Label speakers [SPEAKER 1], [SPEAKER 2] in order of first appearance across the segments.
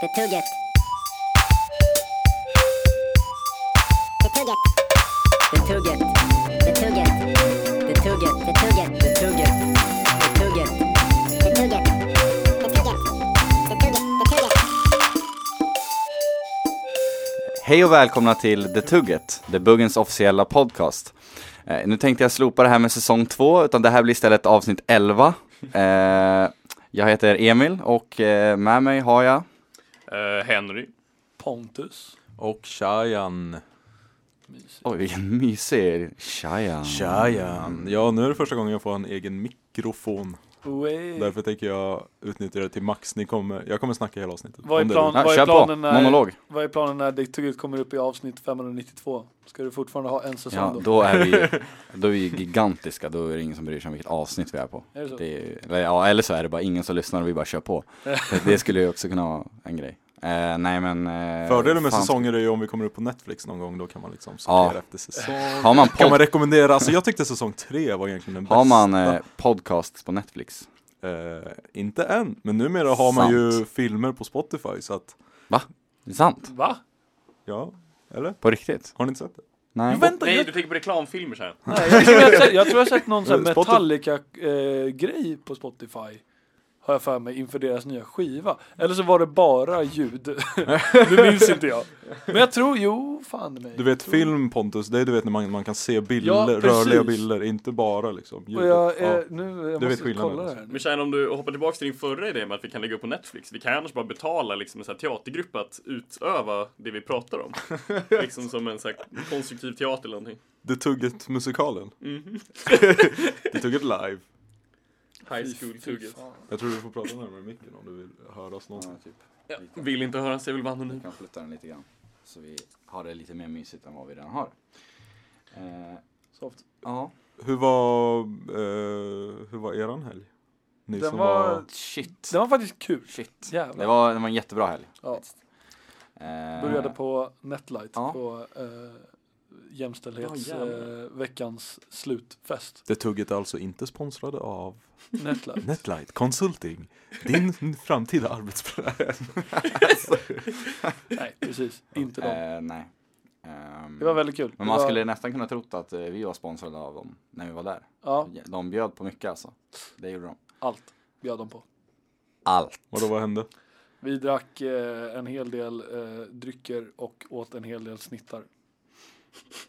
[SPEAKER 1] För tugget. För tugget. För tugget. För tugget. För tugget. För tugget. För tugget. För tugget. För tugget. För tugget. För tugget. För tugget.
[SPEAKER 2] Hej och välkomna till The Tugget, The Buggens officiella podcast. Eh, nu tänkte jag slopa det här med säsong två, utan det här blir istället avsnitt 11. Eh, jag heter Emil och eh, med mig har jag...
[SPEAKER 3] Eh, Henry.
[SPEAKER 4] Pontus.
[SPEAKER 5] Och Shayan.
[SPEAKER 2] Oj, vilken mysig Shayan.
[SPEAKER 5] Shayan. Ja, nu är det första gången jag får en egen mikrofon.
[SPEAKER 4] Way.
[SPEAKER 5] Därför tänker jag utnyttja det till max. Ni kommer, jag kommer snacka hela avsnittet.
[SPEAKER 4] Vad är
[SPEAKER 5] Om det
[SPEAKER 4] plan-
[SPEAKER 2] Ja,
[SPEAKER 4] Vad är
[SPEAKER 2] kör på,
[SPEAKER 4] planen eh, när-
[SPEAKER 2] monolog.
[SPEAKER 4] Vad är planen när det tugget kommer upp i avsnitt 592? Ska du fortfarande ha en säsong
[SPEAKER 2] Ja,
[SPEAKER 4] då?
[SPEAKER 2] då är, vi, då är vi gigantiska, då är det ingen som bryr sig om vilket avsnitt vi är på.
[SPEAKER 4] Är det så?
[SPEAKER 2] Det är, eller, ja, eller så är det bara ingen som lyssnar och vi bara kör på. Det skulle ju också kunna vara en grej. Eh, nej men... Eh,
[SPEAKER 5] Fördelen med
[SPEAKER 2] fan.
[SPEAKER 5] säsonger är ju om vi kommer upp på Netflix någon gång, då kan man liksom
[SPEAKER 2] Ja.
[SPEAKER 5] sortera efter säsong.
[SPEAKER 2] Har man,
[SPEAKER 5] Kan man
[SPEAKER 2] pod-
[SPEAKER 5] rekommendera, alltså jag tyckte säsong tre var egentligen den bästa.
[SPEAKER 2] har man eh, podcasts på Netflix?
[SPEAKER 5] Eh, inte än, men numera har man ju
[SPEAKER 2] Sant.
[SPEAKER 5] filmer på Spotify så att,
[SPEAKER 2] Det är sant,
[SPEAKER 4] Va?
[SPEAKER 5] ja, eller?
[SPEAKER 2] på riktigt.
[SPEAKER 5] Har ni inte sett det?
[SPEAKER 2] Nej.
[SPEAKER 3] Nej, du tänker på reklamfilmer sen.
[SPEAKER 4] Nej, jag, tror jag, har sett- jag tror jag har sett någon sån här
[SPEAKER 5] Spotify.
[SPEAKER 4] Metallica-grej på Spotify. Har jag för mig inför deras nya skiva. Eller så var det bara ljud. det minns inte jag. Men jag tror, jo fan mig.
[SPEAKER 5] Du vet film Pontus, det är du vet när man, man kan se bilder,
[SPEAKER 4] Ja, precis.
[SPEAKER 5] rörliga bilder, inte bara liksom
[SPEAKER 4] Och
[SPEAKER 5] ljudet.
[SPEAKER 4] jag, eh,
[SPEAKER 5] Ja.
[SPEAKER 4] nu, jag
[SPEAKER 5] Du vet
[SPEAKER 4] måste
[SPEAKER 5] skillnaden,
[SPEAKER 4] kolla det
[SPEAKER 5] alltså.
[SPEAKER 4] här. nu.
[SPEAKER 3] Men Shine, om du hoppar tillbaka till din förra idé med att vi kan lägga upp på Netflix. Vi kan annars bara betala liksom en så här teatergrupp att utöva det vi pratar om. liksom som en så här konstruktiv teater eller någonting.
[SPEAKER 5] Det tugget musikalen.
[SPEAKER 4] Mm.
[SPEAKER 5] det tugget live.
[SPEAKER 3] High school-tugget.
[SPEAKER 5] Jag tror du får prata närmare micken om du vill höras någon.
[SPEAKER 2] typ.
[SPEAKER 3] Ja, vill inte höra sig, vill vara anonym.
[SPEAKER 2] kan flytta den lite grann. Så vi har det lite mer mysigt än vad vi redan har. Eh,
[SPEAKER 4] Soft.
[SPEAKER 2] ja.
[SPEAKER 5] Hur var, eh, hur var eran helg? Ni
[SPEAKER 4] Den
[SPEAKER 5] som
[SPEAKER 4] var-
[SPEAKER 5] var...
[SPEAKER 2] Shit.
[SPEAKER 4] Det var faktiskt kul.
[SPEAKER 2] Shit. Det
[SPEAKER 4] Jävlar.
[SPEAKER 2] var, det var en jättebra helg.
[SPEAKER 4] Ja.
[SPEAKER 2] Eh,
[SPEAKER 4] Började på Netlight
[SPEAKER 2] Ja.
[SPEAKER 4] på eh,
[SPEAKER 3] Ja, jävlar.
[SPEAKER 4] jämställdhetsveckans eh, veckans slutfest.
[SPEAKER 5] Det tugget är alltså inte sponsrade av
[SPEAKER 4] Netlight.
[SPEAKER 5] Netlight Consulting. Din framtida arbetsplats.
[SPEAKER 4] Nej, precis. Inte dem.
[SPEAKER 2] Eh, nej. Ehm,
[SPEAKER 4] Det var väldigt kul.
[SPEAKER 2] men
[SPEAKER 4] Det
[SPEAKER 2] man
[SPEAKER 4] var-
[SPEAKER 2] skulle nästan kunna trott att eh, vi var sponsrade av dem när vi var där.
[SPEAKER 4] Ja,
[SPEAKER 2] De bjöd på mycket alltså. Det gjorde de.
[SPEAKER 4] allt bjöd de på.
[SPEAKER 2] Allt.
[SPEAKER 5] Vadå, vad hände?
[SPEAKER 4] Vi drack eh, en hel del eh, drycker och åt en hel del snittar.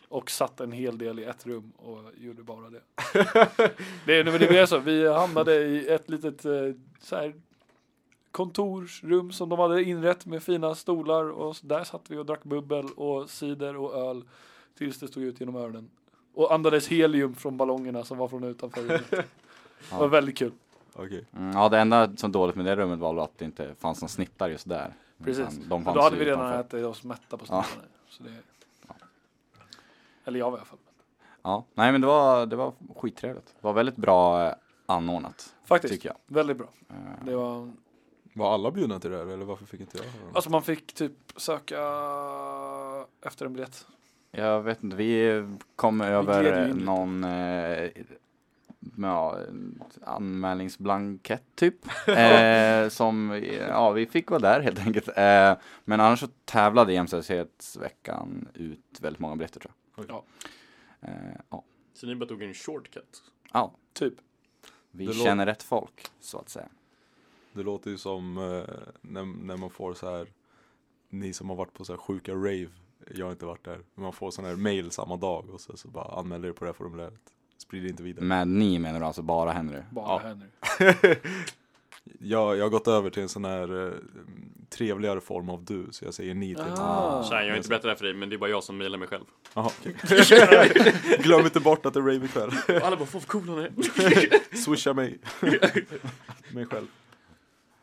[SPEAKER 4] Och satt en hel del i ett rum och gjorde bara det. det, nej, men det blev så. Vi hamnade i ett litet eh, så här, kontorsrum som de hade inrett med fina stolar och s- där satt vi och drack bubbel och cider och öl tills det stod ut genom öronen. Och andades helium från ballongerna som var från utanför rummet. Det var väldigt kul.
[SPEAKER 5] Okej.
[SPEAKER 2] Mm, ja, det enda som dåligt med det rummet var väl att det inte fanns någon snittar just där.
[SPEAKER 4] Precis.
[SPEAKER 2] Utan De
[SPEAKER 4] Men
[SPEAKER 2] fanns
[SPEAKER 4] då hade
[SPEAKER 2] ju
[SPEAKER 4] vi redan
[SPEAKER 2] utanför.
[SPEAKER 4] ätit oss mätta på
[SPEAKER 2] Ja.
[SPEAKER 4] snittarna. Så det... Eller jag var i alla fall.
[SPEAKER 2] Ja, nej men det var, det var skittrevligt. Det var väldigt bra eh, anordnat,
[SPEAKER 4] Faktiskt.
[SPEAKER 2] tycker jag.
[SPEAKER 4] Väldigt bra.
[SPEAKER 2] Eh,
[SPEAKER 4] Det var...
[SPEAKER 5] Var alla bjudna till det här eller varför fick inte jag höra?
[SPEAKER 4] Alltså man fick typ söka efter en biljett.
[SPEAKER 2] Jag vet inte, vi kom
[SPEAKER 4] gled ju
[SPEAKER 2] över
[SPEAKER 4] in lite.
[SPEAKER 2] någon eh, ja, anmälningsblankett typ. eh, som, ja vi fick vara där helt enkelt. Eh, men annars så tävlade jämställdhetsveckan ut väldigt många biljetter tror jag.
[SPEAKER 4] Ja.
[SPEAKER 2] Eh, ja.
[SPEAKER 3] Så ni bara tog en shortcut.
[SPEAKER 2] ja,
[SPEAKER 4] Typ.
[SPEAKER 2] vi
[SPEAKER 5] Det lå-
[SPEAKER 2] känner rätt folk så att säga.
[SPEAKER 5] Det låter ju som eh, när, när man får så här Ni som har varit på så här sjuka rave Jag har inte varit där Men man får sån här mail samma dag och så, så bara anmäler dig på det här formuläret Sprid inte vidare
[SPEAKER 2] Med ni menar du alltså bara Henry?
[SPEAKER 4] Bara
[SPEAKER 2] ja.
[SPEAKER 4] här nu.
[SPEAKER 5] jag, jag har gått över till en sån här eh, trevligare form av du Så jag säger ni till
[SPEAKER 4] Ah.
[SPEAKER 3] Shine, jag har inte berättat det här för dig, men det är bara jag som mejlar mig själv.
[SPEAKER 5] Jaha, okej. Glöm inte bort att det är rave ikväll
[SPEAKER 3] Och alla bara, fan vad cool han är.
[SPEAKER 5] Swisha mig Mig själv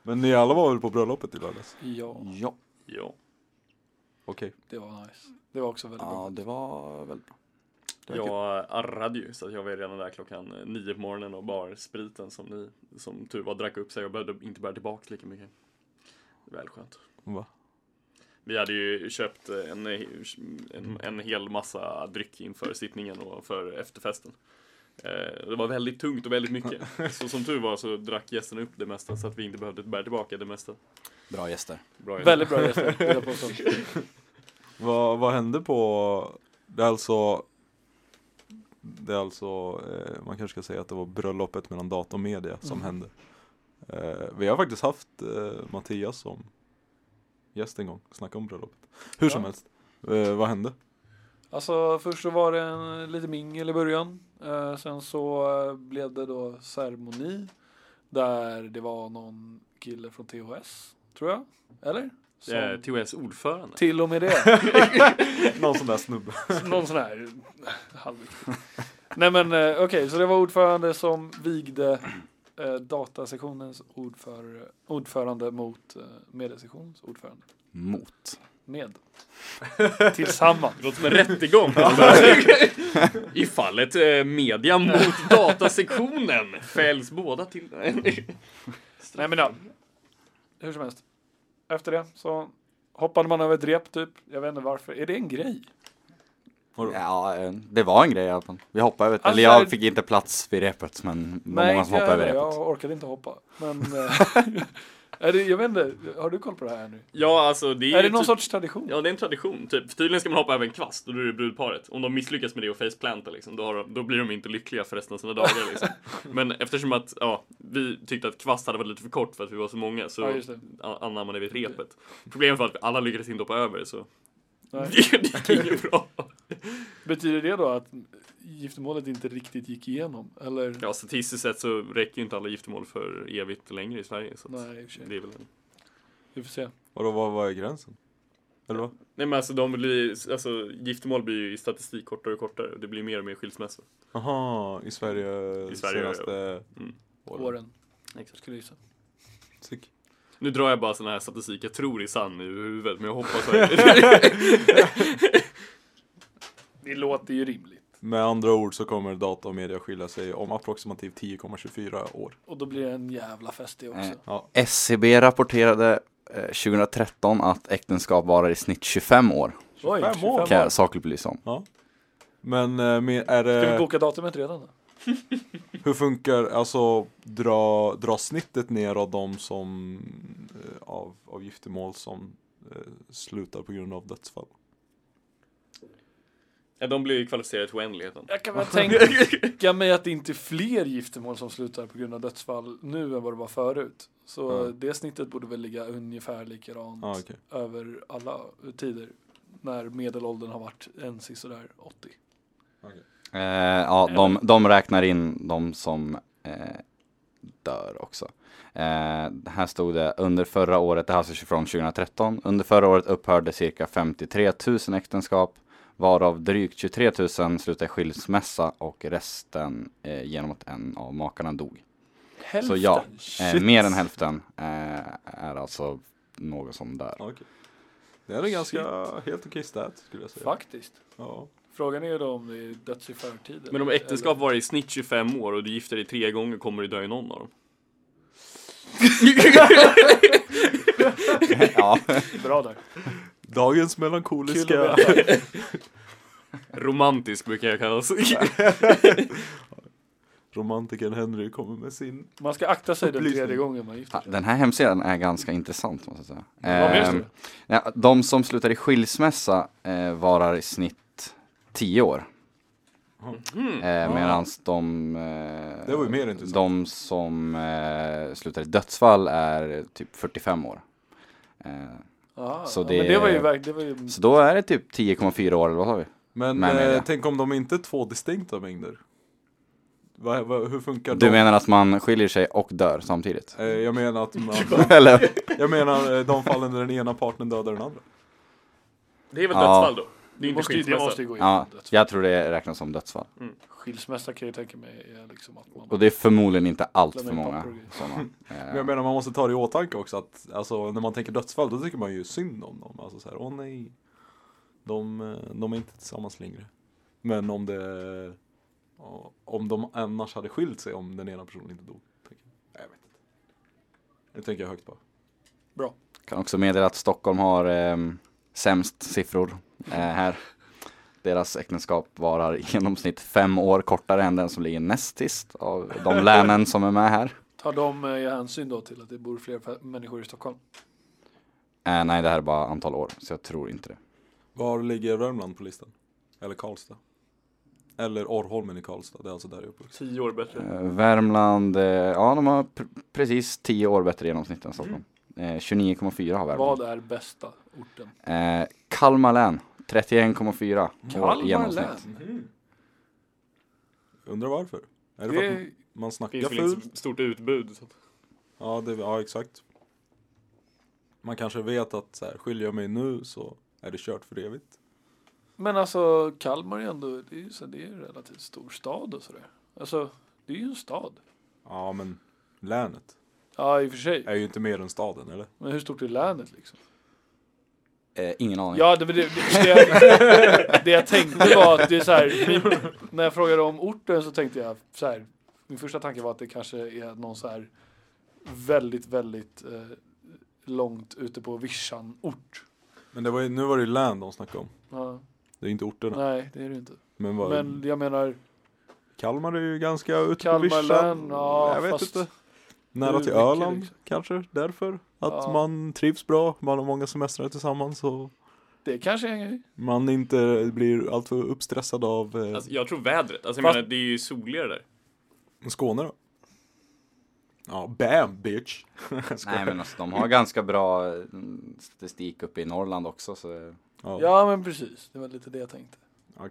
[SPEAKER 5] Men ni alla var väl på bröllopet i lördags?
[SPEAKER 4] Ja,
[SPEAKER 2] Ja,
[SPEAKER 3] ja,
[SPEAKER 5] Okej
[SPEAKER 4] det var nice. Det var också väldigt
[SPEAKER 2] ja
[SPEAKER 4] bra.
[SPEAKER 2] det var väldigt bra. Det var kul.
[SPEAKER 3] jag arrade ju så att jag var redan där klockan eh, nio på morgonen och bar spriten som ni som tur var drack upp sig. Jag behövde inte bära tillbaka lika mycket. Väl skönt.
[SPEAKER 5] Va?
[SPEAKER 3] Vi hade ju köpt en, en, en hel massa dryck inför sittningen och för efterfesten. Eh, Det var väldigt tungt och väldigt mycket. Så som tur var så drack gästerna upp det mesta så att vi inte behövde bära tillbaka det mesta.
[SPEAKER 2] Bra gäster.
[SPEAKER 3] Bra idé.
[SPEAKER 4] Väldigt bra gäster, vill jag påstå.
[SPEAKER 5] Vad, vad hände på... Det är alltså... Det är alltså, eh, man kanske ska säga att det var bröllopet mellan data och media
[SPEAKER 4] Mm.
[SPEAKER 5] som hände. Eh, vi har faktiskt haft eh, Mattias som gäst en gång, snacka om bröllopet. Hur som
[SPEAKER 4] Ja.
[SPEAKER 5] helst, eh, vad hände?
[SPEAKER 4] Alltså först så var det en, lite mingel i början. Eh, sen så eh, blev det då ceremoni. Där det var någon kille från THS, tror jag. Eller? Som,
[SPEAKER 3] Eh, THS ordförande.
[SPEAKER 4] Till och med det.
[SPEAKER 5] Någon sån där snubbe.
[SPEAKER 4] Någon sån här halvviktig. Nej men eh, okej, så det var ordförande som vigde eh, datasektionens ordför, ordförande mot eh, mediesektionens ordförande.
[SPEAKER 2] Mot.
[SPEAKER 4] Med. Tillsammans.
[SPEAKER 3] Det låter som en rättegång. I fallet eh, media mot datasektionen fälls båda till...
[SPEAKER 4] Nej men ja. Hur som helst. Efter det så hoppade man över ett rep typ. Jag vet inte varför. Är det en grej?
[SPEAKER 5] Vadå?
[SPEAKER 2] Ja, eh, det var en grej i alla fall. Vi hoppade över.
[SPEAKER 4] Alltså,
[SPEAKER 2] Eller jag
[SPEAKER 4] jag-
[SPEAKER 2] fick inte plats vid repet, men det var
[SPEAKER 4] Nej,
[SPEAKER 2] många
[SPEAKER 4] inte
[SPEAKER 2] som hoppade
[SPEAKER 4] jag,
[SPEAKER 2] över
[SPEAKER 4] heller.
[SPEAKER 2] repet.
[SPEAKER 4] jag orkade inte hoppa. Men eh, är det, jag vet inte, har du koll på det här nu?
[SPEAKER 3] Ja, alltså det är,
[SPEAKER 4] Är det
[SPEAKER 3] ju
[SPEAKER 4] någon
[SPEAKER 3] typ,
[SPEAKER 4] sorts tradition?
[SPEAKER 3] Ja, det är en tradition. Typ. För Tydligen ska man hoppa över en kvast och då är det brudparet. Om de misslyckas med det och faceplantar liksom, då, har de, då blir de inte lyckliga för resten av sina dagar. Liksom. Men eftersom att ja, vi tyckte att kvast hade varit lite för kort för att vi var så många så
[SPEAKER 4] Ja, just det.
[SPEAKER 3] a- anammade vi repet. Problemet var att alla lyckades inte hoppa över så
[SPEAKER 4] Nej.
[SPEAKER 3] det, det gick inget bra.
[SPEAKER 4] Betyder det då att giftermålet inte riktigt gick igenom? Eller?
[SPEAKER 3] Ja, statistiskt sett så räcker ju inte alla giftermål för evigt längre i Sverige. Så att
[SPEAKER 4] Nej, i och för sig.
[SPEAKER 3] det är väl en...
[SPEAKER 4] Vi får se.
[SPEAKER 5] Vadå, vad, vad är gränsen? Eller vad?
[SPEAKER 3] Nej men alltså, de blir, alltså giftermål blir ju i statistik kortare och kortare och det blir mer och mer skilsmässor.
[SPEAKER 5] Aha, i Sverige,
[SPEAKER 3] I Sverige,
[SPEAKER 5] senaste
[SPEAKER 3] Mm.
[SPEAKER 5] åren.
[SPEAKER 4] Åren.
[SPEAKER 3] Exakt.
[SPEAKER 4] Skulle jag gissa.
[SPEAKER 5] Sick.
[SPEAKER 3] Nu drar jag bara sån här statistik jag tror är sann i huvudet, men jag hoppas verkligen.
[SPEAKER 4] Det låter ju rimligt.
[SPEAKER 5] Med andra ord så kommer data och media skilja sig om approximativt 10,24 år.
[SPEAKER 4] Och då blir det en jävla fest det också.
[SPEAKER 2] Nej.
[SPEAKER 5] Ja,
[SPEAKER 2] SCB rapporterade eh, 2013 att äktenskap varar i snitt 25 år.
[SPEAKER 4] Oj,
[SPEAKER 5] 25 år.
[SPEAKER 4] 25 år.
[SPEAKER 2] Kan jag sakligt om.
[SPEAKER 5] Men eh, med, är
[SPEAKER 4] Ska vi
[SPEAKER 5] det,
[SPEAKER 4] boka datumet redan då?
[SPEAKER 5] hur funkar, alltså dra, dra snittet ner av de som eh, av, av giftermål som eh, slutar på grund av dödsfall?
[SPEAKER 3] ja, de blir ju kvalificerade till oändligheten.
[SPEAKER 4] Jag kan väl tänka mig att det inte är fler giftermål som slutar på grund av dödsfall nu än vad det var förut. Så
[SPEAKER 5] Mm.
[SPEAKER 4] det snittet borde väl ligga ungefär likadant
[SPEAKER 5] Ah, okej.
[SPEAKER 4] över alla tider. När medelåldern har varit en sådär 80.
[SPEAKER 2] Eh, ja, de, de räknar in de som eh, dör också. Eh, här stod det under förra året, det här är alltså från 2013, under förra året upphörde cirka 53 000 äktenskap, varav drygt 23 000 slutade i skilsmässa och resten eh, genom att en av makarna dog.
[SPEAKER 4] Hälften?
[SPEAKER 2] Så ja, eh,
[SPEAKER 5] Shit.
[SPEAKER 2] mer än hälften eh, är alltså någon som dör.
[SPEAKER 5] Ja, okej. Det är en ganska helt okej stat skulle jag säga.
[SPEAKER 4] Faktiskt.
[SPEAKER 5] Ja.
[SPEAKER 4] Frågan är ju då om det är döds i förtid.
[SPEAKER 3] Men om
[SPEAKER 4] eller-
[SPEAKER 3] äktenskap varar i snitt 25 år och du gifter dig tre gånger kommer du dö i någon av dem.
[SPEAKER 2] ja.
[SPEAKER 4] eller- Bra där.
[SPEAKER 5] Dagens
[SPEAKER 4] Kul
[SPEAKER 5] melankoliska.
[SPEAKER 4] att veta.
[SPEAKER 3] Romantisk brukar jag kallas.
[SPEAKER 5] Romantikern Henry kommer med sin.
[SPEAKER 4] Man ska akta sig den
[SPEAKER 5] Upplysning.
[SPEAKER 4] tredje gången man gifter
[SPEAKER 2] Ja,
[SPEAKER 4] sig.
[SPEAKER 2] Den här hemsidan är ganska intressant måste jag säga.
[SPEAKER 4] Ja, just
[SPEAKER 2] Ehm,
[SPEAKER 4] det.
[SPEAKER 2] ja, de som slutar i skilsmässa eh, varar i snitt 10 år.
[SPEAKER 3] Mm.
[SPEAKER 2] Eh, Medan de, eh,
[SPEAKER 5] Mhm. Det var ju mer intressant.
[SPEAKER 2] de som eh, slutar i dödsfall är typ 45 år. Eh,
[SPEAKER 4] Aha,
[SPEAKER 2] så
[SPEAKER 4] ja,
[SPEAKER 2] det-
[SPEAKER 4] Men det var ju verk- det var ju...
[SPEAKER 2] så då är det typ 10,4 år eller vad sa vi?
[SPEAKER 5] Men,
[SPEAKER 2] Men är
[SPEAKER 5] eh,
[SPEAKER 2] det-
[SPEAKER 5] tänk om de inte är två distinkta mängder? Va, va, hur funkar
[SPEAKER 2] Du
[SPEAKER 5] de?
[SPEAKER 2] menar att man skiljer sig och dör samtidigt?
[SPEAKER 5] Eh, jag menar att man,
[SPEAKER 2] eller?
[SPEAKER 5] jag menar eh, de fallen där den ena partnern dödar den andra.
[SPEAKER 3] Det är väl
[SPEAKER 2] Ja.
[SPEAKER 3] dödsfall då? Det är
[SPEAKER 4] Det
[SPEAKER 3] inte
[SPEAKER 4] måste ju, det
[SPEAKER 3] skilsmässa.
[SPEAKER 4] måste ju gå igenom
[SPEAKER 2] Ja,
[SPEAKER 4] dödsfall.
[SPEAKER 2] jag tror det räknas som dödsfall.
[SPEAKER 4] Skilsmässa kan jag tänka mig är liksom att man...
[SPEAKER 2] Och det är förmodligen inte allt
[SPEAKER 4] Lämna
[SPEAKER 2] för
[SPEAKER 4] in
[SPEAKER 2] många
[SPEAKER 4] papper och grejer.
[SPEAKER 2] sådana.
[SPEAKER 5] Men jag menar man måste ta det i åtanke också att alltså, när man tänker dödsfall då tycker man ju synd om dem. Alltså så här, åh nej. De, eh, de är inte tillsammans längre. Men om det ja, om de annars hade skilt sig om den ena personen inte dog. Tänker jag. Nej, jag vet inte. Nu tänker jag högt bara.
[SPEAKER 4] Bra.
[SPEAKER 2] Kan också meddela att Stockholm har ehm, sämst siffror eh, här. Deras äktenskap varar i genomsnitt fem år kortare än den som ligger näst sist av de länen som är med här.
[SPEAKER 4] Tar de eh, i hänsyn då till att det bor fler fa- människor i Stockholm?
[SPEAKER 2] Eh, nej, det här är bara antal år, så jag tror inte det.
[SPEAKER 5] Var ligger Värmland på listan? Eller Karlstad? Eller Orrholmen i Karlstad, det är alltså där jag är uppvuxen.
[SPEAKER 3] Tio år bättre.
[SPEAKER 2] Eh, Värmland, eh, ja de har pr- precis 10 år bättre genomsnitt än Stockholm. Eh, 29,4 har Värmland.
[SPEAKER 4] Vad är bästa orten?
[SPEAKER 2] Eh, Kalmar län, 31,4 år i genomsnitt.
[SPEAKER 5] Undrar varför? Är det, för att
[SPEAKER 4] Det,
[SPEAKER 5] man
[SPEAKER 3] Det
[SPEAKER 5] snackar
[SPEAKER 3] finns väl inte
[SPEAKER 5] fult?
[SPEAKER 3] så stort utbud. Så. att-
[SPEAKER 5] Ja, det, ja, exakt. Man kanske vet att så här, skiljer jag mig nu så är det kört för evigt.
[SPEAKER 4] men alltså Kalmar är ändå, det är ju så, det är en relativt stor stad och sådär. Alltså, det är ju en stad.
[SPEAKER 5] Ja, men länet
[SPEAKER 4] Ja, i och för sig.
[SPEAKER 5] är ju inte mer än staden, eller?
[SPEAKER 4] Men hur stort är länet liksom?
[SPEAKER 2] Eh, ingen aning.
[SPEAKER 4] Ja, det, det, det, det, jag, det jag tänkte var att det är så här, min, när jag frågade om orten så tänkte jag så här, min första tanke var att det kanske är någon så här väldigt, väldigt eh, långt ute på vischan ort.
[SPEAKER 5] Men det var ju, nu var det ju län de snackade om.
[SPEAKER 4] Ja,
[SPEAKER 5] Det är ju inte orterna.
[SPEAKER 4] nej, det är det inte.
[SPEAKER 5] Men, vad,
[SPEAKER 4] Men jag menar
[SPEAKER 5] Kalmar är ju ganska ute på
[SPEAKER 4] Kalmar
[SPEAKER 5] vischan.
[SPEAKER 4] län, ja,
[SPEAKER 5] Jag vet
[SPEAKER 4] fast
[SPEAKER 5] inte. Nära
[SPEAKER 4] hur
[SPEAKER 5] till
[SPEAKER 4] mycket
[SPEAKER 5] Öland
[SPEAKER 4] liksom?
[SPEAKER 5] kanske, därför. Att
[SPEAKER 4] Ja.
[SPEAKER 5] man trivs bra, man har många semestrar tillsammans och
[SPEAKER 4] det kanske är en grej.
[SPEAKER 5] man inte blir alltför uppstressad av eh,
[SPEAKER 3] Alltså, jag tror vädret. Alltså, jag
[SPEAKER 4] Fast-
[SPEAKER 3] menar, det är ju soligare där.
[SPEAKER 5] Skåne då. Ja, bam bitch! Jag skojar.
[SPEAKER 2] Nej men alltså de har ganska bra eh, statistik uppe i Norrland också så
[SPEAKER 5] Ja,
[SPEAKER 4] Ja, men precis. Det var lite det jag tänkte.
[SPEAKER 5] okej.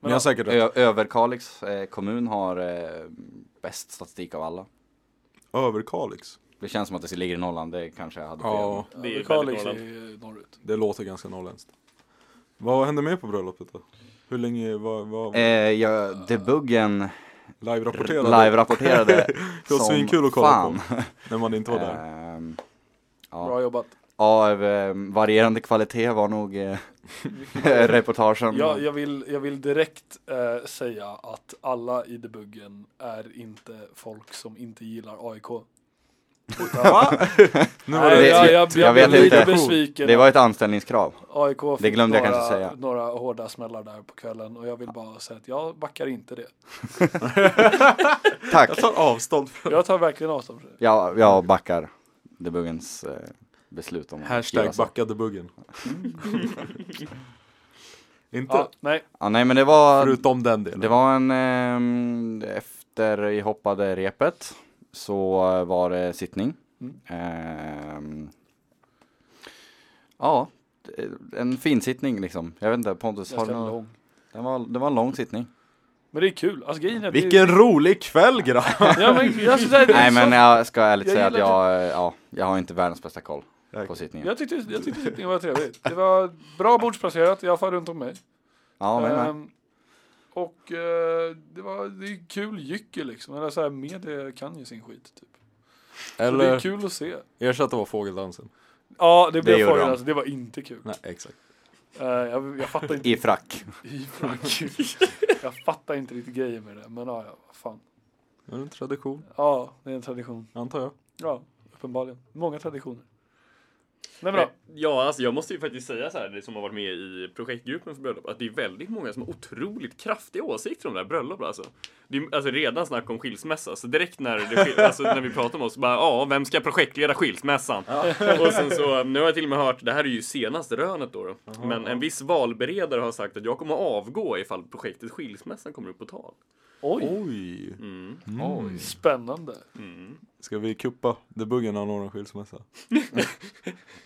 [SPEAKER 4] Men
[SPEAKER 5] Ni har säkert rätt.
[SPEAKER 2] Ö- Överkalix eh, kommun har eh, bäst statistik av alla.
[SPEAKER 5] Överkalix.
[SPEAKER 2] Det känns som att det ligger i Norrland, det kanske jag hade fel.
[SPEAKER 5] Ja,
[SPEAKER 4] Ja,
[SPEAKER 3] Det är väldigt
[SPEAKER 4] Kalix
[SPEAKER 3] Norrland.
[SPEAKER 4] är norrut.
[SPEAKER 5] det låter ganska norrländskt. Vad hände med på bröllopet då? Hur länge var, var
[SPEAKER 2] Eh, jag, debuggen
[SPEAKER 5] live-rapporterade?
[SPEAKER 2] live-rapporterade
[SPEAKER 5] Det var
[SPEAKER 2] som
[SPEAKER 5] svinkul att kolla
[SPEAKER 2] fan.
[SPEAKER 5] När man inte var där.
[SPEAKER 2] Ehm,
[SPEAKER 4] Bra
[SPEAKER 2] ja.
[SPEAKER 4] jobbat.
[SPEAKER 2] ja, eh, varierande kvalitet var nog eh, reportagen.
[SPEAKER 4] Jag, jag, vill, jag vill direkt eh, säga att alla i debuggen är inte folk som inte gillar AIK.
[SPEAKER 5] Va? nu var
[SPEAKER 4] Nej,
[SPEAKER 5] det
[SPEAKER 4] jag, jag, jag,
[SPEAKER 2] jag
[SPEAKER 4] blev
[SPEAKER 2] vet
[SPEAKER 4] lite
[SPEAKER 2] inte.
[SPEAKER 4] besviken.
[SPEAKER 2] Det var ett anställningskrav.
[SPEAKER 4] AIK fick
[SPEAKER 2] det glömde jag
[SPEAKER 4] några,
[SPEAKER 2] kanske säga.
[SPEAKER 4] några hårda smällar där på kvällen och jag vill bara säga att jag backar inte det.
[SPEAKER 2] Tack!
[SPEAKER 5] Jag tar avstånd från
[SPEAKER 4] Jag tar verkligen avstånd från det.
[SPEAKER 2] Jag, jag backar debuggens eh, beslut om att
[SPEAKER 5] Hashtag
[SPEAKER 2] göra så.
[SPEAKER 5] backade buggen. Inte?
[SPEAKER 4] Ja, nej,
[SPEAKER 2] Ja, nej men det var,
[SPEAKER 5] Förutom den delen.
[SPEAKER 2] det var en, ehm, efter vi hoppade repet så var det sittning.
[SPEAKER 4] Mm.
[SPEAKER 2] Ehm, ja, eh, en fin sittning liksom. Jag vet inte Pontus, har
[SPEAKER 4] ganska
[SPEAKER 2] du någon,
[SPEAKER 4] lång.
[SPEAKER 2] det, var, det var en lång sittning.
[SPEAKER 4] Men det är kul. Alltså, grejen är att det-
[SPEAKER 5] Vilken rolig kväll grabbar!
[SPEAKER 4] Ja, men, jag, skulle säga, det är
[SPEAKER 2] Nej men
[SPEAKER 4] så-
[SPEAKER 2] jag ska ärligt
[SPEAKER 4] Jag
[SPEAKER 2] säga att
[SPEAKER 4] gillar
[SPEAKER 2] jag, eh, ja, jag har inte världens bästa koll på sittningen.
[SPEAKER 4] jag tyckte, jag tyckte sittningen var trevlig. Det var bra bordsplacerat, i alla fall runt om mig.
[SPEAKER 2] Ja, men, men.
[SPEAKER 4] Ehm, och eh, det var det är kul jycke liksom. Eller så här, media kan ju sin skit. Typ. Så det är
[SPEAKER 5] Eller
[SPEAKER 4] kul att se.
[SPEAKER 5] ersätt det var fågeldansen.
[SPEAKER 4] Ja, det blev
[SPEAKER 2] gjorde
[SPEAKER 4] frågan.
[SPEAKER 2] de.
[SPEAKER 4] Alltså, det var inte kul.
[SPEAKER 5] Nej, exakt.
[SPEAKER 4] Eh, jag, jag fattar inte.
[SPEAKER 2] I frack.
[SPEAKER 4] I frack. jag fattar inte riktigt grejen med det. Men ja, ja, vad fan.
[SPEAKER 5] Det är en tradition,
[SPEAKER 4] Ja, det är en tradition.
[SPEAKER 5] antar jag.
[SPEAKER 4] Ja, uppenbarligen. Många traditioner. Nej
[SPEAKER 2] Eh,
[SPEAKER 4] men då.
[SPEAKER 3] Ja, alltså jag måste ju faktiskt säga så här, det som har varit med i projektgruppen för bröllop, att det är väldigt många som har otroligt kraftiga åsikter om det här bröllopet alltså. Det är alltså redan snack om skilsmässa, så direkt när, det, skil- alltså, när vi pratar om oss, bara ja, vem ska projektleda skilsmässan? Och sen så, nu har jag till och med hört, det här är ju senaste rönet då, då. men en viss valberedare har sagt att jag kommer avgå ifall projektet skilsmässan kommer upp på tal.
[SPEAKER 4] Oj,
[SPEAKER 5] Oj!
[SPEAKER 3] Mm.
[SPEAKER 2] Oj.
[SPEAKER 4] spännande.
[SPEAKER 3] Mm.
[SPEAKER 5] Ska vi kuppa debuggen anordnar skilsmässa?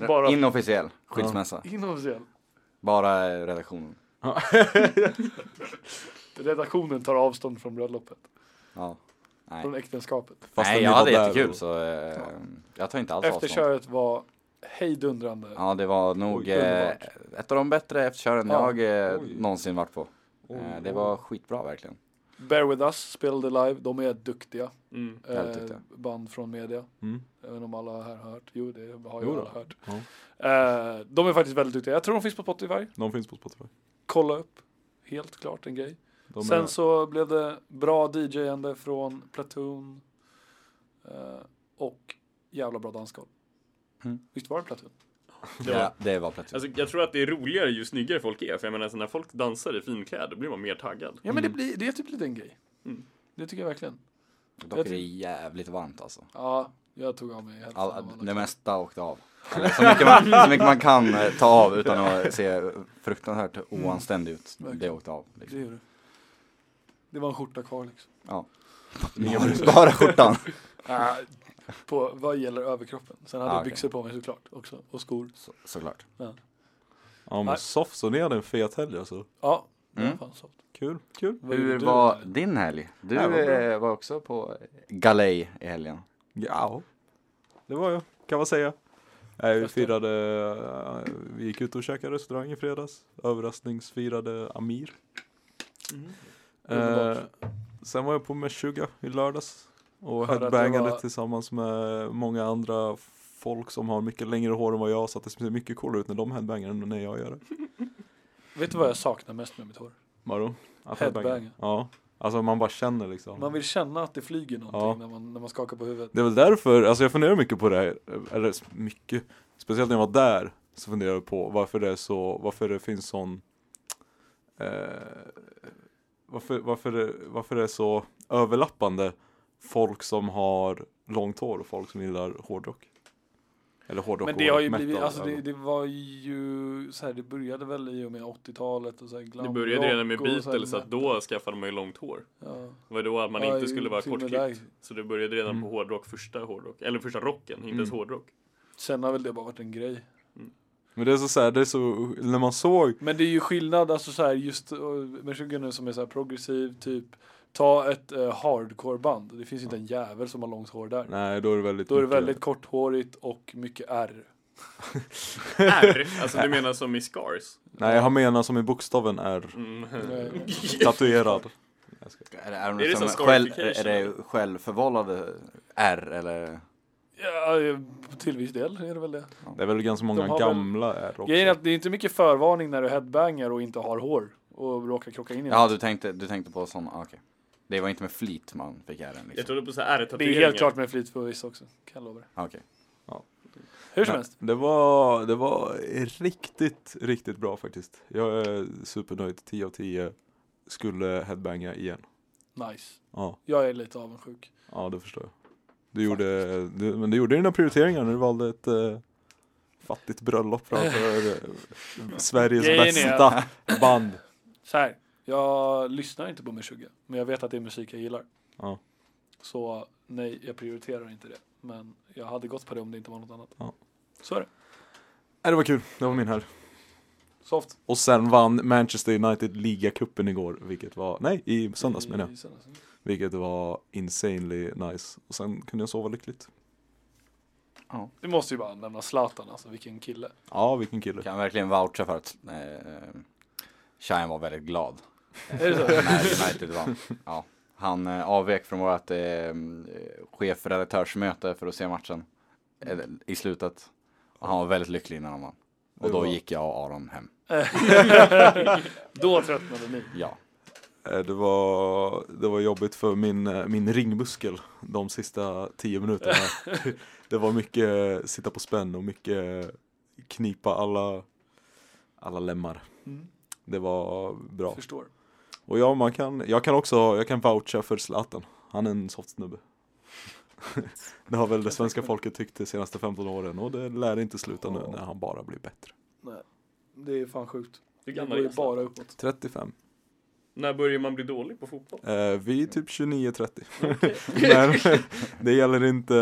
[SPEAKER 4] Bara-
[SPEAKER 2] Inofficiell skilsmässa.
[SPEAKER 4] Inofficiell.
[SPEAKER 2] Bara eh, redaktionen.
[SPEAKER 4] Redaktionen tar avstånd från bröllopet.
[SPEAKER 2] Ja. Nej.
[SPEAKER 4] Från äktenskapet.
[SPEAKER 5] Fastän
[SPEAKER 2] Nej,
[SPEAKER 5] ni
[SPEAKER 2] jag
[SPEAKER 5] var
[SPEAKER 2] hade
[SPEAKER 5] där
[SPEAKER 2] jättekul
[SPEAKER 5] och-
[SPEAKER 2] så eh, jag tar inte alls avstånd.
[SPEAKER 4] Efterköret var hejdundrande.
[SPEAKER 2] Alltså, Ja, det var nog
[SPEAKER 5] Oj,
[SPEAKER 2] eh,
[SPEAKER 5] underbart.
[SPEAKER 2] ett av de bättre efterkören
[SPEAKER 4] Ja.
[SPEAKER 2] jag eh,
[SPEAKER 5] Oj.
[SPEAKER 2] någonsin varit på. Eh, det var skitbra verkligen.
[SPEAKER 4] Bear With Us spelade live, de är duktiga.
[SPEAKER 3] Mm.
[SPEAKER 2] Väldigt
[SPEAKER 4] Eh,
[SPEAKER 2] duktiga.
[SPEAKER 4] band från media.
[SPEAKER 5] Mm.
[SPEAKER 4] Även om alla här har hört. Jo, det har
[SPEAKER 5] Jo
[SPEAKER 4] ju
[SPEAKER 5] då.
[SPEAKER 4] alla hört.
[SPEAKER 5] Ja.
[SPEAKER 4] Eh, de är faktiskt väldigt duktiga. Jag tror de finns på Spotify.
[SPEAKER 5] De finns på Spotify.
[SPEAKER 4] Kolla upp. Helt klart en grej.
[SPEAKER 5] De
[SPEAKER 4] Sen
[SPEAKER 5] är,
[SPEAKER 4] så blev det bra DJ-ande från Platoon. Eh, och jävla bra dansgolv.
[SPEAKER 2] Mm.
[SPEAKER 4] Visst var det Platoon?
[SPEAKER 3] Det var,
[SPEAKER 2] Ja, det var plötsligt.
[SPEAKER 3] Alltså, jag tror att det är roligare ju snyggare folk är, för jag menar alltså, när folk dansar i finkläder blir man mer taggad.
[SPEAKER 4] Ja, men
[SPEAKER 5] Mm.
[SPEAKER 4] det, blir, det är typ lite en grej.
[SPEAKER 3] Mm.
[SPEAKER 4] Det tycker jag verkligen.
[SPEAKER 2] Dock
[SPEAKER 4] jag
[SPEAKER 2] är det jävligt varmt alltså.
[SPEAKER 4] Ja, Jag tog av mig hälften
[SPEAKER 2] All,
[SPEAKER 4] av alla
[SPEAKER 2] det
[SPEAKER 4] kläder.
[SPEAKER 2] mesta åkte av. Eller, Så mycket, man, så mycket man kan eh, ta av utan att se fruktansvärt oanständig ut. Det
[SPEAKER 4] Verkligen.
[SPEAKER 2] åkte av.
[SPEAKER 4] Det
[SPEAKER 2] Liksom.
[SPEAKER 4] gjorde det. Det var en skjorta kvar liksom.
[SPEAKER 2] Bara- Bara skjortan.
[SPEAKER 4] Ah, på vad gäller överkroppen. Sen hade
[SPEAKER 2] Ah,
[SPEAKER 4] jag
[SPEAKER 2] okej.
[SPEAKER 4] byxor på mig såklart också. Och skor.
[SPEAKER 2] Så, såklart.
[SPEAKER 5] Ja men
[SPEAKER 4] Nej.
[SPEAKER 5] soft, så ni hade en fet helg alltså.
[SPEAKER 4] Ja, det
[SPEAKER 2] Mm.
[SPEAKER 4] var fan soft.
[SPEAKER 5] Kul, kul.
[SPEAKER 4] Vad
[SPEAKER 2] Hur
[SPEAKER 4] gjorde du?
[SPEAKER 2] var din helg? Du
[SPEAKER 5] Ja, vad bra.
[SPEAKER 2] eh, var också på galej i helgen.
[SPEAKER 5] Ja. Det var jag, kan man säga. Nej, vi
[SPEAKER 4] Förstår.
[SPEAKER 5] firade, eh, vi gick ut och käkade restaurang i fredags. Överraskningsfirade Amir.
[SPEAKER 3] Mhm.
[SPEAKER 5] Eh,
[SPEAKER 4] Mm. Underbart.
[SPEAKER 5] sen var jag på Meshuggah i lördags. Och
[SPEAKER 4] Hörde att det
[SPEAKER 5] headbangade
[SPEAKER 4] var-
[SPEAKER 5] tillsammans med många andra folk som har mycket längre hår än vad jag. Så att det ser mycket coolare ut när de headbangar än när jag gör det.
[SPEAKER 4] Vet du vad jag saknar mest med mitt hår?
[SPEAKER 5] Vadå? Att
[SPEAKER 4] Headbanga.
[SPEAKER 5] headbanga? Ja. Alltså man bara känner liksom.
[SPEAKER 4] Man vill känna att det flyger någonting
[SPEAKER 5] Ja.
[SPEAKER 4] när, man, när man skakar på huvudet.
[SPEAKER 5] Det är väl därför, alltså jag funderar mycket på det här, eller s- mycket, speciellt när jag var där, så funderar jag på varför det är så, varför det finns sån, eh, varför, varför, det, varför det är så överlappande folk som har långt hår och folk som gillar hårdrock. Eller hårdrock
[SPEAKER 4] Men
[SPEAKER 5] och
[SPEAKER 4] det har ju
[SPEAKER 5] metal,
[SPEAKER 4] blivit, alltså det,
[SPEAKER 5] eller-
[SPEAKER 4] det var ju så här, det började väl i och med 80-talet och så här
[SPEAKER 3] Det
[SPEAKER 4] glamrock
[SPEAKER 3] började redan med
[SPEAKER 4] och så här
[SPEAKER 3] Beatles, att
[SPEAKER 4] met-
[SPEAKER 3] då skaffade man ju långt hår.
[SPEAKER 4] ja.
[SPEAKER 3] Det var då att man
[SPEAKER 4] Ja,
[SPEAKER 3] inte
[SPEAKER 4] ju-
[SPEAKER 3] skulle vara
[SPEAKER 4] till och med
[SPEAKER 3] kortklippt.
[SPEAKER 4] där.
[SPEAKER 3] Så det började redan
[SPEAKER 5] Mm.
[SPEAKER 3] på hårdrock, första hårdrock. Eller första rocken, inte ens hårdrock.
[SPEAKER 4] Sen har väl det bara varit en grej.
[SPEAKER 5] Men det är så, så här, det är så, när man såg,
[SPEAKER 4] Men det är ju skillnad, alltså så här just eh, med Sugar nu som är så här progressiv, typ ta ett eh, hardcore-band. Det finns inte en jävel som har långt hår där.
[SPEAKER 5] nej då är det väldigt
[SPEAKER 4] Då är det
[SPEAKER 5] mycket-
[SPEAKER 4] väldigt korthårigt och mycket R.
[SPEAKER 3] R, alltså du menar som i Scars?
[SPEAKER 5] Nej jag menar som i bokstaven är
[SPEAKER 3] Mm.
[SPEAKER 4] Eh,
[SPEAKER 5] tatuerad.
[SPEAKER 2] Är det, är
[SPEAKER 3] Är
[SPEAKER 2] det,
[SPEAKER 3] det
[SPEAKER 2] som
[SPEAKER 3] som
[SPEAKER 2] själv, är
[SPEAKER 3] scarification,
[SPEAKER 2] det självförvållade R eller?
[SPEAKER 4] Ja, eh, till viss del är det väl det.
[SPEAKER 5] Det är väl ganska
[SPEAKER 4] De
[SPEAKER 5] många
[SPEAKER 4] har väl-
[SPEAKER 5] gamla är också.
[SPEAKER 4] Grejen är att det är inte mycket förvarning när du headbangar och inte har hår och råkar krocka in i
[SPEAKER 2] Ja, du tänkte, du tänkte på sådana, ah, okej. Det var inte med flit man fick ären
[SPEAKER 3] Jag
[SPEAKER 2] liksom.
[SPEAKER 3] trodde på så här
[SPEAKER 4] Det är
[SPEAKER 3] R-tatueringar.
[SPEAKER 4] helt klart med flit för vissa också, kan jag lova dig.
[SPEAKER 2] Ah, okej.
[SPEAKER 4] Hur som
[SPEAKER 5] Nej,
[SPEAKER 4] helst.
[SPEAKER 5] Det var, det var riktigt, riktigt bra faktiskt. Jag är supernöjd, 10 av 10. Skulle headbanga igen.
[SPEAKER 4] Nice.
[SPEAKER 5] Ja,
[SPEAKER 4] Jag är lite avundsjuk.
[SPEAKER 5] ja det förstår jag. Du gjorde, du, men du gjorde dina prioriteringar när du valde ett eh, fattigt bröllop framför eh, Sveriges
[SPEAKER 4] Grejen är
[SPEAKER 5] bästa band.
[SPEAKER 4] Så här, jag lyssnar inte på Meshuggah, men jag vet att det är musik jag gillar.
[SPEAKER 5] Ja.
[SPEAKER 4] Så nej, jag prioriterar inte det. Men jag hade gått på det om det inte var något annat.
[SPEAKER 5] Ja.
[SPEAKER 4] Så är det.
[SPEAKER 5] Nej, det var kul, det var min här.
[SPEAKER 4] Soft.
[SPEAKER 5] Och sen vann Manchester United ligacupen igår, vilket var, nej i söndags menar jag.
[SPEAKER 4] I söndags.
[SPEAKER 5] Vilket var insanely nice. Och sen kunde jag sova lyckligt.
[SPEAKER 4] Vi måste ju bara nämna Zlatan, alltså vilken kille.
[SPEAKER 5] Ja, vilken kille.
[SPEAKER 2] Kan verkligen voucha för att eh, Shine var väldigt glad.
[SPEAKER 4] Är det så?
[SPEAKER 2] när United vann. Ja. Han eh, avvek från vårt eh, chefredaktörsmöte för att se matchen eh, i slutet. Och han var väldigt lycklig innan han vann. Och
[SPEAKER 5] Det
[SPEAKER 2] då
[SPEAKER 5] var-
[SPEAKER 2] gick jag och Aron hem.
[SPEAKER 4] Då tröttnade
[SPEAKER 5] Mm.
[SPEAKER 4] ni.
[SPEAKER 2] Ja.
[SPEAKER 5] Eh, Det var, det var jobbigt för min, eh, min ringmuskel de sista tio minuterna. det var mycket eh, sitta på spänn och mycket eh, knipa alla, alla lemmar.
[SPEAKER 4] Mm.
[SPEAKER 5] Det var bra.
[SPEAKER 4] Förstår.
[SPEAKER 5] Och ja, man kan, jag kan också jag kan voucha för Zlatan. Han är en soft snubbe. det har väl det svenska folket tyckt de senaste 15 åren och det lär inte sluta nu när han bara blir bättre.
[SPEAKER 4] Det är fan sjukt.
[SPEAKER 3] Hur
[SPEAKER 4] Det
[SPEAKER 3] gammal
[SPEAKER 4] går
[SPEAKER 3] är
[SPEAKER 4] ju
[SPEAKER 3] jag?
[SPEAKER 4] bara uppåt.
[SPEAKER 5] 35.
[SPEAKER 3] När börjar man bli dålig på fotboll?
[SPEAKER 5] Eh, vi är typ 29-30. Men det gäller inte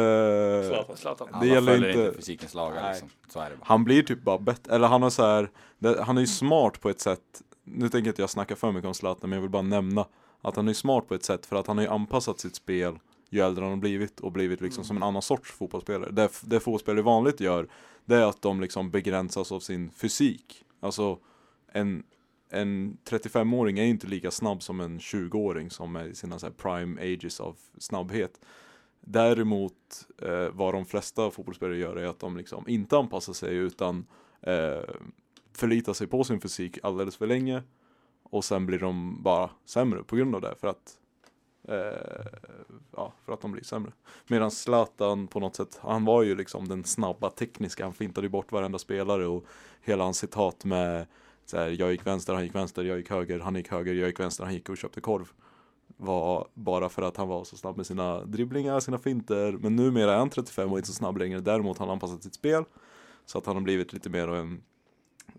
[SPEAKER 5] eh,
[SPEAKER 3] Zlatan.
[SPEAKER 4] Zlatan.
[SPEAKER 2] Alla
[SPEAKER 5] Det gäller
[SPEAKER 2] följer inte,
[SPEAKER 5] inte-
[SPEAKER 2] fysikens lagar
[SPEAKER 5] Nej.
[SPEAKER 2] liksom. Så är det bara.
[SPEAKER 5] Han blir typ bara bättre, eller han har så här, det, han är ju smart på ett sätt, nu tänker jag inte jag snacka för mycket om Zlatan, men jag vill bara nämna att han är ju smart på ett sätt för att han har ju anpassat sitt spel ju äldre han har blivit och blivit liksom som en annan sorts fotbollsspelare. Det, det fotbollsspelare vanligt gör, det är att de liksom begränsas av sin fysik. Alltså en, en 35-åring är ju inte lika snabb som en 20-åring som är i sina så här prime ages av snabbhet. Däremot eh, vad de flesta fotbollsspelare gör är att de liksom inte anpassar sig utan eh, förlitar sig på sin fysik alldeles för länge och sen blir de bara sämre på grund av det för att eh, ja, för att de blir sämre. Medan Zlatan på något sätt, han var ju liksom den snabba tekniska, han fintade ju bort varenda spelare och hela hans citat med så här, jag gick vänster, han gick vänster, jag gick höger, han gick höger, jag gick vänster, han gick och köpte korv. var bara för att han var så snabb med sina dribblingar, sina finter. Men numera är han 35 och inte så snabb längre. Däremot har han anpassat sitt spel så att han har blivit lite mer av en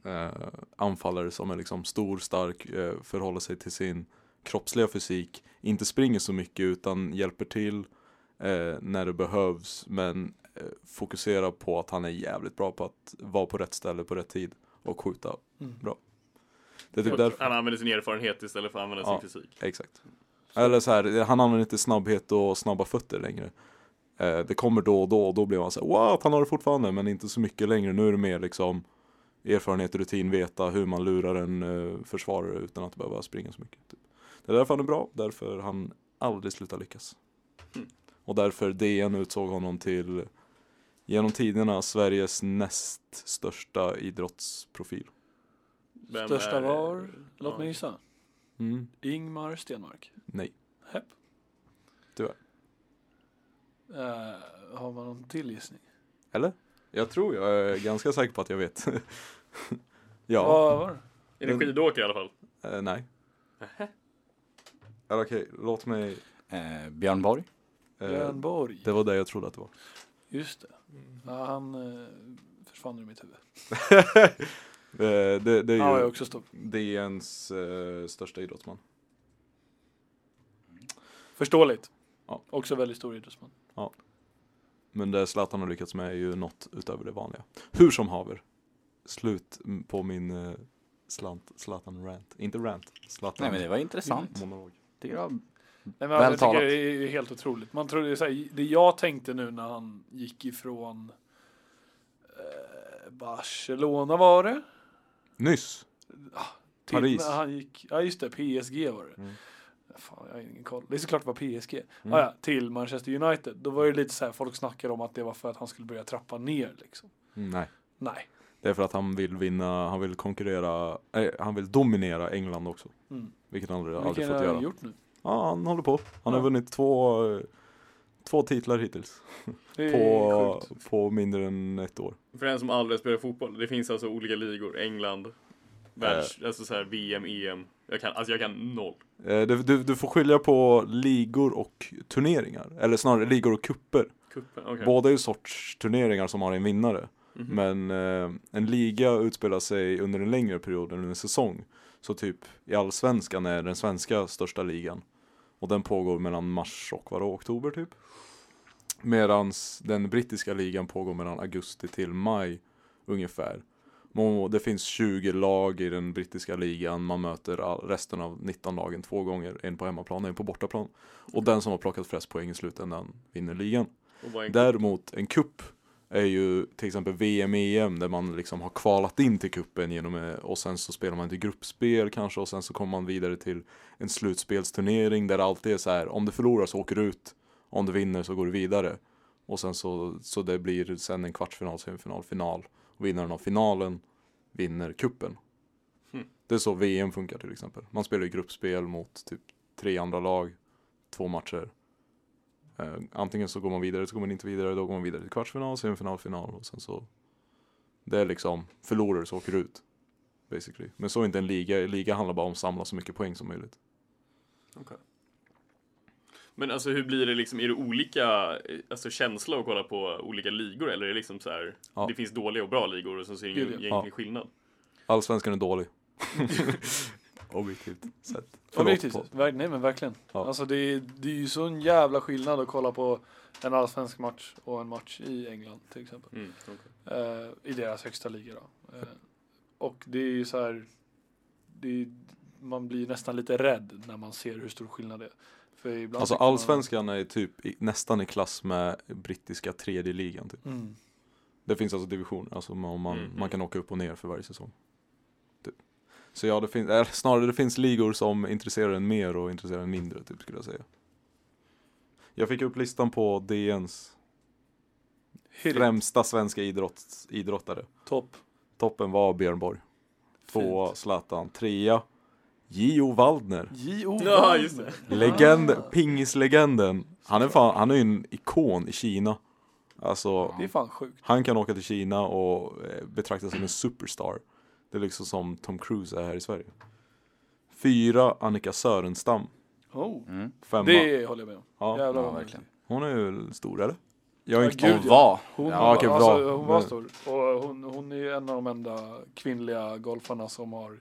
[SPEAKER 5] eh, anfallare som är liksom stor, stark, eh, förhåller sig till sin kroppsliga fysik. Inte springer så mycket utan hjälper till eh, när det behövs men eh, fokuserar på att han är jävligt bra på att vara på rätt ställe på rätt tid och skjuta
[SPEAKER 4] Mm.
[SPEAKER 5] bra. Det är typ
[SPEAKER 3] Och
[SPEAKER 5] därför.
[SPEAKER 3] Han använder sin erfarenhet istället för att använda
[SPEAKER 5] Ja.
[SPEAKER 3] sin fysik.
[SPEAKER 5] Exakt. Eller så här, han använder inte snabbhet och snabba fötter längre. Eh, det kommer då och då och då blir man så här, wow, han har det fortfarande, men inte så mycket längre. Nu är det mer liksom erfarenhet och rutin, veta hur man lurar en eh, försvarare utan att behöva springa så mycket. Typ. Det är därför han är bra, därför han aldrig slutar lyckas.
[SPEAKER 3] Mm.
[SPEAKER 5] Och därför DN utsåg honom till genom tiderna Sveriges näst största idrottsprofil.
[SPEAKER 3] Vem
[SPEAKER 4] Största
[SPEAKER 3] är-
[SPEAKER 4] var, låt
[SPEAKER 3] ja.
[SPEAKER 4] mig gissa,
[SPEAKER 5] Mm.
[SPEAKER 4] Ingmar Stenmark.
[SPEAKER 5] Nej,
[SPEAKER 4] Hepp.
[SPEAKER 5] Tyvärr.
[SPEAKER 4] Eh, har man någon till gissning?
[SPEAKER 5] Eller? Jag tror jag är ganska säker på att jag vet. ja,
[SPEAKER 4] Vad var det?
[SPEAKER 3] Är det skidåkare i alla fall?
[SPEAKER 5] eh, nej. Eller okej, låt mig.
[SPEAKER 2] Eh, Björn Borg.
[SPEAKER 5] Eh,
[SPEAKER 4] Björn Borg.
[SPEAKER 5] det var det jag trodde att det var.
[SPEAKER 4] Just det. Ja, han eh, försvann ur mitt huvud.
[SPEAKER 5] Eh, det, det
[SPEAKER 4] Han var
[SPEAKER 5] är
[SPEAKER 4] ju
[SPEAKER 5] ju
[SPEAKER 4] också stor.
[SPEAKER 5] DNs eh, största idrottsman.
[SPEAKER 4] Förståeligt.
[SPEAKER 5] Ja.
[SPEAKER 4] Också väldigt stor idrottsman.
[SPEAKER 5] Men det Zlatan har lyckats med är ju något utöver det vanliga. Hur som haver. Slut m- på min eh, slant, Zlatan-rant. Inte rant,
[SPEAKER 2] Nej men
[SPEAKER 5] Zlatan.
[SPEAKER 2] det var
[SPEAKER 4] Mm.
[SPEAKER 2] intressant.
[SPEAKER 5] Monolog.
[SPEAKER 2] Det var
[SPEAKER 4] Nej, men
[SPEAKER 2] Väl
[SPEAKER 4] jag tycker
[SPEAKER 2] talat.
[SPEAKER 4] det är ju helt otroligt. Man trodde, så här, det jag tänkte nu när han gick ifrån eh, Barcelona var det.
[SPEAKER 5] Nyss!
[SPEAKER 4] Till
[SPEAKER 5] Paris.
[SPEAKER 4] När Ah, typ, han gick, ja just det, PSG var det.
[SPEAKER 5] Mm.
[SPEAKER 4] Fan, jag har ingen koll. Det är såklart det var PSG.
[SPEAKER 5] Mm.
[SPEAKER 4] Ah, ja, till Manchester United. Då var det lite så här, folk snackade om att det var för att han skulle börja trappa ner liksom.
[SPEAKER 5] Mm, Nej.
[SPEAKER 4] Nej.
[SPEAKER 5] Det är för att han vill vinna, han vill konkurrera, eh, han vill dominera England också.
[SPEAKER 4] Mm.
[SPEAKER 5] Vilket han aldrig, aldrig
[SPEAKER 4] Vilken
[SPEAKER 5] fått
[SPEAKER 4] har
[SPEAKER 5] göra.
[SPEAKER 4] han gjort nu?
[SPEAKER 5] Ja, han håller på. Han har
[SPEAKER 4] Ja.
[SPEAKER 5] vunnit två, eh, två titlar hittills.
[SPEAKER 4] Det är
[SPEAKER 5] På,
[SPEAKER 4] sjukt.
[SPEAKER 5] på mindre än ett år.
[SPEAKER 3] För en som aldrig spelar fotboll, det finns alltså olika ligor. England, världs, alltså så här VM, EM. Jag kan, alltså jag kan noll.
[SPEAKER 5] Eh, Du, du, du får skilja på ligor och turneringar. Eller snarare ligor och kupper.
[SPEAKER 3] Cupen, okej.
[SPEAKER 5] Båda är ju sorts turneringar som har en vinnare.
[SPEAKER 3] Mhm.
[SPEAKER 5] Men eh, en liga utspelar sig under en längre period än en säsong. Så typ i allsvenskan är den svenska största ligan. Och den pågår mellan mars och vadå, oktober typ. Medans den brittiska ligan pågår mellan augusti till maj ungefär. Må- Det finns 20 lag i den brittiska ligan. Man möter all- resten av 19 lagen två gånger. En på hemmaplan och en på bortaplan. Och den som har plockat flest poäng i slutändan vinner ligan.
[SPEAKER 3] Och vad är en
[SPEAKER 5] Däremot en kupp är ju till exempel VM, EM där man liksom har kvalat in till kuppen genom eh, och sen så spelar man inte gruppspel kanske och sen så kommer man vidare till en slutspelsturnering där det alltid är så här om du förlorar så åker du ut om du vinner så går du vidare och sen så, så det blir sen en kvartsfinal, semifinal, final och vinnaren av finalen vinner kuppen.
[SPEAKER 3] Hmm.
[SPEAKER 5] Det är så VM funkar till exempel. Man spelar ju gruppspel mot typ tre andra lag, två matcher. Eh, antingen så går man vidare, så går man inte vidare, då går man vidare till kvartsfinal, semifinal, final och sen så. Det är liksom förlorare så åker du ut. Basically. Men så är inte en liga, En liga handlar bara om att samla så mycket poäng som möjligt.
[SPEAKER 3] Men alltså hur blir det liksom, är det olika eh, alltså, känsla att kolla på olika ligor eller är det liksom så här,
[SPEAKER 5] Ja.
[SPEAKER 3] det finns dåliga och bra ligor och sen så är det
[SPEAKER 4] Gud,
[SPEAKER 3] ingen
[SPEAKER 4] ja.
[SPEAKER 3] egentligen
[SPEAKER 5] Ja.
[SPEAKER 3] skillnad?
[SPEAKER 5] Allsvenskan är dålig. Objektivt sett.
[SPEAKER 4] Objektivt
[SPEAKER 5] Förlåt,
[SPEAKER 4] sett. Verk- Nej men verkligen.
[SPEAKER 5] Ja.
[SPEAKER 4] Alltså det är, det är ju sån jävla skillnad att kolla på en allsvensk match och en match i England till exempel.
[SPEAKER 3] Mm, okej.
[SPEAKER 4] Eh, I deras högsta liga då. Eh, och det är ju så här, det är, man blir nästan lite rädd när man ser hur stor skillnad det är. För ibland
[SPEAKER 5] Alltså
[SPEAKER 4] tycker man-
[SPEAKER 5] allsvenskan är typ i, nästan i klass med brittiska tredje ligan. Typ.
[SPEAKER 4] Mm.
[SPEAKER 5] Det finns alltså divisioner, alltså man, man,
[SPEAKER 3] Mm,
[SPEAKER 5] man
[SPEAKER 3] mm.
[SPEAKER 5] kan åka upp och ner för varje säsong. Typ. Så ja, det finns, eller snarare det finns ligor som intresserar en mer och intresserar en mindre, typ skulle jag säga. Jag fick upp listan på DNs
[SPEAKER 4] Hit
[SPEAKER 5] främsta svenska idrott, idrottare.
[SPEAKER 4] Topp.
[SPEAKER 5] Toppen var Björn Borg, tvåa
[SPEAKER 4] Fint.
[SPEAKER 5] Zlatan, trea Gio Waldner.
[SPEAKER 4] J.O.
[SPEAKER 3] Ja,
[SPEAKER 4] Waldner.
[SPEAKER 3] just det.
[SPEAKER 5] Legend, pingislegenden. Han är, fan, han är ju en ikon i Kina. Alltså,
[SPEAKER 4] Det är fan sjukt.
[SPEAKER 5] han kan åka till Kina och eh, betraktas som en superstar. Det är liksom som Tom Cruise är här i Sverige. Fyra, Annika Sörenstam.
[SPEAKER 4] Oh,
[SPEAKER 2] Mm.
[SPEAKER 5] Femma.
[SPEAKER 4] det håller jag med om.
[SPEAKER 5] ja.
[SPEAKER 4] Jävlar
[SPEAKER 2] Ja,
[SPEAKER 4] vad
[SPEAKER 2] verkligen.
[SPEAKER 5] Hon är ju stor eller? Jag är
[SPEAKER 4] Ja,
[SPEAKER 5] inte
[SPEAKER 4] gud,
[SPEAKER 2] Hon var.
[SPEAKER 4] Hon,
[SPEAKER 2] Ja,
[SPEAKER 4] var-
[SPEAKER 5] okej, bra.
[SPEAKER 4] alltså, hon var
[SPEAKER 5] Men-
[SPEAKER 4] stor. Och hon, hon är ju en av de enda kvinnliga golfarna som har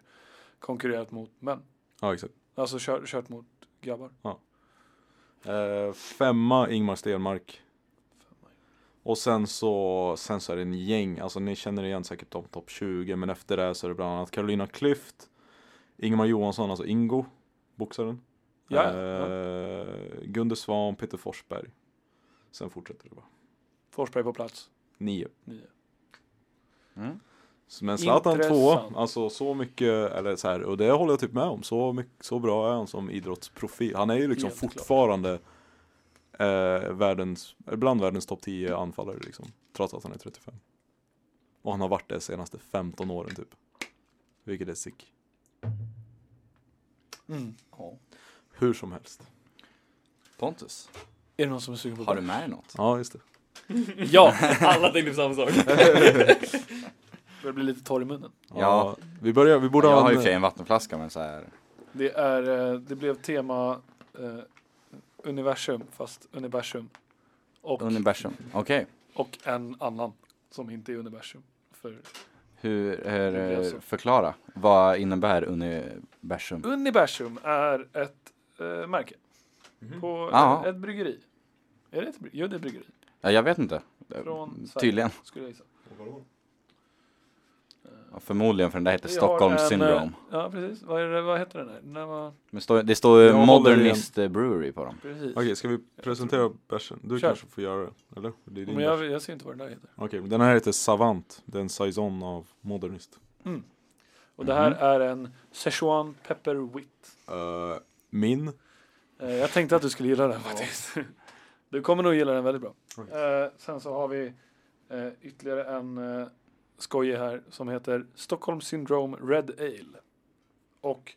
[SPEAKER 4] konkurrerat mot män.
[SPEAKER 5] Ja exakt.
[SPEAKER 4] Alltså kört, kört mot grabbar.
[SPEAKER 5] Eh, femma Ingmar Stenmark. Och sen så, sen så är det en gäng, alltså ni känner igen säkert de topp 20 men efter det så är det bland annat Carolina Klüft Ingmar Johansson, alltså Ingo, boxaren.
[SPEAKER 4] Ja, ja.
[SPEAKER 5] eh, Gunde Svan, Peter Forsberg. Sen fortsätter det bara.
[SPEAKER 4] Forsberg på plats.
[SPEAKER 5] Nio.
[SPEAKER 4] Nio.
[SPEAKER 2] Mm.
[SPEAKER 5] Så- Men Zlatan två,
[SPEAKER 4] Intressant.
[SPEAKER 5] alltså så mycket, eller så här, och det håller jag typ med om, så, mycket, så bra är han som idrottsprofil. Han är ju liksom
[SPEAKER 4] Helt klart.
[SPEAKER 5] fortfarande eh, världens, bland världens topp 10 anfallare liksom, trots att han är 35. Och han har varit det de senaste 15 åren typ. Vilket är sick.
[SPEAKER 4] Mm.
[SPEAKER 5] Hur som helst.
[SPEAKER 2] Pontus,
[SPEAKER 4] Är det någon som är sugen på
[SPEAKER 2] har du med dig något?
[SPEAKER 5] Ja, just det.
[SPEAKER 4] Ja!
[SPEAKER 3] Alla tänkte på samma sak.
[SPEAKER 4] Börjar bli lite torr i munnen.
[SPEAKER 5] Ja,
[SPEAKER 2] Ja.
[SPEAKER 5] vi börjar, vi borde
[SPEAKER 2] Jag
[SPEAKER 5] ha
[SPEAKER 2] har ju i
[SPEAKER 5] en,
[SPEAKER 2] och för sig en vattenflaska men så här.
[SPEAKER 4] Det, är, eh, det blev tema eh, universum, fast universum. Och,
[SPEAKER 2] Universum. Okej.
[SPEAKER 4] och en annan som inte är universum. För
[SPEAKER 2] Hur,
[SPEAKER 4] Det blev
[SPEAKER 2] hur
[SPEAKER 4] så.
[SPEAKER 2] förklara? Vad innebär universum?
[SPEAKER 4] Universum är ett eh, märke. På
[SPEAKER 2] Jaha.
[SPEAKER 4] ett, ett bryggeri. Är det ett bryggeri? Jo, det är ett bryggeri.
[SPEAKER 2] Ja, jag vet inte.
[SPEAKER 4] Från Sverige,
[SPEAKER 2] Eh, Tydligen.
[SPEAKER 4] skulle jag gissa. Eh,
[SPEAKER 2] Ja, Förmodligen för den där heter
[SPEAKER 4] Vi har
[SPEAKER 2] Stockholm
[SPEAKER 4] en, eh,
[SPEAKER 2] syndrome.
[SPEAKER 4] Ja, precis. Vad, är det, vad heter den här? Den här var,
[SPEAKER 2] Men står, det står ju
[SPEAKER 5] Jag håller
[SPEAKER 2] Modernist Brewery på dem.
[SPEAKER 4] precis.
[SPEAKER 5] Okej, ska vi presentera bärsen? Du
[SPEAKER 4] Kör.
[SPEAKER 5] kanske får göra det, eller? Det är din
[SPEAKER 4] Men
[SPEAKER 5] bärs.
[SPEAKER 4] jag, jag ser inte vad den där heter.
[SPEAKER 5] Okej, men den här heter Savant. Det är en saison av Modernist.
[SPEAKER 4] Och det
[SPEAKER 2] Mhm.
[SPEAKER 4] här är en Szechuan Pepper Wit.
[SPEAKER 5] Eh, min.
[SPEAKER 4] Eh, jag tänkte att du skulle gilla den faktiskt. Du kommer nog gilla den väldigt bra.
[SPEAKER 5] Right.
[SPEAKER 4] Eh, sen så har vi eh, ytterligare en eh, skojig här som heter Stockholm Syndrome Red Ale. Och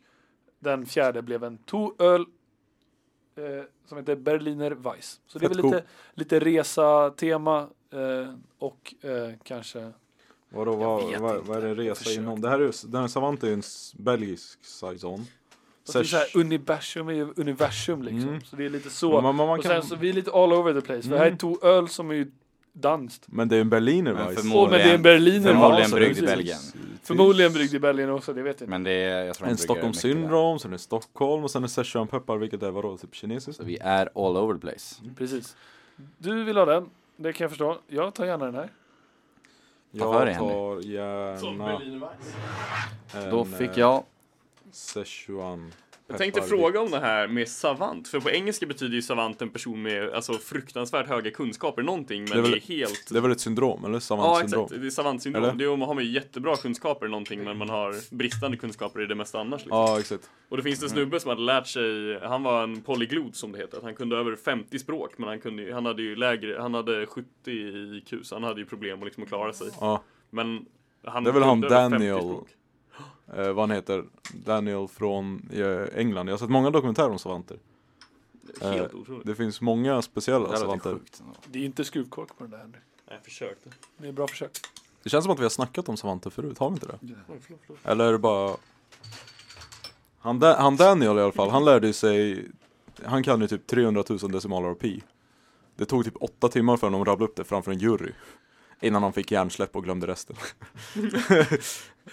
[SPEAKER 4] den fjärde blev en toöl eh, som heter Berliner Weiss. Så det är
[SPEAKER 5] Fett
[SPEAKER 4] väl lite, lite resa-tema eh, och eh, kanske
[SPEAKER 5] Vadå, vad,
[SPEAKER 4] vet
[SPEAKER 5] vad,
[SPEAKER 4] inte.
[SPEAKER 5] vad är det en
[SPEAKER 4] Jag
[SPEAKER 5] resa
[SPEAKER 4] försökte.
[SPEAKER 5] inom? Det här är, ju- den här Savant är ju en s- belgisk saison.
[SPEAKER 4] Så det är så här, universum är ju universum liksom.
[SPEAKER 5] Mm.
[SPEAKER 4] Så det är lite så.
[SPEAKER 5] men, man, man
[SPEAKER 4] och sen
[SPEAKER 5] kan,
[SPEAKER 4] så vi är lite all over the place. För det här är
[SPEAKER 5] Mm.
[SPEAKER 4] to öl som är ju danskt.
[SPEAKER 5] men det är ju en Berliner
[SPEAKER 2] Men
[SPEAKER 5] Weiss.
[SPEAKER 2] förmo-
[SPEAKER 4] Åh, men det är en
[SPEAKER 2] Förmodligen-
[SPEAKER 4] Berliner
[SPEAKER 2] förmodligen
[SPEAKER 4] Weiss.
[SPEAKER 5] så
[SPEAKER 2] bryggd i
[SPEAKER 5] det är-
[SPEAKER 2] Belgien.
[SPEAKER 4] Förmodligen bryggd i Belgien också, det vet jag inte.
[SPEAKER 2] Men det är, jag tror de
[SPEAKER 5] En
[SPEAKER 2] brygger
[SPEAKER 5] Stockholm
[SPEAKER 2] mycket där.
[SPEAKER 5] syndrom, sen är det Stockholm och sen är Szechuan peppar vilket är vadå, typ kinesiskt?
[SPEAKER 2] Så vi är all over the place.
[SPEAKER 4] Precis. Du vill ha den, det kan jag förstå. Jag tar gärna den här.
[SPEAKER 2] Ta för dig,
[SPEAKER 5] Jag
[SPEAKER 2] Henry.
[SPEAKER 5] tar gärna en
[SPEAKER 2] Då fick
[SPEAKER 5] eh,
[SPEAKER 2] jag,
[SPEAKER 5] Szechuan
[SPEAKER 3] Jag tänkte
[SPEAKER 5] peppar-
[SPEAKER 3] fråga om det här med savant, för på engelska betyder ju savant en person med alltså, fruktansvärt höga kunskaper i någonting, men
[SPEAKER 5] Det är
[SPEAKER 3] det
[SPEAKER 5] väl-
[SPEAKER 3] är helt...
[SPEAKER 5] Det är väl ett syndrom, eller? Savant
[SPEAKER 3] Ja,
[SPEAKER 5] syndrom?
[SPEAKER 3] exakt. Det är savantsyndrom.
[SPEAKER 5] Eller?
[SPEAKER 3] Det är om man har med jättebra kunskaper i någonting, men man har bristande kunskaper i det mesta annars. Liksom.
[SPEAKER 5] Ja, exakt.
[SPEAKER 3] Och det
[SPEAKER 5] Mm.
[SPEAKER 3] finns en snubbe som hade lärt sig, han var en polyglot som det heter, att han kunde över 50 språk, men han, kunde, ju- han hade ju lägre, han hade 70 i IQ, så han hade ju problem att liksom att klara sig.
[SPEAKER 5] Ja.
[SPEAKER 3] Men han
[SPEAKER 5] Det är väl han
[SPEAKER 3] kunde över 50
[SPEAKER 5] Daniel.
[SPEAKER 3] språk.
[SPEAKER 5] Eh, vad han heter, Daniel från eh, England. Jag har sett många dokumentärer om savanter.
[SPEAKER 3] Helt
[SPEAKER 5] Eh,
[SPEAKER 3] otroligt.
[SPEAKER 5] Det finns många
[SPEAKER 2] det
[SPEAKER 5] speciella
[SPEAKER 2] här låter
[SPEAKER 5] savanter.
[SPEAKER 2] sjukt.
[SPEAKER 4] Det är inte skruvkork på den där Henry.
[SPEAKER 3] Nej, jag försökte.
[SPEAKER 4] Det är bra försök.
[SPEAKER 5] Det känns som att vi har snackat om savanter förut, har vi inte det? Eller är det bara... Han, da- han Daniel i alla fall, han lärde ju sig... Han kan ju typ 300 000 decimaler av pi. Det tog typ åtta timmar för honom att rabbla upp det framför en jury. Innan han fick hjärnsläpp och glömde resten.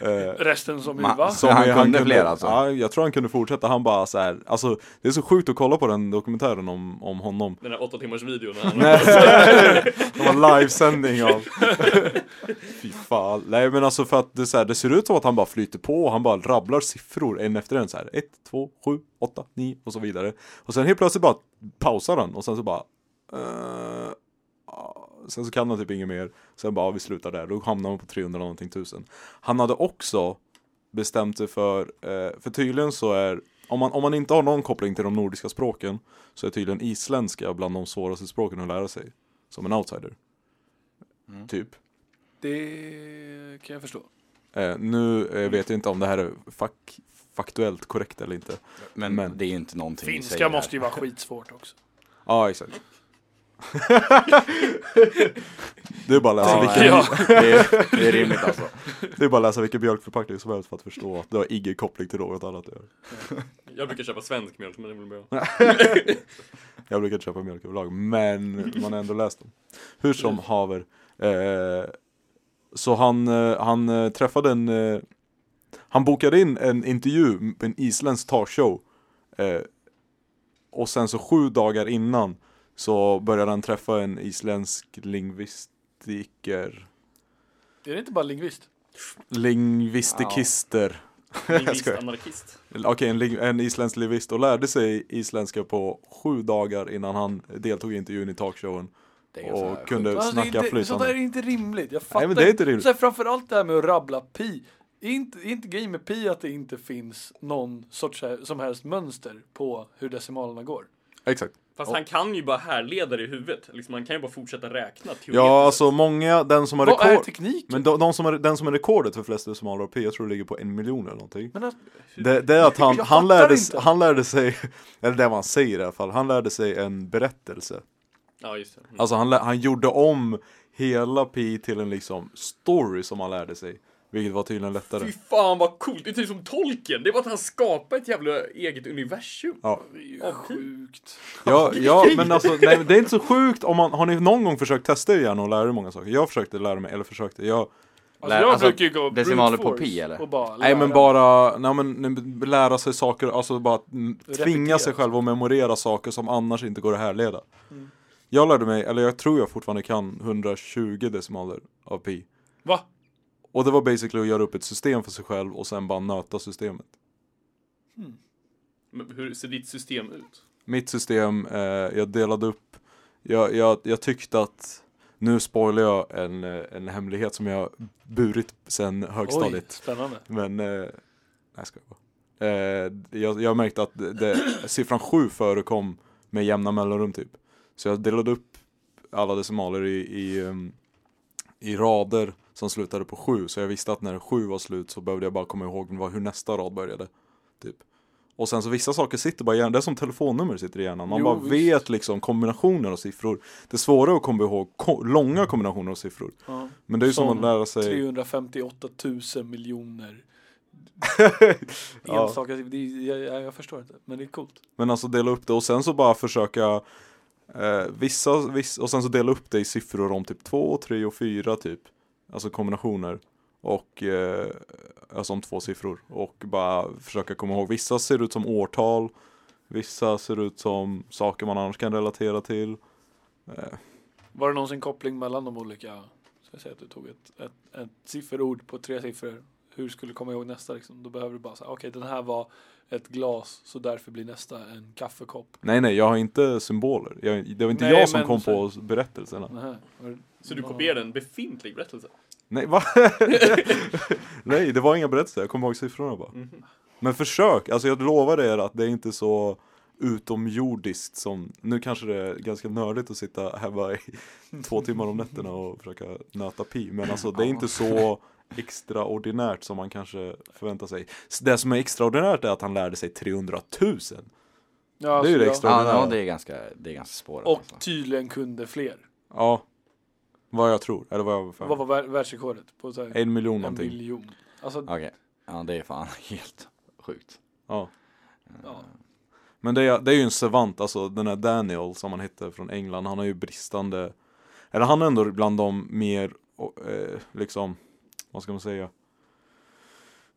[SPEAKER 5] Eh,
[SPEAKER 4] Resten som ju
[SPEAKER 2] Ma-
[SPEAKER 4] va?
[SPEAKER 2] Så han kunde fler alltså?
[SPEAKER 5] Ja, jag tror han kunde fortsätta. Han bara så här, alltså det är så sjukt att kolla på den dokumentären om, om honom.
[SPEAKER 3] Den där åtta timmars videon. när han-
[SPEAKER 5] Nej, det var livesändning av... Fy fan. Nej men alltså för att det, är så här, det ser ut som att han bara flyter på och han bara rabblar siffror en efter en så här. 1, 2, 7, 8, 9 och så vidare. Och sen helt plötsligt bara pausar han och sen så bara... eh, ah. sen så kan han typ inget mer. Sen bara, ah, vi slutar där. Då hamnar man på 300 någonting tusen. Han hade också bestämt sig för, eh, för tydligen så är om man, om man inte har någon koppling till de nordiska språken så är tydligen isländska bland de svåraste språken att lära sig. Som en outsider.
[SPEAKER 2] Mm.
[SPEAKER 5] Typ.
[SPEAKER 4] Det kan jag förstå.
[SPEAKER 5] Eh, nu
[SPEAKER 2] Mm.
[SPEAKER 5] eh, vet jag inte om det här är fak- faktuellt korrekt eller inte.
[SPEAKER 2] Men,
[SPEAKER 5] Men-
[SPEAKER 2] det är ju inte någonting vi säger
[SPEAKER 4] Finska
[SPEAKER 2] här.
[SPEAKER 4] måste ju vara skitsvårt också.
[SPEAKER 5] Ja, exakt. Det är bara att läsa,
[SPEAKER 2] Ja,
[SPEAKER 5] vilken,
[SPEAKER 2] nej, det, är, det är rimligt alltså.
[SPEAKER 5] det är bara att läsa vilken mjölkförpackning som helst för att förstå att det har ingen koppling till något annat att göra.
[SPEAKER 3] Jag brukar köpa svensk mjölk men det blir bra.
[SPEAKER 5] Jag brukar inte köpa mjölk överlag, men man har ändå läst dem. Hur som haver. Eh, så han, eh, han eh, träffade en... Eh, han bokade in en intervju på en isländsk talkshow. Eh, och sen så sju dagar innan så började han träffa en isländsk lingvistiker.
[SPEAKER 4] Är det inte bara lingvist?
[SPEAKER 5] Lingvistikister.
[SPEAKER 3] Min visst
[SPEAKER 5] skojar.
[SPEAKER 3] anarkist.
[SPEAKER 5] Okej, en, ling- en isländsk lingvist och lärde sig isländska på sju dagar innan han deltog i intervjun i talkshowen. och kunde
[SPEAKER 4] Alltså, det
[SPEAKER 5] snacka
[SPEAKER 4] är inte, sånt där är
[SPEAKER 5] flytande.
[SPEAKER 4] inte rimligt. Jag fattar
[SPEAKER 5] men det är inte rimligt.
[SPEAKER 4] Så här, framförallt det här med att rabbla pi. Är inte, är inte grejen med pi att det inte finns någon sorts här, som helst mönster på hur decimalerna går?
[SPEAKER 5] Exakt.
[SPEAKER 3] Fast han kan ju bara härleda det i huvudet. Liksom, han kan ju bara fortsätta räkna teoretiskt.
[SPEAKER 5] Ja, alltså många, den som har
[SPEAKER 4] Vad är
[SPEAKER 5] rekord.
[SPEAKER 4] tekniken?
[SPEAKER 5] Men de, de som har, den som är rekordet för flest decimaler av pi, jag tror det ligger på en miljon eller någonting.
[SPEAKER 4] Men att,
[SPEAKER 5] Det, det är att han,
[SPEAKER 4] Jag
[SPEAKER 5] han,
[SPEAKER 4] fattar
[SPEAKER 5] lärde,
[SPEAKER 4] inte.
[SPEAKER 5] han lärde sig, eller det är vad han säger i alla fall, han lärde sig en berättelse.
[SPEAKER 3] Ja, just det. Mm.
[SPEAKER 5] Alltså han, lä- han gjorde om hela pi till en liksom story som han lärde sig. Vilket var tydligen lättare.
[SPEAKER 3] Fy fan vad coolt! Det är typ som tolken. Det är bara att han skapar ett jävla eget universum.
[SPEAKER 5] Ja.
[SPEAKER 3] Av tid.
[SPEAKER 4] sjukt.
[SPEAKER 5] Ja, ja men alltså nej, men det är inte så sjukt om man, har ni någon gång försökt testa er hjärna och lära er många saker? Jag försökte lära mig, eller försökte, jag
[SPEAKER 4] Alltså,
[SPEAKER 2] Lä-
[SPEAKER 4] jag
[SPEAKER 2] alltså,
[SPEAKER 4] brukar ju gå brute
[SPEAKER 2] decimaler på
[SPEAKER 4] force
[SPEAKER 2] pi, eller?
[SPEAKER 4] Och bara
[SPEAKER 5] Nej
[SPEAKER 4] lära
[SPEAKER 5] men
[SPEAKER 4] mig.
[SPEAKER 5] bara, nej, men, nej, lära sig saker, alltså bara mm,
[SPEAKER 4] Repetera.
[SPEAKER 5] tvinga sig själv att memorera saker som annars inte går att härleda.
[SPEAKER 4] Mm.
[SPEAKER 5] Jag lärde mig, eller jag tror jag fortfarande kan 120 decimaler av pi.
[SPEAKER 4] Va?
[SPEAKER 5] Och det var basically att göra upp ett system för sig själv och sen bara nöta systemet.
[SPEAKER 3] Men hur ser ditt system ut?
[SPEAKER 5] Mitt system, eh, jag delade upp, jag, jag, jag tyckte att nu spoilar jag en, eh, en hemlighet som jag burit sedan
[SPEAKER 4] Oj,
[SPEAKER 5] högstadiet.
[SPEAKER 4] spännande.
[SPEAKER 5] Men, eh, nej jag skojar bara. Eh, jag, jag märkte att det, det, siffran 7 förekom med jämna mellanrum typ. Så jag delade upp alla decimaler i, i, ehm, i rader som slutade på 7. Så jag visste att när 7 var slut så behövde jag bara komma ihåg vad- hur nästa rad började. Typ. Och sen så vissa saker sitter bara i hjärnan, det är som telefonnummer sitter i hjärnan. Man
[SPEAKER 4] Jo,
[SPEAKER 5] bara
[SPEAKER 4] visst.
[SPEAKER 5] vet liksom kombinationer av siffror. Det svåra är att komma ihåg ko- långa kombinationer av siffror.
[SPEAKER 4] Ja.
[SPEAKER 5] Men det är ju som,
[SPEAKER 4] Som
[SPEAKER 5] att lära sig...
[SPEAKER 4] 358 000 miljoner
[SPEAKER 5] Ja.
[SPEAKER 4] enstaka. typ. Det är, jag, jag, jag förstår inte, men det är coolt.
[SPEAKER 5] Men alltså dela upp det och sen så bara försöka eh, vissa, vissa, och sen så dela upp det i siffror om typ 2, 3 och 4 typ. Alltså kombinationer. Och eh, alltså om två siffror. Och bara försöka komma ihåg. Vissa ser ut som årtal. Vissa ser ut som saker man annars kan relatera till.
[SPEAKER 4] Var det någonsin koppling mellan de olika? Så jag säger att du tog ett, ett, ett sifferord på tre siffror. Hur skulle du komma ihåg nästa liksom? Då behöver du bara säga, okej den här var ett glas så därför blir nästa en kaffekopp.
[SPEAKER 5] Nej nej, jag har inte symboler. Jag, det var inte
[SPEAKER 4] Nej,
[SPEAKER 5] jag som
[SPEAKER 4] men
[SPEAKER 5] kom
[SPEAKER 4] så-
[SPEAKER 5] på berättelserna.
[SPEAKER 4] Nähä, var det-
[SPEAKER 3] Så du kopierade en befintlig berättelse?
[SPEAKER 5] Nej, va? Nej, det var inga berättelser. Jag kommer ihåg siffrorna bara. Men försök, alltså jag lovar er att det är inte så utomjordiskt som, nu kanske det är ganska nördigt att sitta hemma i två timmar om nätterna och försöka nöta pi, men alltså det är inte så extraordinärt som man kanske förväntar sig. S- Det som är extraordinärt är att han lärde sig 300 000.
[SPEAKER 4] Ja,
[SPEAKER 5] det är ju
[SPEAKER 4] så
[SPEAKER 5] det
[SPEAKER 4] jag-
[SPEAKER 5] extra.
[SPEAKER 2] Ja, ja, det är ganska, det är ganska spårat. alltså.
[SPEAKER 4] Och tydligen kunde fler.
[SPEAKER 5] Ja, vad jag tror, eller vad jag för
[SPEAKER 4] Vad
[SPEAKER 5] mig.
[SPEAKER 4] var vär- världsrekordet? På så här,
[SPEAKER 5] En miljon
[SPEAKER 4] en
[SPEAKER 5] någonting.
[SPEAKER 4] miljon. Alltså,
[SPEAKER 2] Okej, ja det är fan helt sjukt.
[SPEAKER 5] Ja.
[SPEAKER 4] ja.
[SPEAKER 5] Men det är, det är ju en savant, alltså den här Daniel som han hette från England, han har ju bristande, eller han är ändå bland de mer, och, eh, liksom, vad ska man säga,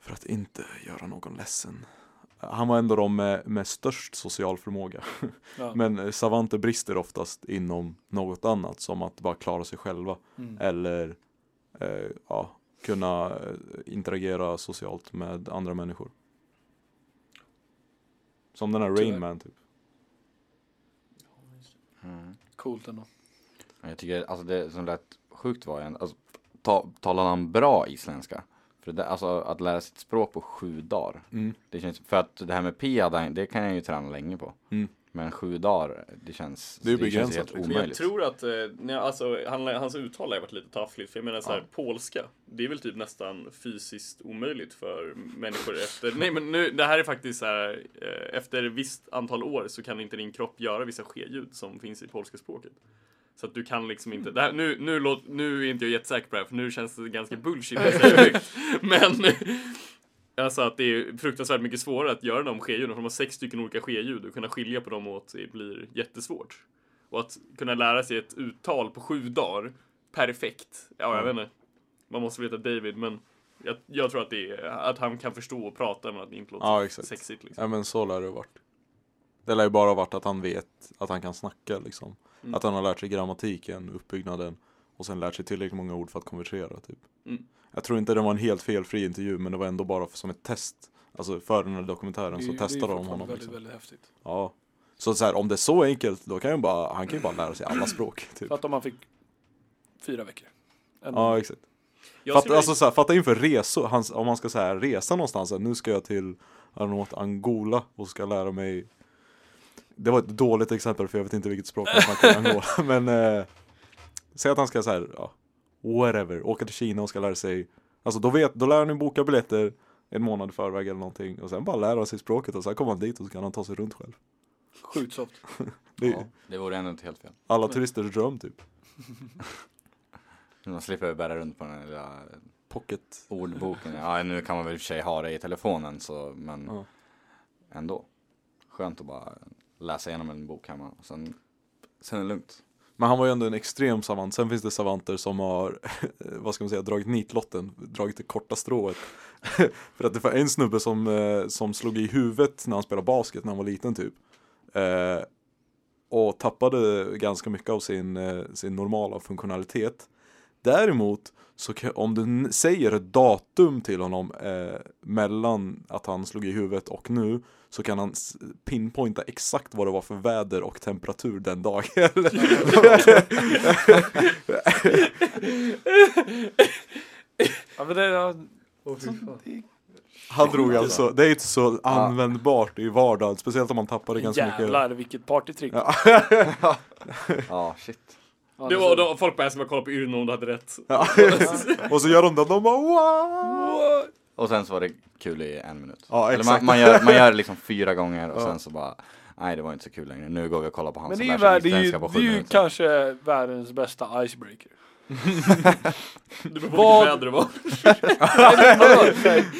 [SPEAKER 5] för att inte göra någon ledsen. Han var ändå de med, med störst social förmåga.
[SPEAKER 4] Ja.
[SPEAKER 5] Men eh, savanter brister oftast inom något annat, som att bara klara sig själva.
[SPEAKER 4] Mm.
[SPEAKER 5] Eller eh, ja, kunna eh, interagera socialt med andra människor. Som den här
[SPEAKER 4] Tyvärr.
[SPEAKER 5] Rain Man typ.
[SPEAKER 2] Mm.
[SPEAKER 4] Coolt ändå.
[SPEAKER 2] Jag tycker, alltså det som lät sjukt var ju, en- alltså, ta, talade han bra isländska? För det, alltså att lära sig ett språk på sju dagar.
[SPEAKER 5] Mm.
[SPEAKER 2] Det känns, för att det här med pi, hade han- det kan jag ju träna länge på.
[SPEAKER 5] Mm.
[SPEAKER 2] Men sju dagar, det känns,
[SPEAKER 5] Det är ju
[SPEAKER 2] känns
[SPEAKER 5] begränsat,
[SPEAKER 2] helt
[SPEAKER 5] liksom.
[SPEAKER 3] Men jag
[SPEAKER 2] omöjligt.
[SPEAKER 3] tror att eh, nej, alltså, han, hans uttal har varit lite taffligt. För jag menar så här, polska, det är väl typ nästan fysiskt omöjligt för människor efter... Nej men nu, det här är faktiskt så här, eh, efter ett visst antal år så kan inte din kropp göra vissa skeljud som finns i polska språket. Så att du kan liksom inte, det här, nu, nu, låt, nu är inte jag jättesäker på det här för nu känns det ganska bullshit att säga högt. Men alltså att det är fruktansvärt mycket svårare att göra de skeljuden, för de har sex stycken olika skeljud och kunna skilja på dem åt det blir jättesvårt. Och att kunna lära sig ett uttal på sju dagar perfekt, ja jag vet inte. Man måste veta David men jag, jag tror att det är att han kan förstå och prata men att det inte låter
[SPEAKER 5] Ja, exakt.
[SPEAKER 3] sexigt liksom.
[SPEAKER 5] Ja men så lär det ha varit. Det lär ju bara ha varit att han vet att han kan snacka liksom.
[SPEAKER 3] Mm.
[SPEAKER 5] Att han har lärt sig grammatiken, uppbyggnaden och sen lärt sig tillräckligt många ord för att konversera typ.
[SPEAKER 3] Mm.
[SPEAKER 5] Jag tror inte det var en helt felfri intervju men det var ändå bara som ett test. Alltså för den här dokumentären så
[SPEAKER 4] ju-
[SPEAKER 5] testade
[SPEAKER 4] ju
[SPEAKER 5] de honom.
[SPEAKER 4] fortfarande Väldigt,
[SPEAKER 5] liksom.
[SPEAKER 4] väldigt häftigt.
[SPEAKER 5] Ja. Så, så här, om det är så enkelt då kan ju bara, han kan ju bara lära sig alla språk. Typ.
[SPEAKER 4] Fatta om man fick fyra veckor. En
[SPEAKER 5] Ja exakt.
[SPEAKER 3] Jag
[SPEAKER 5] Fatta,
[SPEAKER 3] skulle-
[SPEAKER 5] alltså, så här, fatta inför resor, hans, om man ska så här, resa någonstans, så här, nu ska jag till jag vet inte, Angola och ska lära mig Det var ett dåligt exempel för jag vet inte vilket språk han snackar i Angola men eh, Säg att han ska så här, ja, whatever, åka till Kina och ska lära sig Alltså då, vet, då lär han ju boka biljetter en månad i förväg eller någonting och sen bara lära sig språket och sen kommer han dit och så kan han ta sig runt själv
[SPEAKER 4] Sjukt soft.
[SPEAKER 5] Det är
[SPEAKER 2] Ja, det vore ändå inte helt fel.
[SPEAKER 5] alla turisters dröm typ
[SPEAKER 2] Man slipper bära runt på den här lilla
[SPEAKER 5] Pocket
[SPEAKER 2] ordboken. Ja, nu kan man väl i och för sig ha det i telefonen så, men
[SPEAKER 5] Ja.
[SPEAKER 2] ändå. Skönt att bara läsa igenom en bok hemma. Och sen, sen är det lugnt.
[SPEAKER 5] Men han var ju ändå en extrem savant. Sen finns det savanter som har, vad ska man säga, dragit nitlotten, dragit det korta strået. för att det var en snubbe som, eh, som slog i huvudet när han spelade basket när han var liten typ. Eh, och tappade ganska mycket av sin, eh, sin normala funktionalitet. Däremot, så kan, om du n- säger ett datum till honom eh, mellan att han slog i huvudet och nu så kan han s- pinpointa exakt vad det var för väder och temperatur den dagen.
[SPEAKER 4] Ja, men det, ja, sånt-
[SPEAKER 5] Han drog alltså, det är inte så användbart i vardagen, speciellt om man tappade ganska mycket.
[SPEAKER 4] Jävlar vilket partytrick.
[SPEAKER 5] Ja.
[SPEAKER 2] Ja, shit.
[SPEAKER 4] Ja,
[SPEAKER 3] Det
[SPEAKER 4] det-
[SPEAKER 3] var då folk började bara kolla på Yrno om du hade rätt.
[SPEAKER 5] Ja. Och så gör de det, de bara wow!
[SPEAKER 2] Och sen så var det kul i en minut.
[SPEAKER 5] Ja,
[SPEAKER 2] Eller man,
[SPEAKER 5] exakt.
[SPEAKER 2] man, gör, man gör det liksom fyra gånger och sen så bara, nej det var inte så kul längre. Nu går vi och kollar på han
[SPEAKER 4] Men det
[SPEAKER 2] som
[SPEAKER 4] är ju,
[SPEAKER 2] lär sig
[SPEAKER 4] värld, det är ju,
[SPEAKER 2] isländska på
[SPEAKER 4] det
[SPEAKER 2] sju
[SPEAKER 4] är ju
[SPEAKER 2] minuter.
[SPEAKER 4] kanske världens bästa icebreaker.
[SPEAKER 3] Det beror på
[SPEAKER 4] Vad-
[SPEAKER 3] vilket väder det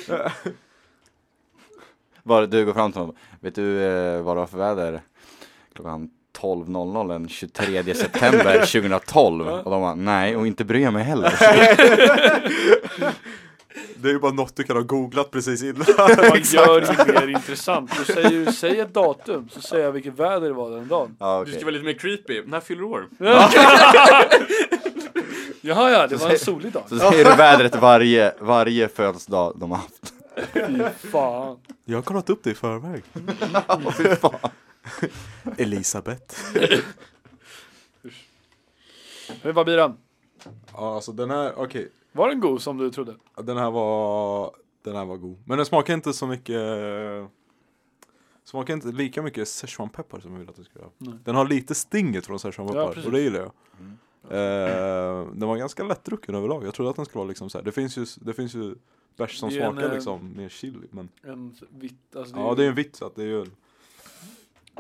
[SPEAKER 3] var.
[SPEAKER 2] Bara du går fram till honom. Vet du eh, vad det var för väder? Klockan 12.00 den 23 september 2012. Och de bara, nej och inte bryr jag mig heller.
[SPEAKER 5] Det är ju bara något du kan ha googlat precis innan.
[SPEAKER 4] Man gör det mer intressant. Du säger ju, säg ett datum, så säger jag vilket väder det var den dagen.
[SPEAKER 2] Ja,
[SPEAKER 3] Du
[SPEAKER 2] okej.
[SPEAKER 3] ska vara lite mer creepy. När fyller du år?
[SPEAKER 4] Jaha ja, det var en solig dag.
[SPEAKER 2] Så säger du vädret varje, varje födelsedag de har haft.
[SPEAKER 4] Fan.
[SPEAKER 5] Jag har kollat upp det i förväg. Elisabeth.
[SPEAKER 4] Men vad blir den?
[SPEAKER 5] Ja, alltså den här, okej.
[SPEAKER 4] Var den god som du trodde?
[SPEAKER 5] Den här var, den här var god. Men den smakar inte så mycket, smakar inte lika mycket Szechuanpeppar som jag ville att den skulle ha.
[SPEAKER 4] Nej.
[SPEAKER 5] Den har lite stinget från
[SPEAKER 4] Ja,
[SPEAKER 5] Szechuanpeppar
[SPEAKER 4] precis. Mm.
[SPEAKER 5] och det gillar jag. Eh, den var ganska lättdrucken överlag. Jag trodde att den skulle vara liksom så här. Det finns ju, det finns ju bärs som
[SPEAKER 4] Det är en,
[SPEAKER 5] smakar
[SPEAKER 4] eh,
[SPEAKER 5] liksom mer chili. Men
[SPEAKER 4] En vitt, alltså det,
[SPEAKER 5] ja, det är en vitt så att det är ju,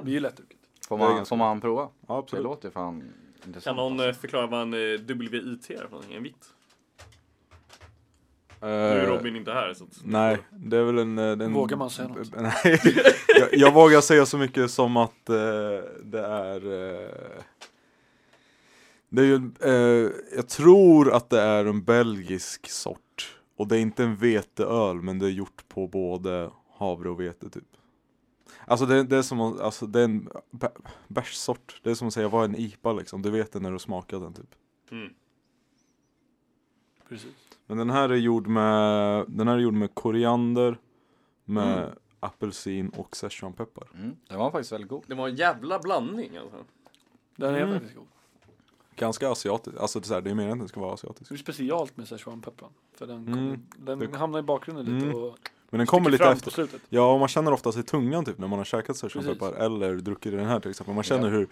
[SPEAKER 4] det är ju lättdrucket.
[SPEAKER 2] Får
[SPEAKER 5] Det är
[SPEAKER 2] man,
[SPEAKER 5] ganska
[SPEAKER 2] får man prova?
[SPEAKER 5] ja
[SPEAKER 2] Det
[SPEAKER 5] absolut.
[SPEAKER 2] låter ju fan
[SPEAKER 3] Kan
[SPEAKER 2] intressant.
[SPEAKER 3] någon eh, förklara vad en eh, WIT är för någonting? En vitt? Nu är
[SPEAKER 5] Eh,
[SPEAKER 3] Robin inte här så att...
[SPEAKER 5] Nej, det är väl en... eh, en
[SPEAKER 4] Vågar man säga något?
[SPEAKER 5] Nej, jag, jag vågar säga så mycket som att eh, det är... Eh, det är ju, en- eh, jag tror att det är en belgisk sort. Och det är inte en veteöl, men det är gjort på både havre och vete typ. Alltså det, det är som att- alltså det är en bä- bärssort. Det är som att säga vad är en IPA liksom. Du vet det när du smakar den typ.
[SPEAKER 3] Mm.
[SPEAKER 4] Precis.
[SPEAKER 5] Men den här är gjord med, den här är gjord med koriander, med apelsin och szechuanpeppar.
[SPEAKER 2] Mm, den var faktiskt väldigt god.
[SPEAKER 3] Det var en jävla blandning alltså.
[SPEAKER 4] Den är
[SPEAKER 5] Mm.
[SPEAKER 4] faktiskt god.
[SPEAKER 5] Ganska asiatisk, alltså det är, så här, det är mer än att den ska vara asiatisk.
[SPEAKER 4] Det är speciellt med szechuanpepparn. För den,
[SPEAKER 5] Mm.
[SPEAKER 4] kommer, den
[SPEAKER 5] Det-
[SPEAKER 4] hamnar i bakgrunden lite
[SPEAKER 5] Mm.
[SPEAKER 4] och
[SPEAKER 5] Men den kommer
[SPEAKER 4] sticker
[SPEAKER 5] lite
[SPEAKER 4] fram
[SPEAKER 5] efter.
[SPEAKER 4] på slutet.
[SPEAKER 5] Ja, och man känner oftast i tungan typ när man har käkat szechuanpeppar
[SPEAKER 4] Precis.
[SPEAKER 5] eller druckit den här till exempel. Man känner
[SPEAKER 2] Ja.
[SPEAKER 5] hur,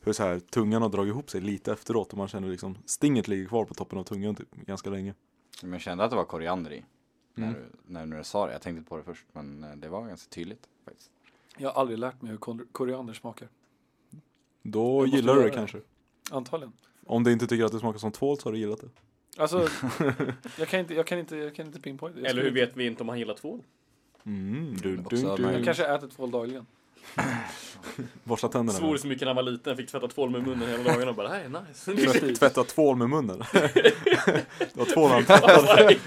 [SPEAKER 5] hur så här, tungan har dragit ihop sig lite efteråt och man känner liksom stinget ligger kvar på toppen av tungan typ ganska länge.
[SPEAKER 2] Men jag kände att det var koriander i. När,
[SPEAKER 5] Mm.
[SPEAKER 2] du, när, när du sa det. Jag tänkte inte på det först men eh, det var ganska tydligt. Faktiskt.
[SPEAKER 4] Jag har aldrig lärt mig hur kor- koriander smakar.
[SPEAKER 5] Då
[SPEAKER 4] måste
[SPEAKER 5] gillar du det
[SPEAKER 4] göra det.
[SPEAKER 5] kanske.
[SPEAKER 4] Antagligen.
[SPEAKER 5] Om du inte tycker att det smakar som tvål så har du gillat det.
[SPEAKER 4] Alltså, jag kan inte, jag kan inte, jag kan inte pinpointa.
[SPEAKER 3] Eller
[SPEAKER 4] Jag skulle
[SPEAKER 3] hur
[SPEAKER 4] inte-
[SPEAKER 3] vet vi inte om han gillar tvål?
[SPEAKER 5] Mm, du,
[SPEAKER 2] Också
[SPEAKER 5] du,
[SPEAKER 2] att man-
[SPEAKER 5] du.
[SPEAKER 4] Jag kanske äter tvål dagligen.
[SPEAKER 5] Borsta tänderna.
[SPEAKER 3] Svor
[SPEAKER 5] nu.
[SPEAKER 3] så mycket när han var liten, fick tvätta tvål med munnen hela dagarna och bara det här är nice.
[SPEAKER 4] Precis.
[SPEAKER 5] Tvätta tvål med munnen. det var tvål han tvättade.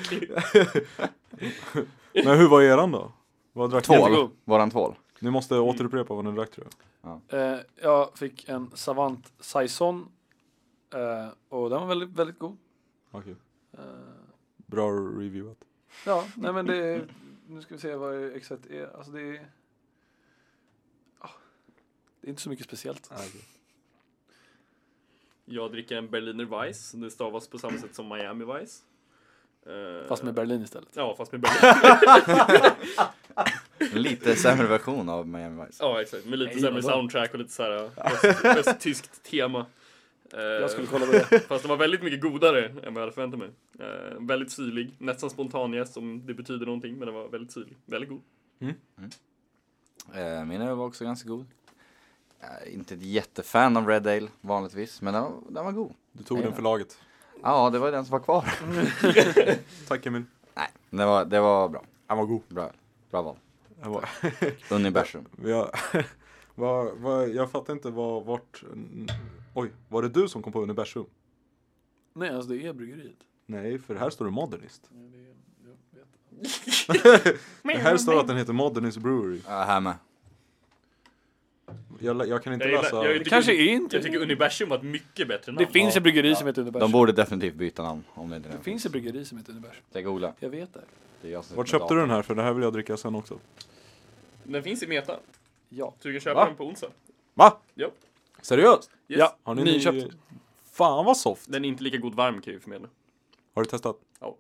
[SPEAKER 5] Men hur var eran då? Vad drack ni?
[SPEAKER 2] Tvål,
[SPEAKER 4] Jättegod.
[SPEAKER 2] våran tvål.
[SPEAKER 5] Ni måste återupprepa vad ni drack tror jag.
[SPEAKER 4] Eh, jag fick en Savant Saison. Eh, och den var väldigt, väldigt god.
[SPEAKER 5] Okej.
[SPEAKER 4] Eh,
[SPEAKER 5] Bra reviewat.
[SPEAKER 4] Ja, nej men det är, nu ska vi se vad det exakt är. Alltså det är, ah, det är inte så mycket speciellt.
[SPEAKER 3] Jag dricker en Berliner Weiss. Det stavas på samma sätt som Miami Weiss. Eh,
[SPEAKER 4] Fast med Berlin istället.
[SPEAKER 3] Ja, fast med Berlin.
[SPEAKER 2] En lite sämre version av Miami Vice.
[SPEAKER 3] ja, exakt. Med lite
[SPEAKER 4] Nej,
[SPEAKER 3] sämre
[SPEAKER 4] vadå?
[SPEAKER 3] soundtrack och lite så här ja, öst- östtyskt tema. Eh,
[SPEAKER 4] Jag skulle kolla på det.
[SPEAKER 3] Fast den var väldigt mycket godare än vad jag hade förväntat mig. Eh, väldigt syrlig, nästan spontanjäst om det betyder någonting, men den var väldigt syrlig. Väldigt god.
[SPEAKER 2] Eh, min öl var också ganska god. Eh, inte ett jättefan av Red Ale vanligtvis, men den var, den var god.
[SPEAKER 5] Du tog
[SPEAKER 2] Ja.
[SPEAKER 5] den för laget.
[SPEAKER 2] Ja, det var ju den som var kvar.
[SPEAKER 5] Tack Emil.
[SPEAKER 2] Nej, det var, det var bra.
[SPEAKER 5] Han var god.
[SPEAKER 2] Bra, bra val.
[SPEAKER 5] Han var...
[SPEAKER 2] Universum.
[SPEAKER 5] Jag, vad- vad- jag fattar inte vad, vart... Oj, var det du som kom på Universum?
[SPEAKER 4] Nej, alltså det är bryggeriet.
[SPEAKER 5] Nej, för här står det Modernist.
[SPEAKER 4] Ja, det är- jag vet.
[SPEAKER 5] Det här står att den heter Modernist Brewery.
[SPEAKER 2] Ja, här med.
[SPEAKER 5] Jag, lä- jag kan inte
[SPEAKER 3] Jag gillar-
[SPEAKER 5] läsa...
[SPEAKER 3] jag
[SPEAKER 4] Det
[SPEAKER 3] tycker-
[SPEAKER 4] kanske är inte.
[SPEAKER 3] Jag tycker Universum var ett mycket bättre namn.
[SPEAKER 4] det finns ett bryggeri som heter
[SPEAKER 2] De
[SPEAKER 4] Universum.
[SPEAKER 2] borde definitivt byta namn om det inte
[SPEAKER 4] det finns ett bryggeri som heter Universum.
[SPEAKER 2] Jag googlar.
[SPEAKER 4] Jag vet det.
[SPEAKER 2] Det är jag som
[SPEAKER 5] Vart
[SPEAKER 2] sitter med
[SPEAKER 5] köpte du den här? För det här vill jag dricka sen också.
[SPEAKER 3] Den finns i Meta,
[SPEAKER 4] Ja.
[SPEAKER 3] så du kan köpa
[SPEAKER 5] Va?
[SPEAKER 3] den på onsdag.
[SPEAKER 5] Va?
[SPEAKER 3] Ja.
[SPEAKER 5] Seriöst?
[SPEAKER 3] Yes.
[SPEAKER 4] Ja,
[SPEAKER 5] Har ni
[SPEAKER 4] nyköpt.
[SPEAKER 5] ny- Fan vad soft!
[SPEAKER 3] Den är inte lika god varm kan jag ju förmedla.
[SPEAKER 5] Har du testat?
[SPEAKER 3] Ja.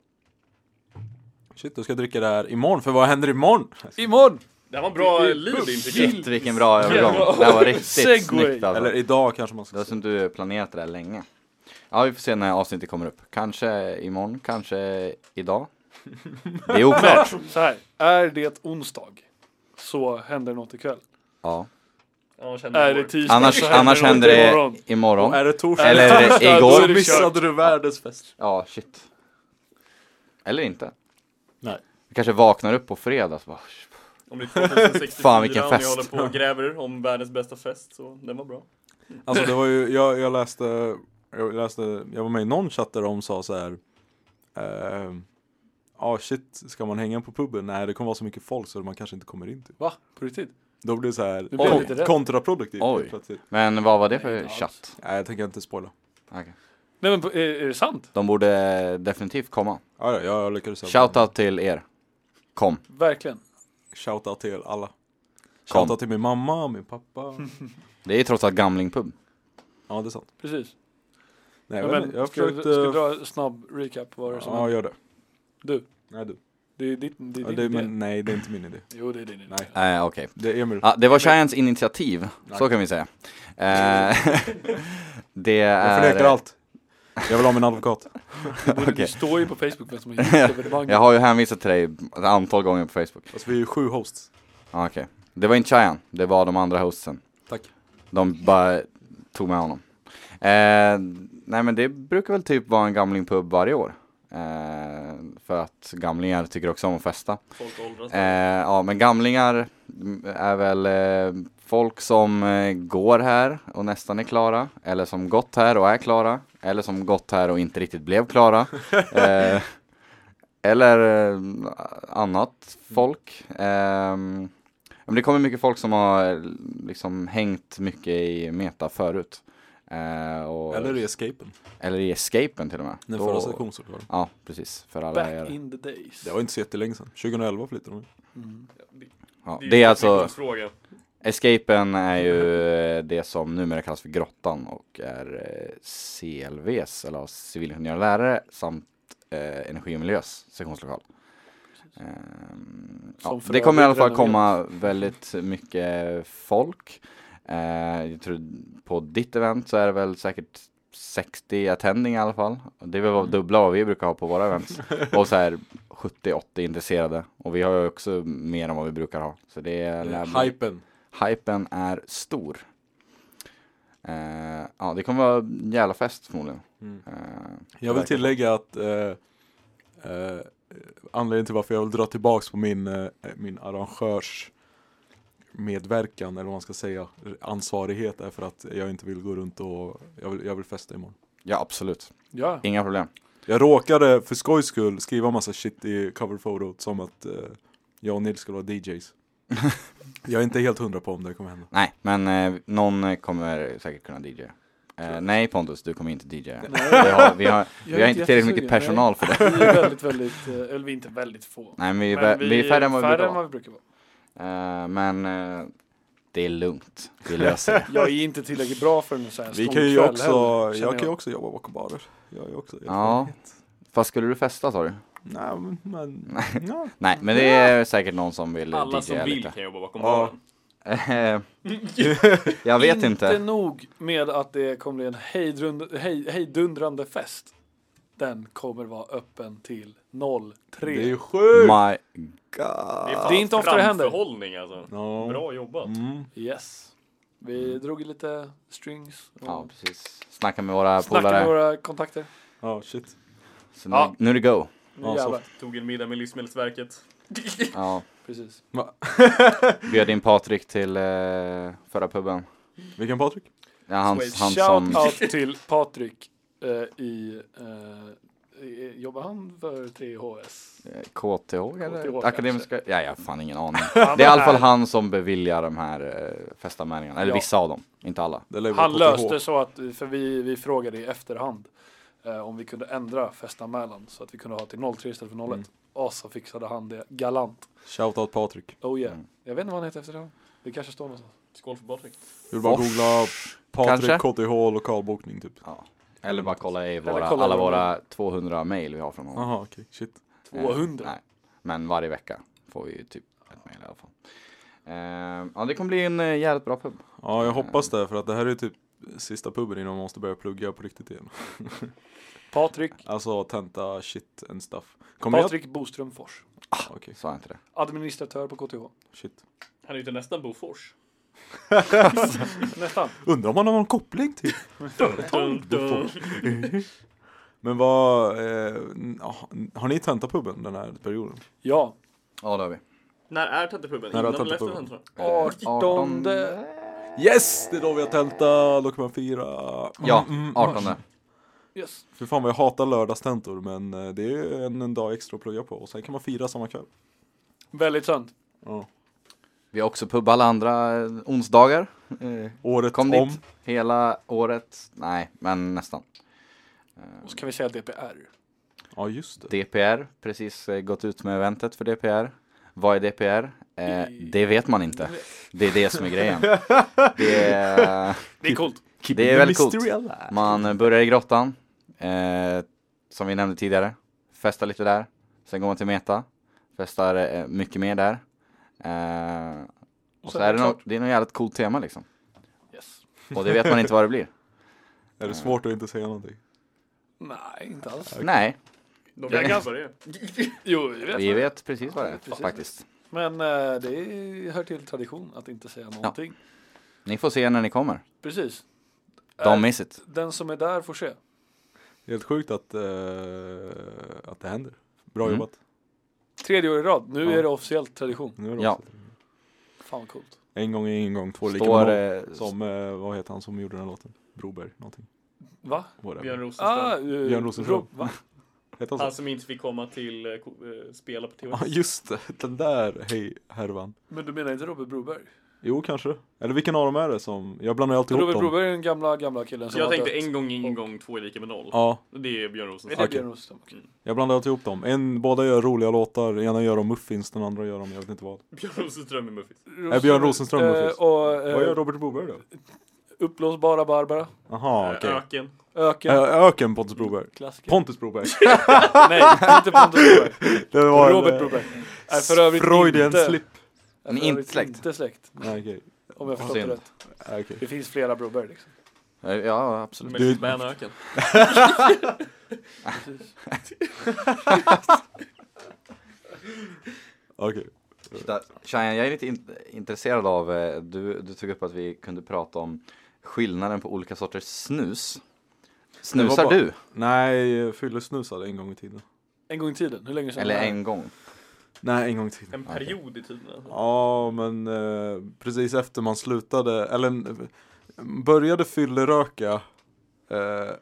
[SPEAKER 5] Shit, då ska jag dricka det här imorgon, för vad händer imorgon?
[SPEAKER 2] Alltså.
[SPEAKER 4] Imorgon!
[SPEAKER 3] Det här var en bra lead in tycker jag.
[SPEAKER 2] Shit vilken bra övergång. Det här var
[SPEAKER 4] Segway.
[SPEAKER 2] riktigt snyggt alltså.
[SPEAKER 5] Eller idag kanske man
[SPEAKER 2] Det var
[SPEAKER 5] ska
[SPEAKER 2] som du planerat det där länge. Ja, vi får se när avsnittet kommer upp. Kanske imorgon, kanske idag. Det är oklart.
[SPEAKER 4] Ah, Så här, är det onsdag så händer något ikväll.
[SPEAKER 2] Ja.
[SPEAKER 3] Ja,
[SPEAKER 4] Är
[SPEAKER 3] känner
[SPEAKER 4] det
[SPEAKER 3] det
[SPEAKER 4] tisdag
[SPEAKER 2] Annars,
[SPEAKER 4] så
[SPEAKER 2] annars händer
[SPEAKER 4] något imorgon.
[SPEAKER 2] det imorgon.
[SPEAKER 5] Är det torsdag?
[SPEAKER 2] Eller
[SPEAKER 4] det torsdag, då är
[SPEAKER 2] igår.
[SPEAKER 4] det
[SPEAKER 5] missade du världens fest.
[SPEAKER 2] Ja, shit. Eller inte.
[SPEAKER 5] Nej.
[SPEAKER 2] Vi kanske vaknar upp på fredag så bara,
[SPEAKER 3] Om det är 2064
[SPEAKER 2] Fan, vilken
[SPEAKER 3] och ni
[SPEAKER 2] fest.
[SPEAKER 3] håller på och gräver om världens bästa fest, så den var bra.
[SPEAKER 5] Alltså det var ju, jag, jag läste, jag läste, jag var med i någon chatt där de sa så här. ehm, Ja shit, ska man hänga på puben? Nej det kommer vara så mycket folk så man kanske inte kommer in typ.
[SPEAKER 4] Va? På riktigt?
[SPEAKER 5] Då blir det så här
[SPEAKER 4] blev jag
[SPEAKER 5] kon-
[SPEAKER 4] lite rädd.
[SPEAKER 5] kontraproduktivt
[SPEAKER 2] Oj.
[SPEAKER 5] helt plötsligt.
[SPEAKER 2] Men vad var det för
[SPEAKER 4] Nej, inte alls.
[SPEAKER 2] chatt?
[SPEAKER 5] Nej jag tänker inte spoila.
[SPEAKER 2] Okej.
[SPEAKER 4] Nej men på- är, är det sant?
[SPEAKER 2] De borde definitivt komma.
[SPEAKER 5] Ja, ja, jag lyckades.
[SPEAKER 2] Shoutout till er. Kom.
[SPEAKER 4] Verkligen.
[SPEAKER 5] Shoutout till alla.
[SPEAKER 2] Kom. Mm.
[SPEAKER 5] Shoutout till min mamma, min pappa.
[SPEAKER 2] Det är ju trots allt Gamlingpub.
[SPEAKER 5] Ja det är sant.
[SPEAKER 4] Precis.
[SPEAKER 5] Nej,
[SPEAKER 4] Ja,
[SPEAKER 5] jag, vet
[SPEAKER 4] men,
[SPEAKER 5] inte, jag
[SPEAKER 4] ska, du-
[SPEAKER 5] försökte...
[SPEAKER 4] ska du dra en snabb recap vad det är som
[SPEAKER 5] Ja
[SPEAKER 4] händer?
[SPEAKER 5] gör det.
[SPEAKER 4] Du,
[SPEAKER 5] Nej du.
[SPEAKER 4] det är ditt, det är
[SPEAKER 5] Ja,
[SPEAKER 4] din
[SPEAKER 5] det,
[SPEAKER 4] idé.
[SPEAKER 5] men, nej det är inte min idé.
[SPEAKER 4] Jo, det är din idé.
[SPEAKER 5] Nej.
[SPEAKER 2] Eh, Okej.
[SPEAKER 5] Det är Emil.
[SPEAKER 2] Ja, det var Giants initiativ, så kan vi säga. Eh, det
[SPEAKER 5] Jag
[SPEAKER 2] är...
[SPEAKER 5] förnekar allt. Jag vill ha min advokat.
[SPEAKER 4] Det borde-
[SPEAKER 2] Okej.
[SPEAKER 4] Det står ju på Facebook vem som har gett evenemanget.
[SPEAKER 2] Jag har ju hänvisat till dig ett antal gånger på Facebook.
[SPEAKER 5] Alltså vi är ju sju hosts.
[SPEAKER 2] Ja, Okej. Det var inte Cheyenne, det var de andra hostsen.
[SPEAKER 5] Tack.
[SPEAKER 2] De bara tog med honom. Eh, nej men det brukar väl typ vara en gamlingpub varje år. Eh, för att gamlingar tycker också om att festa.
[SPEAKER 3] Folk åldras.
[SPEAKER 2] Eh, ja, men gamlingar mm, är väl eh, folk som eh, går här och nästan är klara, eller som gått här och är klara, eller som gått här och inte riktigt blev klara. eh, eller eh, annat folk. Eh, men det kommer mycket folk som har eh, liksom hängt mycket i Meta förut. Eh, och,
[SPEAKER 5] Eller i escapen.
[SPEAKER 2] eller i Escapen till och med.
[SPEAKER 5] Den
[SPEAKER 2] Då-
[SPEAKER 5] förra sektionsordföranden.
[SPEAKER 2] Ja, precis. För alla
[SPEAKER 4] Back
[SPEAKER 2] er.
[SPEAKER 4] in the days.
[SPEAKER 5] Det var inte så jättelänge sedan. 2011 flyttade de
[SPEAKER 4] Mm.
[SPEAKER 2] Ja,
[SPEAKER 3] ju
[SPEAKER 2] det är
[SPEAKER 3] en
[SPEAKER 2] alltså
[SPEAKER 3] utgångsfråga.
[SPEAKER 2] Escapen är ju eh,
[SPEAKER 4] Mm.
[SPEAKER 2] det som numera kallas för Grottan och är eh, CLVs, eller civilingenjörer och lärare, samt eh, Energi och miljös sektionslokal. Ehm,
[SPEAKER 4] Som
[SPEAKER 2] ja,
[SPEAKER 4] för
[SPEAKER 2] det kommer i alla
[SPEAKER 4] övrigt
[SPEAKER 2] fall
[SPEAKER 4] redan
[SPEAKER 2] komma väldigt mycket folk. Eh, jag tror på ditt event så är det väl säkert 60 attending i alla fall. Och Det är väl
[SPEAKER 4] Mm.
[SPEAKER 2] vad dubbla vad vi brukar ha på våra events. Och så här 70-80 intresserade. Och vi har ju också mer än vad vi
[SPEAKER 4] Eh,
[SPEAKER 5] Eh,
[SPEAKER 2] brukar ha. Så det är lär bli-
[SPEAKER 5] Hypen.
[SPEAKER 2] Hypen är stor. Eh, ja, det kommer vara en jävla fest förmodligen.
[SPEAKER 5] Mm.
[SPEAKER 2] Eh,
[SPEAKER 5] Jag vill
[SPEAKER 2] verkar-
[SPEAKER 5] tillägga att eh, eh, anledningen till varför jag vill dra tillbaks på min, eh, min arrangörs medverkan eller vad man ska säga ansvarighet är för att jag inte vill gå runt och jag vill, jag vill festa imorgon.
[SPEAKER 2] Ja, absolut.
[SPEAKER 4] Ja,
[SPEAKER 2] Inga problem.
[SPEAKER 5] Jag råkade för skojs skull skriva massa shit i coverfotot som att eh, jag och Nils skulle vara DJs. jag är inte helt hundra på om det kommer hända.
[SPEAKER 2] Nej, men eh, någon eh, kommer säkert kunna DJ. Eh, nej Pontus, du kommer inte DJ. Vi har, vi har, vi har inte tillräckligt mycket personal för det.
[SPEAKER 4] Vi är väldigt, väldigt, eh, eller vi är inte väldigt få.
[SPEAKER 2] Nej, men vi, är
[SPEAKER 4] Men
[SPEAKER 2] vä- vi är färre än vad vi brukar
[SPEAKER 4] än
[SPEAKER 2] vara.
[SPEAKER 4] vad vi brukar vara.
[SPEAKER 2] Eh, Men eh, det är lugnt. Vi löser det.
[SPEAKER 4] Jag är inte tillräckligt bra för en sån här
[SPEAKER 5] Vi
[SPEAKER 4] stor
[SPEAKER 5] kan ju
[SPEAKER 4] kväll
[SPEAKER 5] också,
[SPEAKER 4] heller,
[SPEAKER 5] jag,
[SPEAKER 4] känner
[SPEAKER 5] kan ju också jobba bakom barer. Jag är också
[SPEAKER 2] Ja.
[SPEAKER 5] erfarenhet.
[SPEAKER 2] Fast skulle du festa sa du?
[SPEAKER 5] Nej men, men ja.
[SPEAKER 2] Nej, men det är säkert någon som vill eh,
[SPEAKER 3] Alla som
[SPEAKER 2] DJa
[SPEAKER 3] vill
[SPEAKER 2] lite.
[SPEAKER 3] kan jobba bakom
[SPEAKER 5] Ja.
[SPEAKER 3] baren.
[SPEAKER 2] Eh, Jag vet
[SPEAKER 4] Inte
[SPEAKER 2] inte.
[SPEAKER 4] nog med att det kommer bli en hejdrund- hej- hejdundrande fest. Den kommer vara öppen till 03.
[SPEAKER 5] Det är ju sjukt!
[SPEAKER 2] My...
[SPEAKER 3] Det är,
[SPEAKER 4] Det
[SPEAKER 3] fan
[SPEAKER 4] är inte ofta det händer.
[SPEAKER 3] framförhållning alltså.
[SPEAKER 5] Ja.
[SPEAKER 3] Bra jobbat.
[SPEAKER 5] Mm.
[SPEAKER 4] Yes. Vi drog ju lite strings och
[SPEAKER 2] Mm. Ja, precis. Snacka med våra
[SPEAKER 4] snackade med
[SPEAKER 2] polare.
[SPEAKER 4] våra kontakter.
[SPEAKER 5] Ja, shit.
[SPEAKER 2] Så
[SPEAKER 4] Ja.
[SPEAKER 2] nu, nu är det go.
[SPEAKER 4] Nu
[SPEAKER 5] Ja, så-
[SPEAKER 4] jävlar.
[SPEAKER 3] Tog en middag med Livsmedelsverket.
[SPEAKER 2] Ja.
[SPEAKER 4] Precis.
[SPEAKER 2] Bjöd in Patrik till eh, förra puben.
[SPEAKER 5] Vilken Patrik?
[SPEAKER 2] Ja, han,
[SPEAKER 3] Sweet.
[SPEAKER 2] han
[SPEAKER 4] Shout
[SPEAKER 2] som...
[SPEAKER 4] out till Patrik eh, i, eh, i- jobbar han för 3HS?
[SPEAKER 2] eh, KTH
[SPEAKER 4] KTH,
[SPEAKER 2] eller?
[SPEAKER 4] kanske.
[SPEAKER 2] Akademiska? Ja, jag har fan ingen aning.
[SPEAKER 4] Han
[SPEAKER 2] Det är i alla
[SPEAKER 4] här-
[SPEAKER 2] fall han som beviljar de här eh, festanmälningarna. Eller
[SPEAKER 4] Ja.
[SPEAKER 2] vissa av dem, inte alla.
[SPEAKER 5] Det lär ju vara
[SPEAKER 4] Han
[SPEAKER 5] KTH.
[SPEAKER 4] löste så att, för vi, vi frågade i efterhand eh, om vi kunde ändra festanmälan så att vi kunde ha till 03 istället för 01.
[SPEAKER 5] Mm.
[SPEAKER 4] Och så fixade han det galant.
[SPEAKER 5] Shoutout Patrik.
[SPEAKER 4] Oh yeah.
[SPEAKER 2] Mm.
[SPEAKER 4] Jag vet inte vad han heter efter det. Det kanske står någonstans.
[SPEAKER 3] Skål för Patrik.
[SPEAKER 5] Vill bara
[SPEAKER 2] Fors,
[SPEAKER 5] googla Patrik
[SPEAKER 2] kanske?
[SPEAKER 5] KTH lokalbokning typ.
[SPEAKER 2] Eller bara kolla i
[SPEAKER 4] Eller
[SPEAKER 2] våra,
[SPEAKER 4] kolla
[SPEAKER 2] alla
[SPEAKER 4] i
[SPEAKER 2] våra 200 mejl vi har från honom.
[SPEAKER 5] Jaha okej, shit.
[SPEAKER 2] Eh,
[SPEAKER 4] 200?
[SPEAKER 2] nej. Men varje vecka får vi ju typ ett mejl i alla fall. Eh, ja, det kommer bli en eh, jävligt bra pub.
[SPEAKER 5] Ja jag hoppas det för att det här är typ sista puben innan man måste börja plugga på riktigt igen.
[SPEAKER 4] Patrik,
[SPEAKER 5] Alltså tenta shit and stuff. Kommer jag?
[SPEAKER 4] Patrik Boström Fors.
[SPEAKER 5] Okej,
[SPEAKER 2] Sa jag inte det?
[SPEAKER 4] Administratör på KTH.
[SPEAKER 5] shit.
[SPEAKER 3] Han är ju till nästan Bofors.
[SPEAKER 4] Nästan.
[SPEAKER 5] Undrar om han har någon koppling till
[SPEAKER 3] Dun, dun.
[SPEAKER 5] Men vad, eh, n- ah, har ni tentat puben den här perioden?
[SPEAKER 4] Ja,
[SPEAKER 2] Ja, det har vi.
[SPEAKER 3] När är tantepubben?
[SPEAKER 5] När är
[SPEAKER 3] Innan eller efter
[SPEAKER 5] tantepubben?
[SPEAKER 3] tantan?
[SPEAKER 2] Eh,
[SPEAKER 4] Artonde.
[SPEAKER 5] Yes! Det är då vi har tentat, då kan man fira.
[SPEAKER 2] Ja,
[SPEAKER 5] Mm, mm,
[SPEAKER 2] 18.
[SPEAKER 4] Yes.
[SPEAKER 5] Fy fan vad jag hatar lördagstentor men eh, det är en, en dag extra att plugga på och sen kan man fira samma kväll.
[SPEAKER 4] Väldigt sant.
[SPEAKER 5] Ja.
[SPEAKER 2] Vi har också pub alla andra eh, onsdagar. Eh,
[SPEAKER 5] Året
[SPEAKER 2] Kom
[SPEAKER 5] om.
[SPEAKER 2] dit hela året. Nej, men nästan.
[SPEAKER 4] Och så kan vi säga DPR.
[SPEAKER 5] Ja just det.
[SPEAKER 2] DPR, precis eh, gått ut med eventet för DPR. Vad är DPR? Eh,
[SPEAKER 4] I-
[SPEAKER 2] det vet man inte. Det är det som är grejen. Det är,
[SPEAKER 4] Det är coolt.
[SPEAKER 2] det är väldigt coolt. Mm.
[SPEAKER 5] Mysterial.
[SPEAKER 2] Man börjar i grottan, eh, som vi nämnde tidigare. Festar lite där. Sen går man till Meta. Festar eh, mycket mer där. Eh, och så
[SPEAKER 4] sen
[SPEAKER 2] är
[SPEAKER 4] är
[SPEAKER 2] det,
[SPEAKER 4] det
[SPEAKER 2] något,
[SPEAKER 4] klart.
[SPEAKER 2] det är något jävligt coolt tema liksom.
[SPEAKER 4] Yes.
[SPEAKER 2] Och det vet man inte vad det blir.
[SPEAKER 5] Är det svårt att inte säga någonting?
[SPEAKER 4] Nej, inte alls.
[SPEAKER 2] Nej,
[SPEAKER 3] De
[SPEAKER 2] Det är
[SPEAKER 3] vet inte vad det är.
[SPEAKER 4] Jo, vi vet.
[SPEAKER 2] vi
[SPEAKER 4] det.
[SPEAKER 2] vet precis vad det är
[SPEAKER 4] Precis.
[SPEAKER 2] faktiskt.
[SPEAKER 4] Men eh, det är- hör till tradition att inte säga någonting.
[SPEAKER 2] Ni får se när ni kommer.
[SPEAKER 4] Precis.
[SPEAKER 5] Äh,
[SPEAKER 2] Don't
[SPEAKER 4] Eh,
[SPEAKER 2] miss it.
[SPEAKER 4] Den som är där får se.
[SPEAKER 5] Det är Helt sjukt att, eh, att det händer. Bra
[SPEAKER 2] Mm.
[SPEAKER 5] jobbat.
[SPEAKER 4] Tredje år i rad. Nu
[SPEAKER 5] Ja.
[SPEAKER 4] är det officiellt tradition.
[SPEAKER 5] Nu är det
[SPEAKER 2] Ja.
[SPEAKER 5] också-
[SPEAKER 4] Fan vad coolt.
[SPEAKER 5] En gång är ingen gång, två lika
[SPEAKER 2] Står,
[SPEAKER 5] med noll.
[SPEAKER 2] eh,
[SPEAKER 5] Som, eh, vad heter han som gjorde den här låten? Broberg, någonting.
[SPEAKER 4] Va?
[SPEAKER 3] Björn
[SPEAKER 5] Whatever.
[SPEAKER 4] Ah,
[SPEAKER 3] Rosenström.
[SPEAKER 4] eh,
[SPEAKER 5] Björn Rosenström.
[SPEAKER 4] Ro- Va?
[SPEAKER 5] Heter han
[SPEAKER 3] Han
[SPEAKER 5] så?
[SPEAKER 3] som inte fick komma till eh, ko- eh, spela på
[SPEAKER 5] Ja
[SPEAKER 3] TV.
[SPEAKER 5] just det, den där hej härvan.
[SPEAKER 4] Men du menar inte Robert Broberg?
[SPEAKER 5] Jo kanske. Eller vilken av dem är det som, jag blandar ju alltid ihop
[SPEAKER 4] Robert
[SPEAKER 5] dem.
[SPEAKER 4] Broberg är den gamla, gamla killen som
[SPEAKER 3] Jag
[SPEAKER 4] har
[SPEAKER 3] tänkte
[SPEAKER 4] dött.
[SPEAKER 3] en gång, ingen gång, två är lika med noll.
[SPEAKER 5] Ja,
[SPEAKER 3] Det är Björn
[SPEAKER 4] Är
[SPEAKER 3] Rosenström.
[SPEAKER 4] det
[SPEAKER 5] Okej.
[SPEAKER 4] Björn Rosenström? Okej.
[SPEAKER 5] jag blandar alltid ihop dem. En, båda gör roliga låtar, ena gör om muffins, den andra gör om jag vet inte vad.
[SPEAKER 3] Björn Rosenström i Muffins.
[SPEAKER 5] Är Björn Rosenström
[SPEAKER 4] eh,
[SPEAKER 5] muffins?
[SPEAKER 4] Och
[SPEAKER 5] Vad gör
[SPEAKER 4] eh,
[SPEAKER 5] Robert Broberg då?
[SPEAKER 4] Uppblåsbara Barbara.
[SPEAKER 5] Aha, okej.
[SPEAKER 3] Öken.
[SPEAKER 4] Öken.
[SPEAKER 5] Ö- Öken Pontus Broberg.
[SPEAKER 4] Klassiker.
[SPEAKER 5] Pontus Broberg.
[SPEAKER 4] Nej, inte Pontus Broberg.
[SPEAKER 5] Det var en, eh,
[SPEAKER 4] Robert Broberg. Nej, för övrigt
[SPEAKER 5] Freudian
[SPEAKER 4] inte.
[SPEAKER 5] slip.
[SPEAKER 4] är
[SPEAKER 2] Men
[SPEAKER 4] för
[SPEAKER 2] inte
[SPEAKER 4] övrigt
[SPEAKER 2] släkt.
[SPEAKER 4] Inte släkt,
[SPEAKER 5] Nej, okej.
[SPEAKER 4] om jag förstått det
[SPEAKER 2] Synd.
[SPEAKER 4] rätt.
[SPEAKER 5] Nej, okej.
[SPEAKER 4] Det finns flera Broberg liksom.
[SPEAKER 2] Eh, Ja, absolut.
[SPEAKER 5] Du-
[SPEAKER 3] Men med en öken.
[SPEAKER 5] Okej.
[SPEAKER 2] Titta, Cheyenne, jag är lite in- intresserad av, eh, du, du tog upp att vi kunde prata om skillnaden på olika sorters snus?
[SPEAKER 5] var
[SPEAKER 2] Snusar
[SPEAKER 5] bara-
[SPEAKER 2] du?
[SPEAKER 5] Nej, fyllesnusade en gång i tiden.
[SPEAKER 4] En gång i tiden, hur länge sedan?
[SPEAKER 2] Eller
[SPEAKER 4] var det?
[SPEAKER 2] en gång?
[SPEAKER 5] Nej, en gång i tiden.
[SPEAKER 3] En period i tiden alltså.
[SPEAKER 5] Ja, men eh, precis efter man slutade, eller n- började fylleröka eh,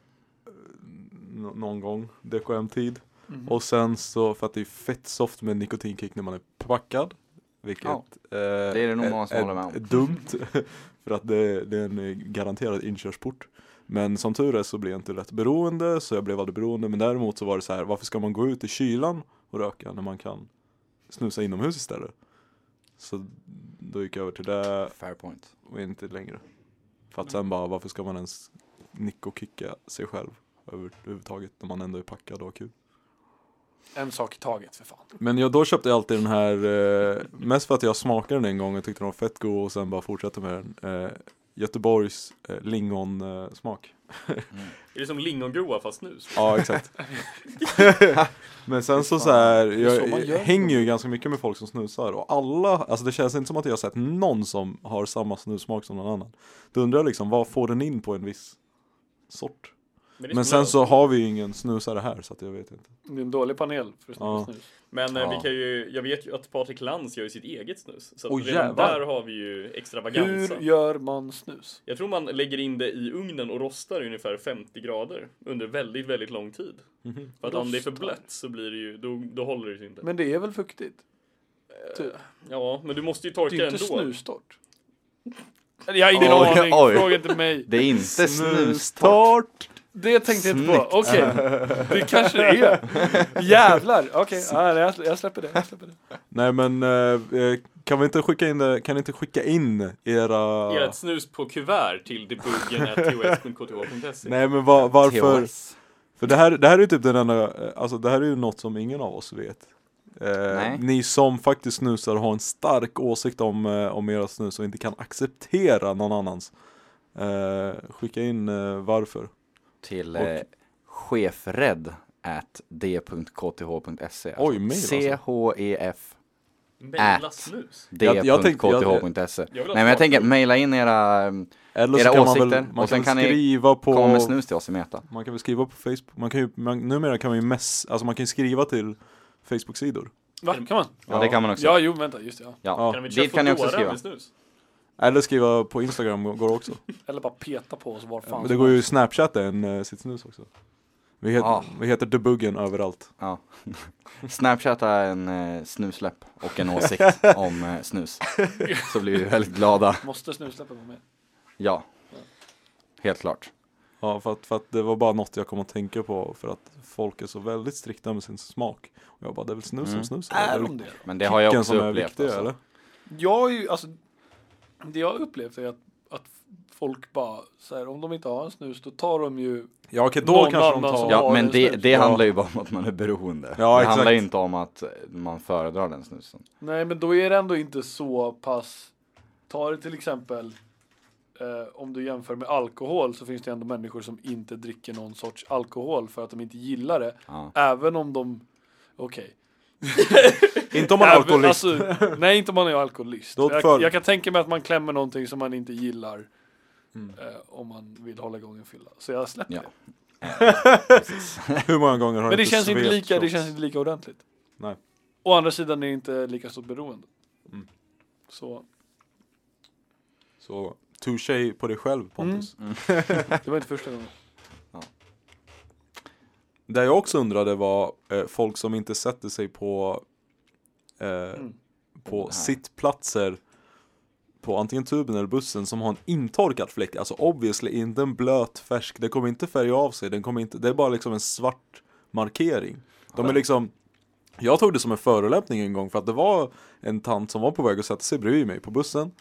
[SPEAKER 5] n- någon gång, DKM-tid.
[SPEAKER 2] Mm-hmm.
[SPEAKER 5] Och sen så, för att det är fett soft med nikotinkick när man är packad. Vilket
[SPEAKER 2] Ja,
[SPEAKER 5] det
[SPEAKER 2] är det nog många som håller med om.
[SPEAKER 5] dumt. för att det, det är en eh, garanterad inkörsport. Men som tur är så blev jag inte lätt beroende, så jag blev aldrig beroende. Men däremot så var det så här, varför ska man gå ut i kylan och röka när man kan snusa inomhus istället? Så då gick jag över till det
[SPEAKER 2] Fair point.
[SPEAKER 5] och inte längre. För att sen bara, varför ska man ens nicka och kicka sig själv överhuvudtaget när man ändå är packad och har kul?
[SPEAKER 4] En sak i taget för fan.
[SPEAKER 5] Men jag, då köpte jag alltid den här, eh, mest för att jag smakade den en gång och tyckte den var fett god och sen bara fortsatte med den. Eh, Göteborgs eh, lingonsmak. Eh, smak.
[SPEAKER 3] Är det som lingongroa fast snus?
[SPEAKER 5] ja, exakt. Men sen så, så här,
[SPEAKER 4] är så man
[SPEAKER 5] jag
[SPEAKER 4] gör.
[SPEAKER 5] hänger ju ganska mycket med folk som snusar och alla, alltså det känns inte som att jag har sett någon som har samma snussmak som någon annan. Då undrar jag liksom, vad får den in på en viss sort?
[SPEAKER 3] Men, det är
[SPEAKER 5] Men
[SPEAKER 3] som
[SPEAKER 5] sen
[SPEAKER 3] löv.
[SPEAKER 5] så har vi ju ingen snusare här så att jag vet inte.
[SPEAKER 4] Det är en dålig panel för att snacka
[SPEAKER 5] Ja.
[SPEAKER 4] snus.
[SPEAKER 3] Men eh,
[SPEAKER 2] Ja.
[SPEAKER 3] vi kan ju, jag vet ju att Patrik Lantz gör ju sitt eget snus. Så att
[SPEAKER 5] Åh,
[SPEAKER 3] redan
[SPEAKER 5] jävlar.
[SPEAKER 3] där har vi ju extravaganza.
[SPEAKER 4] Hur gör man snus?
[SPEAKER 3] Jag tror man lägger in det i ugnen och rostar i ungefär 50 grader under väldigt, väldigt lång tid. För att om det är för
[SPEAKER 4] Rostar.
[SPEAKER 3] blött så blir det ju, då, då håller det ju inte.
[SPEAKER 4] Men det är väl fuktigt? Typ.
[SPEAKER 3] ja, men du måste ju
[SPEAKER 4] Det
[SPEAKER 3] torka
[SPEAKER 4] är ju
[SPEAKER 3] ändå.
[SPEAKER 4] inte snustort. Jag har ingen
[SPEAKER 2] Oj,
[SPEAKER 4] aning,
[SPEAKER 2] oj.
[SPEAKER 4] fråga inte mig.
[SPEAKER 2] Det är inte snustort!
[SPEAKER 5] Snustort!
[SPEAKER 4] Det tänkte jag inte på. Okej, det kanske det är. Jävlar, okej. Ja, jag, jag släpper det. Jag släpper det.
[SPEAKER 5] Nej men eh, eh, kan vi inte skicka in det, kan ni inte skicka in era...
[SPEAKER 3] Ert snus på kuvert till debuggen.tos.kth.se
[SPEAKER 5] Nej men va, varför?
[SPEAKER 2] THS.
[SPEAKER 5] För det här, det här är ju typ den enda, eh, alltså det här är ju något som ingen av oss vet. Eh,
[SPEAKER 2] Nej.
[SPEAKER 5] ni som faktiskt snusar och har en stark åsikt om, eh, om era snus och inte kan acceptera någon annans. Eh, skicka in eh, varför.
[SPEAKER 2] Till
[SPEAKER 5] Och-
[SPEAKER 2] eh, chefred at d.kth.se
[SPEAKER 5] Oj, mail alltså.
[SPEAKER 2] C-H-E-F
[SPEAKER 3] Mejla
[SPEAKER 2] Ät.
[SPEAKER 3] snus.
[SPEAKER 5] Jag- jag tänkte- jag-
[SPEAKER 2] d.kth.se
[SPEAKER 3] Jag vill ha
[SPEAKER 2] Nej men jag
[SPEAKER 3] svar.
[SPEAKER 2] tänker mejla in era, eh,
[SPEAKER 5] Eller så
[SPEAKER 2] Era
[SPEAKER 5] kan man
[SPEAKER 2] åsikter,
[SPEAKER 5] väl, man
[SPEAKER 2] och
[SPEAKER 5] kan,
[SPEAKER 2] sen kan ni
[SPEAKER 5] skriva på...
[SPEAKER 2] komma med snus till oss i Meta
[SPEAKER 5] Man kan väl skriva på Facebook, man kan ju, man, numera kan man ju mess, alltså man kan ju skriva till Facebook-sidor.
[SPEAKER 4] Va, kan man?
[SPEAKER 2] Ja, det kan man också
[SPEAKER 4] Ja, jo, vänta, just det. Ja.
[SPEAKER 2] Ja,
[SPEAKER 5] Ja.
[SPEAKER 3] Kan vi
[SPEAKER 2] dit kan ni också
[SPEAKER 3] köpa
[SPEAKER 2] skriva
[SPEAKER 3] med snus?
[SPEAKER 5] Eller skriva på Instagram går också.
[SPEAKER 4] Eller bara peta på oss var fan
[SPEAKER 5] Men det
[SPEAKER 4] som
[SPEAKER 5] går ju
[SPEAKER 4] helst.
[SPEAKER 5] Snapchat en eh, sitt snus också. Vi, het,
[SPEAKER 2] Ah.
[SPEAKER 5] vi heter Debuggen överallt.
[SPEAKER 2] ja. Snapchatta en eh, snusläpp och en åsikt om eh, snus Så blir vi väldigt glada
[SPEAKER 4] Måste snusläppen vara med?
[SPEAKER 2] Ja Helt klart
[SPEAKER 5] Ja, för att, för att det var bara något jag kom att tänka på för att folk är så väldigt strikta med sin smak. Och jag bara, det är väl snus
[SPEAKER 2] Mm.
[SPEAKER 5] som snus?
[SPEAKER 4] Är
[SPEAKER 5] väl
[SPEAKER 4] de det?
[SPEAKER 2] Men det har jag
[SPEAKER 5] kicken
[SPEAKER 2] också
[SPEAKER 5] som är
[SPEAKER 2] upplevt
[SPEAKER 5] viktig,
[SPEAKER 2] alltså.
[SPEAKER 5] eller?
[SPEAKER 4] Jag har ju, alltså, det jag har upplevt är att, att folk bara, så här, om de inte har en snus, då tar de ju,
[SPEAKER 5] Ja okej, då
[SPEAKER 4] Någon
[SPEAKER 5] kanske de
[SPEAKER 4] annan
[SPEAKER 5] tar...
[SPEAKER 4] som
[SPEAKER 5] Ja.
[SPEAKER 2] Ja
[SPEAKER 4] har
[SPEAKER 2] men
[SPEAKER 4] den
[SPEAKER 2] det,
[SPEAKER 4] snus.
[SPEAKER 2] det
[SPEAKER 5] Ja.
[SPEAKER 2] handlar ju bara om att man är beroende
[SPEAKER 5] Ja,
[SPEAKER 2] Det handlar ju
[SPEAKER 5] exakt.
[SPEAKER 2] inte om att eh, man föredrar den snusen
[SPEAKER 4] nej men då är det ändå inte så pass, ta det till exempel, eh, om du jämför med alkohol så finns det ändå människor som inte dricker någon sorts alkohol för att de inte gillar det,
[SPEAKER 2] Ja.
[SPEAKER 4] även om de, okej.
[SPEAKER 5] Inte om man är
[SPEAKER 4] Även-
[SPEAKER 5] alkoholist.
[SPEAKER 4] alltså, nej, inte om man är alkoholist.
[SPEAKER 5] Då
[SPEAKER 4] Jag,
[SPEAKER 5] för-
[SPEAKER 4] jag kan tänka mig att man klämmer någonting som man inte gillar
[SPEAKER 5] Mm.
[SPEAKER 4] eh, om man vill hålla igång en fylla. Så jag släpper
[SPEAKER 2] Ja.
[SPEAKER 4] det.
[SPEAKER 5] Hur många gånger har
[SPEAKER 4] Men det
[SPEAKER 5] inte
[SPEAKER 4] känns, inte
[SPEAKER 5] svept
[SPEAKER 4] lika, det
[SPEAKER 5] shots?
[SPEAKER 4] känns inte lika ordentligt.
[SPEAKER 5] Nej.
[SPEAKER 4] Å andra sidan är det inte lika stort beroende.
[SPEAKER 5] Mm.
[SPEAKER 4] Så
[SPEAKER 5] Så, touché på dig själv Pontus.
[SPEAKER 4] Mm. det var inte första gången.
[SPEAKER 5] Det jag också undrade var eh, folk som inte sätter sig på eh, på sittplatser på antingen tuben eller bussen som har en intorkad fläck. Alltså obviously inte en blöt färsk. Det kommer inte färga av sig. Den kommer inte, det är bara liksom en svart markering. De är liksom jag tog det som en förolämpning en gång för att det var en tant som var på väg att sätta sig bredvid mig på bussen.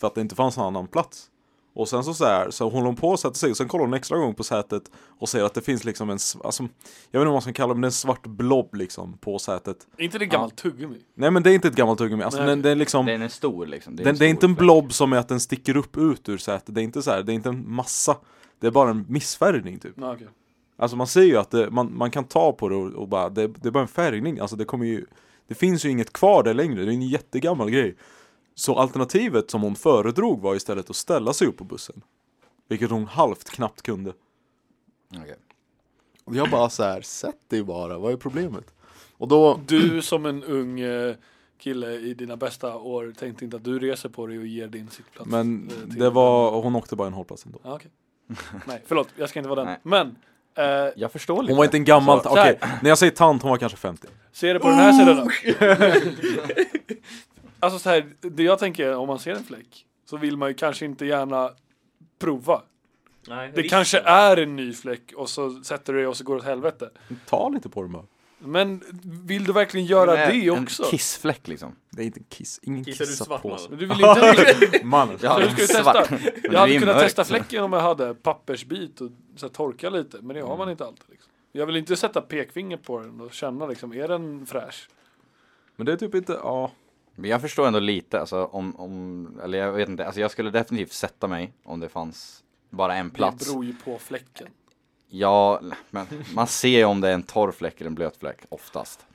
[SPEAKER 5] För att det inte fanns någon annan plats. Och sen så, så här, så håller hon på att sätta sig och sen kollar hon en extra gång på sätet och ser att det finns liksom en, sv- alltså, jag vet inte vad man ska kalla det, men det är en svart blob liksom på sätet.
[SPEAKER 4] Är inte det gammalt tuggummi?
[SPEAKER 5] Nej men det är inte ett gammalt tuggummi, alltså
[SPEAKER 4] Nej.
[SPEAKER 5] den, den är liksom,
[SPEAKER 2] Den är stor liksom
[SPEAKER 5] den, det är
[SPEAKER 2] stor
[SPEAKER 5] inte en
[SPEAKER 2] fläck.
[SPEAKER 5] blob som är att den sticker upp ut ur sätet, det är inte så här, det är inte en massa, det är bara en missfärgning typ.
[SPEAKER 4] Nej, okej.
[SPEAKER 5] Alltså man ser ju att det, man, man kan ta på det och, och bara, det, det är bara en färgning, alltså det kommer ju Det finns ju inget kvar där längre, det är en jättegammal grej Så alternativet som hon föredrog var istället att ställa sig upp på bussen Vilket hon halvt knappt kunde.
[SPEAKER 2] Okej.
[SPEAKER 5] Och jag bara så här, sätt dig bara, vad är problemet? Och då,
[SPEAKER 4] Du som en ung eh, kille i dina bästa år tänkte inte att du reser på dig och ger din sittplats.
[SPEAKER 5] men
[SPEAKER 4] eh, till-
[SPEAKER 5] det var, hon åkte bara en hållplats ändå.
[SPEAKER 4] Ja, okej. Nej, förlåt, jag ska inte vara den.
[SPEAKER 2] Nej.
[SPEAKER 4] Men, eh,
[SPEAKER 2] Jag förstår liksom. lite.
[SPEAKER 5] Hon var inte en gammal,
[SPEAKER 4] Så-
[SPEAKER 5] ta- okej, när jag säger tant, hon var kanske 50.
[SPEAKER 4] se det på den här sidan då. alltså så här, det jag tänker är, om man ser en fläck så vill man ju kanske inte gärna prova.
[SPEAKER 3] Nej,
[SPEAKER 4] Det kanske är en ny fläck och så sätter du dig och så går det åt helvete.
[SPEAKER 5] Ta lite på den bara.
[SPEAKER 4] Men vill du verkligen göra
[SPEAKER 2] Nej,
[SPEAKER 4] det också?
[SPEAKER 2] En kissfläck liksom.
[SPEAKER 5] Det är inte en kiss, ingen
[SPEAKER 3] Kissar du
[SPEAKER 5] kissar
[SPEAKER 3] svart,
[SPEAKER 5] på
[SPEAKER 3] man?
[SPEAKER 5] sig.
[SPEAKER 4] Men Du vill inte...
[SPEAKER 5] Mannen.
[SPEAKER 2] Ja,
[SPEAKER 4] Så du skulle
[SPEAKER 2] svart.
[SPEAKER 4] testa.
[SPEAKER 2] Men det
[SPEAKER 4] Jag
[SPEAKER 2] är
[SPEAKER 4] hade
[SPEAKER 2] ju
[SPEAKER 4] kunnat
[SPEAKER 2] mörkt.
[SPEAKER 4] testa fläcken om jag hade pappersbit och så här, torka lite, men det har
[SPEAKER 2] Mm.
[SPEAKER 4] man inte alltid. Liksom. Jag vill inte sätta pekfinger på den och känna liksom, är den fräsch?
[SPEAKER 5] Men det är typ inte, ja.
[SPEAKER 2] Men jag förstår ändå lite, alltså om, om, eller jag vet inte, alltså jag skulle definitivt sätta mig om det fanns bara en
[SPEAKER 4] Det
[SPEAKER 2] plats.
[SPEAKER 4] beror ju på fläcken.
[SPEAKER 2] Ja, men man ser ju om det är en torr fläck eller en blöt fläck oftast.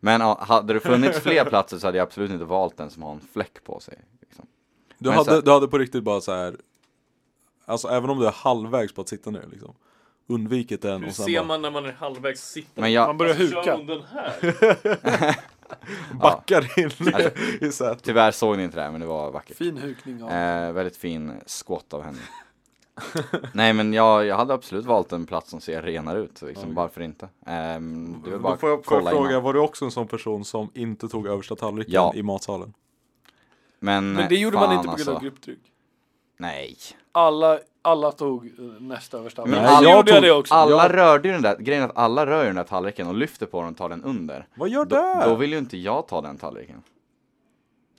[SPEAKER 2] Men ja, hade det funnits fler platser så hade jag absolut inte valt den som har en fläck på sig. Liksom.
[SPEAKER 5] Du
[SPEAKER 2] Men så
[SPEAKER 5] hade,
[SPEAKER 2] här-
[SPEAKER 5] du hade på riktigt bara så här. Alltså även om du är halvvägs på att sitta ner liksom. Undvikit den
[SPEAKER 3] Hur
[SPEAKER 5] och sen
[SPEAKER 3] ser
[SPEAKER 5] bara
[SPEAKER 3] man när man är halvvägs och sitter?
[SPEAKER 2] Men
[SPEAKER 4] Man
[SPEAKER 2] jag,
[SPEAKER 4] börjar
[SPEAKER 3] Alltså, Kör
[SPEAKER 4] huka.
[SPEAKER 3] hon den här?
[SPEAKER 5] backar in
[SPEAKER 2] Alltså-
[SPEAKER 5] i sätet.
[SPEAKER 2] tyvärr såg ni inte det här men det var vackert.
[SPEAKER 4] Fin hukning av.
[SPEAKER 2] Eh, väldigt fin squat av henne. Nej men jag, jag hade absolut valt en plats som ser renare ut, liksom. varför inte? Ehm, det är väl bara
[SPEAKER 5] Då får jag, får jag
[SPEAKER 2] kolla
[SPEAKER 5] fråga,
[SPEAKER 2] innan.
[SPEAKER 5] var du också en sån person som inte tog översta tallriken
[SPEAKER 2] Ja.
[SPEAKER 5] i matsalen?
[SPEAKER 2] Men,
[SPEAKER 4] Men det gjorde
[SPEAKER 2] fan,
[SPEAKER 4] man inte på grund av
[SPEAKER 2] alltså.
[SPEAKER 4] grupptryck.
[SPEAKER 2] Nej.
[SPEAKER 4] Alla, alla tog eh, nästa översta.
[SPEAKER 2] Men
[SPEAKER 4] Men
[SPEAKER 2] alla-
[SPEAKER 4] alla,
[SPEAKER 5] jag
[SPEAKER 4] gjorde jag
[SPEAKER 5] tog-
[SPEAKER 4] det också.
[SPEAKER 2] Alla
[SPEAKER 5] Jag-
[SPEAKER 2] rörde ju den där, grejen är att alla rör ju den där tallriken och lyfter på den och tar den under.
[SPEAKER 5] Vad gör
[SPEAKER 2] Då,
[SPEAKER 5] det?
[SPEAKER 2] då vill ju inte jag ta den tallriken.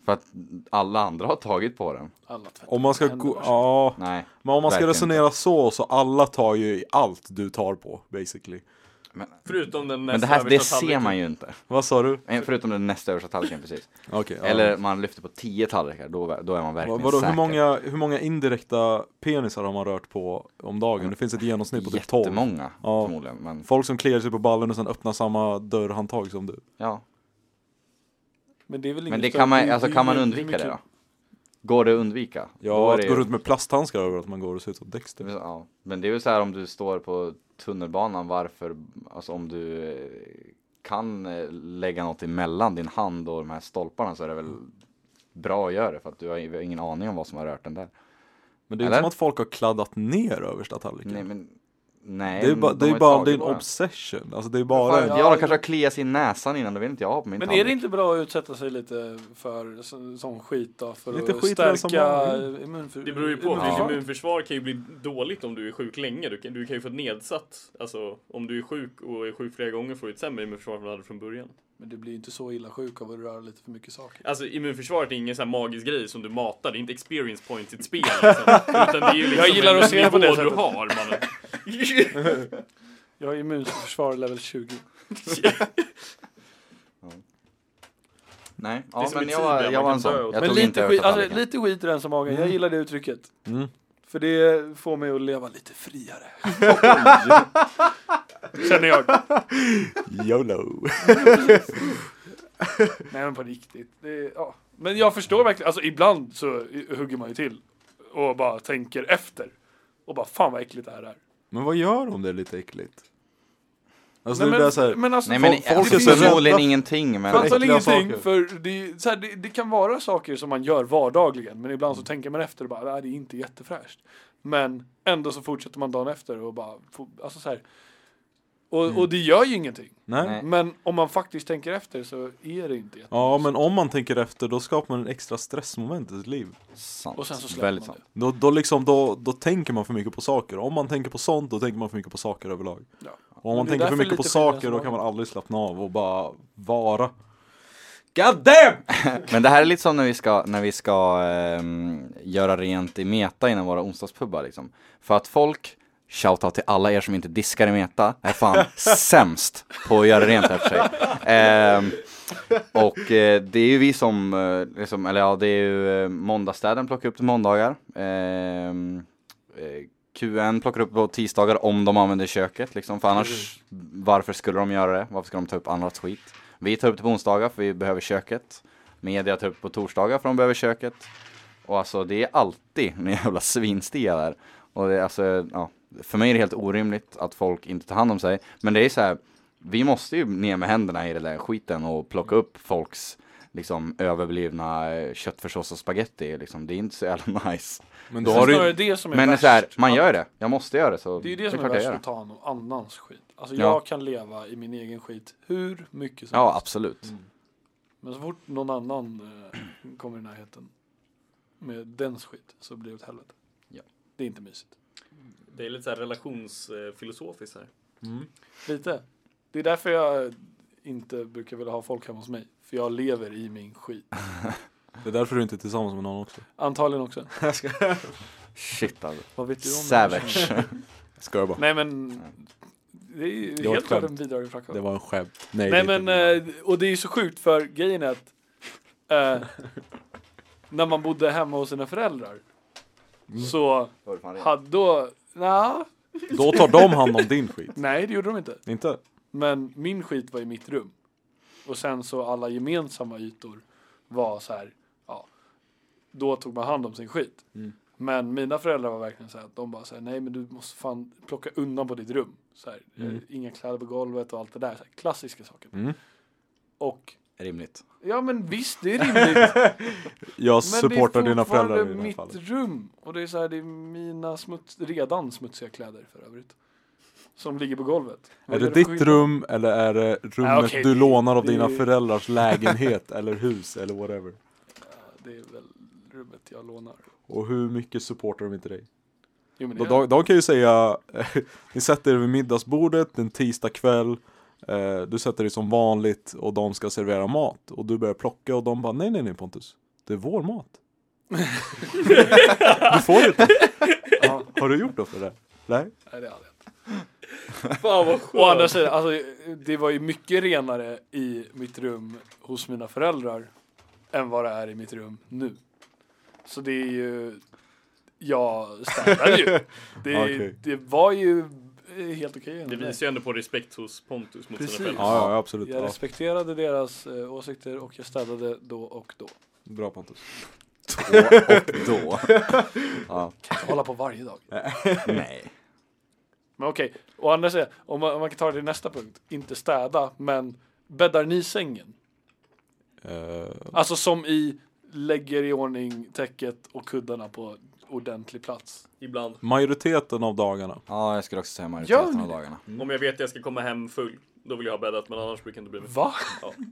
[SPEAKER 2] För att alla andra har tagit på den.
[SPEAKER 4] Alla tvättade
[SPEAKER 5] Om man ska
[SPEAKER 4] händerna.
[SPEAKER 5] gå, ja.
[SPEAKER 2] Nej.
[SPEAKER 5] Men om man ska
[SPEAKER 2] Verkligen
[SPEAKER 5] resonera så, så alla tar ju i allt du tar på basically.
[SPEAKER 2] Men,
[SPEAKER 3] Förutom den näst
[SPEAKER 2] men det här det
[SPEAKER 3] översta
[SPEAKER 2] ser
[SPEAKER 3] tallriken.
[SPEAKER 2] man ju inte.
[SPEAKER 5] Vad sa du?
[SPEAKER 2] Eh, Förutom den näst översta tallriken precis.
[SPEAKER 5] Okej. ja.
[SPEAKER 2] Eller man lyfter på tio tallrikar, då, då är man verkligen
[SPEAKER 5] Vad- Vadå,
[SPEAKER 2] säker.
[SPEAKER 5] hur många, hur många indirekta penisar har man rört på om dagen? Det finns ett genomsnitt på typ 12.
[SPEAKER 2] Jättemånga
[SPEAKER 5] Ja.
[SPEAKER 2] förmodligen. Men
[SPEAKER 5] Folk som kliar sig på ballen och sen öppnar samma dörrhandtag som du.
[SPEAKER 2] ja.
[SPEAKER 4] Men det är väl ingen
[SPEAKER 2] Men det
[SPEAKER 4] större-
[SPEAKER 2] kan man,
[SPEAKER 4] är-
[SPEAKER 2] alltså
[SPEAKER 4] är
[SPEAKER 2] kan man
[SPEAKER 4] ju- är
[SPEAKER 2] undvika
[SPEAKER 4] mycket-
[SPEAKER 2] det då? Går det att undvika? Då
[SPEAKER 5] Ja,
[SPEAKER 2] är
[SPEAKER 5] att
[SPEAKER 2] det
[SPEAKER 5] gå
[SPEAKER 2] ju-
[SPEAKER 5] runt med plasthandskar över att man går och ser ut som
[SPEAKER 2] Det
[SPEAKER 5] Dexter.
[SPEAKER 2] vill säga, Ja, men det är väl så här om du står på tunnelbanan, varför, alltså om du eh, kan eh, lägga något emellan din hand och de här stolparna så är det väl bra att göra det för att du har ju ingen aning om vad som har rört den där.
[SPEAKER 5] Men det är ju inte
[SPEAKER 2] Eller?
[SPEAKER 5] som att folk har kladdat ner översta tallriken.
[SPEAKER 2] Nej men, nej.
[SPEAKER 5] det är bara,
[SPEAKER 2] de
[SPEAKER 5] det är
[SPEAKER 2] har ju
[SPEAKER 5] bara det är
[SPEAKER 2] tagit
[SPEAKER 5] en
[SPEAKER 2] på den.
[SPEAKER 5] obsession. Alltså det är
[SPEAKER 2] Fan,
[SPEAKER 5] bara
[SPEAKER 2] ja,
[SPEAKER 5] en...
[SPEAKER 2] de kanske har kliat sin näsan innan, det vill inte jag ha på min
[SPEAKER 4] Men
[SPEAKER 2] tallrik.
[SPEAKER 4] är det inte bra att utsätta sig lite för så- sån skit då? För
[SPEAKER 5] Lite
[SPEAKER 4] att
[SPEAKER 5] skit är det som
[SPEAKER 4] stärka
[SPEAKER 5] vanligt.
[SPEAKER 4] immunför-
[SPEAKER 3] Det beror ju på, för ditt
[SPEAKER 2] Ja.
[SPEAKER 3] immunförsvar kan ju bli dåligt om du är sjuk länge. Du kan, du kan ju få ett nedsatt, alltså om du är sjuk och är sjuk flera gånger får du ett sämre immunförsvar än vad du hade från början.
[SPEAKER 4] Men du blir ju inte så illa sjuk av att röra lite för mycket saker.
[SPEAKER 3] Alltså immunförsvaret är ingen sån här magisk grej som du matar, det är inte experience points i ett spel liksom. Utan det är ju liksom
[SPEAKER 4] Jag gillar
[SPEAKER 3] en
[SPEAKER 4] att se det på det
[SPEAKER 3] nivå du
[SPEAKER 4] sättet.
[SPEAKER 3] har mannen.
[SPEAKER 4] Jag är immunförsvar level 20.
[SPEAKER 2] Nej,
[SPEAKER 3] Det är
[SPEAKER 2] ja,
[SPEAKER 3] som
[SPEAKER 2] men
[SPEAKER 3] ett
[SPEAKER 2] jag,
[SPEAKER 3] sidben,
[SPEAKER 2] var-
[SPEAKER 3] man
[SPEAKER 2] jag var
[SPEAKER 3] kan
[SPEAKER 2] en sån.
[SPEAKER 3] dö åt-
[SPEAKER 2] Jag
[SPEAKER 4] Men
[SPEAKER 2] tog inte
[SPEAKER 4] lite
[SPEAKER 2] översta
[SPEAKER 4] skit, alltså,
[SPEAKER 2] tallriken.
[SPEAKER 4] lite skit i den som magen. Jag gillar det uttrycket.
[SPEAKER 5] Mm.
[SPEAKER 4] För det får mig att leva lite friare. Känner jag.
[SPEAKER 5] YOLO!
[SPEAKER 4] Nej men på riktigt. Det, är- ja. Men jag förstår verkligen, alltså ibland så i- hugger man ju till. Och bara tänker efter. Och bara fan vad äckligt det här är.
[SPEAKER 5] Men vad gör de om det är lite äckligt? Alltså
[SPEAKER 4] Nej,
[SPEAKER 5] det är där så här,
[SPEAKER 4] men alltså,
[SPEAKER 2] Nej men
[SPEAKER 5] Folk- folk
[SPEAKER 2] alltså,
[SPEAKER 5] är så
[SPEAKER 2] förmodligen
[SPEAKER 5] rädda.
[SPEAKER 2] ingenting men...
[SPEAKER 5] Fan,
[SPEAKER 4] Fattar
[SPEAKER 5] äckliga
[SPEAKER 4] Alltså, ingenting,
[SPEAKER 5] saker.
[SPEAKER 4] för det, är så här, det, det kan vara saker som man gör vardagligen, men ibland så tänker man efter och bara, "Nej, det är inte jättefräscht. Men ändå så fortsätter man dagen efter och bara, får- alltså så här. Och, och det gör ju ingenting.
[SPEAKER 5] nej.
[SPEAKER 2] Nej.
[SPEAKER 4] Men om man faktiskt tänker efter så är det inte jätte...
[SPEAKER 5] Ja men om man tänker efter då skapar man en extra stressmoment i sitt liv.
[SPEAKER 2] Sant.
[SPEAKER 4] Och sen så släpper
[SPEAKER 2] Väldigt
[SPEAKER 4] man
[SPEAKER 2] sant.
[SPEAKER 5] Då, då liksom, då, då tänker man för mycket på saker. Om man tänker på sånt, då tänker man för mycket på saker överlag.
[SPEAKER 4] Ja.
[SPEAKER 5] Och om
[SPEAKER 4] Men
[SPEAKER 5] man
[SPEAKER 4] det är
[SPEAKER 5] tänker för
[SPEAKER 4] därför
[SPEAKER 5] mycket på
[SPEAKER 4] lite skillnad
[SPEAKER 5] saker,
[SPEAKER 4] som
[SPEAKER 5] då
[SPEAKER 4] har-
[SPEAKER 5] kan man aldrig slappna av och bara vara. God damn!
[SPEAKER 2] Men det här är lite som när vi ska, när vi ska ehm, göra rent i Meta innan våra onsdagspubbar liksom. För att folk, shoutout till alla er som inte diskar i Meta, är fan sämst på att göra rent efter sig. Ehm, och eh, det är ju vi som, eh, liksom, eller ja det är ju eh, måndagsstäden plockar upp till måndagar. Ehm, eh, QN plockar upp på tisdagar om de använder köket liksom, för annars varför skulle de göra det? Varför ska de ta upp annat skit? Vi tar upp det på onsdagar för vi behöver köket. Media tar upp på torsdagar för de behöver köket. Och alltså det är alltid en jävla svinstiga där. Och det är alltså, ja, för mig är det helt orimligt att folk inte tar hand om sig. Men det är så här, vi måste ju ner med händerna i den där skiten och plocka upp folks liksom överblivna eh, köttfärssås och spagetti. Liksom. Det är inte så jävla nice.
[SPEAKER 5] Men
[SPEAKER 4] Det
[SPEAKER 5] då
[SPEAKER 4] är
[SPEAKER 5] har du
[SPEAKER 4] snarare det som är
[SPEAKER 2] Men
[SPEAKER 4] värst.
[SPEAKER 2] så här, man gör det. Jag måste göra det. Så
[SPEAKER 4] Det är ju det som är
[SPEAKER 2] klart jag
[SPEAKER 4] värst
[SPEAKER 2] gör
[SPEAKER 4] att ta någon annans skit. Alltså
[SPEAKER 2] Ja.
[SPEAKER 4] jag kan leva i min egen skit hur mycket som
[SPEAKER 2] Ja,
[SPEAKER 4] helst.
[SPEAKER 2] absolut.
[SPEAKER 4] Men så fort någon annan eh, kommer i närheten med dens skit så blir det åt helvete.
[SPEAKER 2] Ja.
[SPEAKER 4] Det är inte mysigt.
[SPEAKER 3] Det är lite så här relationsfilosofiskt här.
[SPEAKER 4] Mm. Lite. Det är därför jag inte brukar vilja ha folk hemma hos mig. För jag lever i min skit.
[SPEAKER 5] Det är därför du inte är tillsammans med någon också.
[SPEAKER 4] Antagligen också.
[SPEAKER 2] Shit alltså.
[SPEAKER 4] Vad vet du om det?
[SPEAKER 2] Savage.
[SPEAKER 5] Ska jag bara.
[SPEAKER 4] Nej men. Det är ju
[SPEAKER 5] var
[SPEAKER 4] helt
[SPEAKER 5] ett
[SPEAKER 4] klart en
[SPEAKER 5] skämt.
[SPEAKER 4] bidragande faktor.
[SPEAKER 5] Det var en skämt. Nej,
[SPEAKER 4] Nej
[SPEAKER 5] det är
[SPEAKER 4] men,
[SPEAKER 5] inte-
[SPEAKER 4] eh, och det är ju så sjukt för grejen är att eh, när man bodde hemma hos sina föräldrar så hade då, nja,
[SPEAKER 5] Då tar de hand om din skit.
[SPEAKER 4] nej det gjorde de inte.
[SPEAKER 5] Inte?
[SPEAKER 4] Men min skit var i mitt rum. Och sen så alla gemensamma ytor var så här, ja, då tog man hand om sin skit.
[SPEAKER 5] Mm.
[SPEAKER 4] Men mina föräldrar var verkligen så här att de bara så här, nej men du måste fan plocka undan på ditt rum. Så här, eh,
[SPEAKER 5] Mm.
[SPEAKER 4] Inga kläder på golvet och allt det där, så här, klassiska saker.
[SPEAKER 5] Mm.
[SPEAKER 4] Och
[SPEAKER 2] Rimligt.
[SPEAKER 4] Ja men visst, det är rimligt.
[SPEAKER 5] Jag
[SPEAKER 4] Men det
[SPEAKER 5] supportar
[SPEAKER 4] är
[SPEAKER 5] dina föräldrar i
[SPEAKER 4] fortfarande
[SPEAKER 5] det här
[SPEAKER 4] mitt
[SPEAKER 5] fallet.
[SPEAKER 4] rum. Och det är så här, det är mina smuts, redan smutsiga kläder för övrigt. Som ligger på golvet. Vad
[SPEAKER 5] Är det
[SPEAKER 4] för
[SPEAKER 5] ditt
[SPEAKER 4] skillnad?
[SPEAKER 5] rum eller är det rummet
[SPEAKER 4] Ah, okej,
[SPEAKER 5] du
[SPEAKER 4] det-
[SPEAKER 5] lånar av
[SPEAKER 4] det-
[SPEAKER 5] dina föräldrars lägenhet eller hus eller whatever?
[SPEAKER 4] Det är väl rummet jag lånar.
[SPEAKER 5] Och hur mycket supportar de inte dig?
[SPEAKER 4] Jo men det
[SPEAKER 5] De,
[SPEAKER 4] är
[SPEAKER 5] de, de kan ju säga, ni sätter er vid middagsbordet en tisdag kväll eh, Du sätter dig som vanligt och de ska servera mat Och du börjar plocka och de bara nej nej nej Pontus Det är vår mat Du får inte ja, Har du gjort något för det? Nej?
[SPEAKER 4] Nej, det är aldrig.
[SPEAKER 3] Fan vad
[SPEAKER 4] Å andra
[SPEAKER 3] skönt!
[SPEAKER 4] sidan, alltså, det var ju mycket renare i mitt rum hos mina föräldrar än vad det är i mitt rum nu. Så det är ju, jag städade ju. Det,
[SPEAKER 5] Okej.
[SPEAKER 4] det var ju eh, helt okej.
[SPEAKER 3] Det visar ju ändå på respekt hos Pontus mot
[SPEAKER 4] Precis.
[SPEAKER 3] sina föräldrar.
[SPEAKER 5] Ja, ja absolut
[SPEAKER 4] Jag
[SPEAKER 5] ja,
[SPEAKER 4] respekterade deras eh, åsikter och jag städade då och då.
[SPEAKER 5] Bra Pontus
[SPEAKER 2] Och, och då. ja.
[SPEAKER 4] Jag håller på varje dag.
[SPEAKER 2] Nej.
[SPEAKER 4] Men okej, å andra sidan, om man, om man kan ta det till nästa punkt. Inte städa, men bäddar ni sängen?
[SPEAKER 5] Eh,
[SPEAKER 4] Alltså som i lägger i ordning täcket och kuddarna på ordentlig plats.
[SPEAKER 3] Ibland.
[SPEAKER 5] Majoriteten av dagarna
[SPEAKER 2] Ja, jag skulle också säga majoriteten
[SPEAKER 4] ni
[SPEAKER 2] av
[SPEAKER 4] det?
[SPEAKER 2] dagarna.
[SPEAKER 3] Om jag vet att jag ska komma hem full, då vill jag ha bäddat men annars brukar jag inte bry mig.
[SPEAKER 4] Va?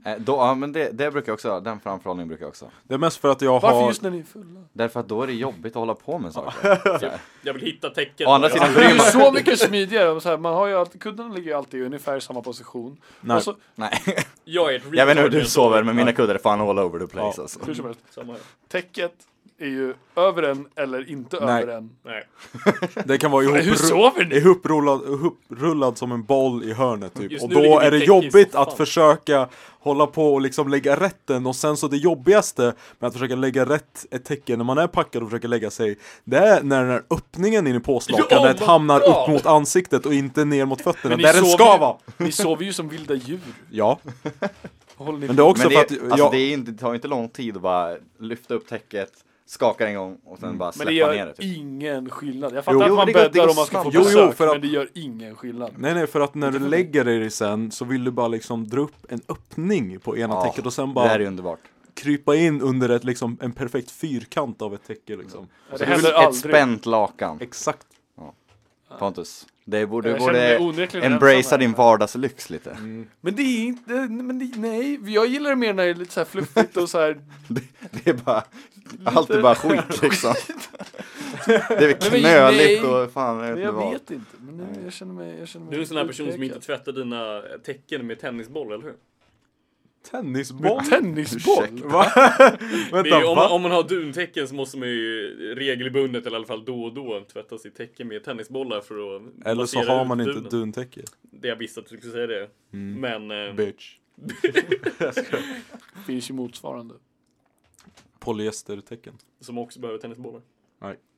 [SPEAKER 2] Eh, då, ja, men det, det brukar jag också, den framförhållningen brukar jag också.
[SPEAKER 5] Det är mest för att jag
[SPEAKER 4] Varför
[SPEAKER 5] har
[SPEAKER 4] just när ni är fulla?
[SPEAKER 2] Därför att då är det jobbigt att hålla på med saker. Så här.
[SPEAKER 3] Jag vill hitta tecken.
[SPEAKER 2] Å andra
[SPEAKER 3] Ja.
[SPEAKER 2] sidan
[SPEAKER 4] Det är
[SPEAKER 2] bryr
[SPEAKER 4] ju
[SPEAKER 2] man
[SPEAKER 4] så mycket smidigare. Och Så här, man har ju alltid, kuddarna ligger ju alltid i ungefär samma position.
[SPEAKER 5] Nej.
[SPEAKER 4] Och så,
[SPEAKER 2] Nej.
[SPEAKER 3] Jag är ett
[SPEAKER 2] Jag vet inte hur
[SPEAKER 3] retard,
[SPEAKER 2] du
[SPEAKER 3] jag
[SPEAKER 2] sover, men mina kuddar är fan all over the place
[SPEAKER 5] Ja.
[SPEAKER 2] alltså.
[SPEAKER 4] hur som helst,
[SPEAKER 3] Samma här.
[SPEAKER 4] täcket är ju över en eller inte
[SPEAKER 5] Nej.
[SPEAKER 4] över en.
[SPEAKER 3] Nej,
[SPEAKER 5] Det kan vara ihop,
[SPEAKER 4] Hur sover ni?
[SPEAKER 5] är ihoprullad, ihoprullad som en boll i hörnet typ.
[SPEAKER 3] Just
[SPEAKER 5] Och
[SPEAKER 3] nu ligger
[SPEAKER 5] då är det
[SPEAKER 3] min täckis
[SPEAKER 5] jobbigt
[SPEAKER 3] som
[SPEAKER 5] att
[SPEAKER 3] fan.
[SPEAKER 5] försöka hålla på och liksom lägga rätt den och sen så det jobbigaste med att försöka lägga rätt ett tecken när man är packad och försöker lägga sig Det är när den här öppningen in i påslakanet
[SPEAKER 3] Ja, vad
[SPEAKER 5] hamnar
[SPEAKER 3] bra!
[SPEAKER 5] upp mot ansiktet och inte ner mot fötterna
[SPEAKER 4] Men ni
[SPEAKER 5] där den
[SPEAKER 4] sover
[SPEAKER 5] ska
[SPEAKER 4] ju-
[SPEAKER 5] vara!
[SPEAKER 4] Ni sover ju som vilda djur.
[SPEAKER 5] Ja,
[SPEAKER 4] Vad håller ni
[SPEAKER 5] men
[SPEAKER 4] på
[SPEAKER 5] det är också
[SPEAKER 2] Men det,
[SPEAKER 5] för att jag,
[SPEAKER 2] alltså, det, är inte, det tar inte lång tid att bara lyfta upp täcket, skaka en gång och sen bara
[SPEAKER 4] Mm. Men det
[SPEAKER 2] släppa ner
[SPEAKER 4] gör
[SPEAKER 2] det. Typ.
[SPEAKER 4] ingen skillnad. Jag
[SPEAKER 2] Jo,
[SPEAKER 4] fattar
[SPEAKER 2] jo,
[SPEAKER 4] att man
[SPEAKER 2] det går- det
[SPEAKER 4] bäddar
[SPEAKER 2] går
[SPEAKER 4] om man ska få
[SPEAKER 2] snabbt.
[SPEAKER 5] Jo, jo,
[SPEAKER 4] besök,
[SPEAKER 5] för att-
[SPEAKER 4] men det gör ingen skillnad.
[SPEAKER 5] Nej nej, för att när du lägger dig sen så vill du bara liksom dra upp en öppning på ena
[SPEAKER 2] Ja,
[SPEAKER 5] täcket och sen
[SPEAKER 2] Det här
[SPEAKER 5] bara
[SPEAKER 2] är ju underbart.
[SPEAKER 5] krypa in under ett, liksom, en perfekt fyrkant av ett täcke liksom
[SPEAKER 4] Det
[SPEAKER 2] Så
[SPEAKER 4] händer
[SPEAKER 2] ett
[SPEAKER 4] aldrig.
[SPEAKER 2] spänt lakan,
[SPEAKER 5] Exakt
[SPEAKER 2] Pontus. Det borde, du
[SPEAKER 4] Jag känner mig
[SPEAKER 2] borde
[SPEAKER 4] onekligen ensam
[SPEAKER 2] embracea
[SPEAKER 4] här.
[SPEAKER 2] din vardagslyx lite.
[SPEAKER 4] Men det är inte, men det, nej, jag gillar det mer när det är lite så här fluffigt och så här.
[SPEAKER 2] Det, det är bara, allt är bara skit liksom. Det är väl
[SPEAKER 4] Mm. Men vi-
[SPEAKER 2] knöligt
[SPEAKER 4] nej.
[SPEAKER 2] och fan jag
[SPEAKER 4] Men
[SPEAKER 2] vet inte
[SPEAKER 4] jag
[SPEAKER 2] vad.
[SPEAKER 4] vet inte. Men nu, jag känner mig, jag känner mig
[SPEAKER 3] du är en sån här person som
[SPEAKER 4] utpekad.
[SPEAKER 3] inte tvättar dina tecken med tennisboll, eller hur?
[SPEAKER 5] Tennisboll?
[SPEAKER 4] Tennisboll?
[SPEAKER 2] Ursäkta.
[SPEAKER 5] Va?
[SPEAKER 3] Det är,
[SPEAKER 5] Vänta,
[SPEAKER 3] ju- om,
[SPEAKER 5] va?
[SPEAKER 3] man, om man har duntäcken så måste man ju regelbundet, eller i alla fall då och då, tvätta sitt täcke med tennisbollar för att
[SPEAKER 5] Eller så
[SPEAKER 3] massera
[SPEAKER 5] har
[SPEAKER 3] ut
[SPEAKER 5] man inte
[SPEAKER 3] dunen.
[SPEAKER 5] duntäcke.
[SPEAKER 3] Det jag visste att du skulle säga det.
[SPEAKER 2] Mm.
[SPEAKER 3] Men... Eh,
[SPEAKER 5] Bitch.
[SPEAKER 4] Finns ju motsvarande.
[SPEAKER 5] Polyestertecken.
[SPEAKER 3] som också behöver tennisbollar.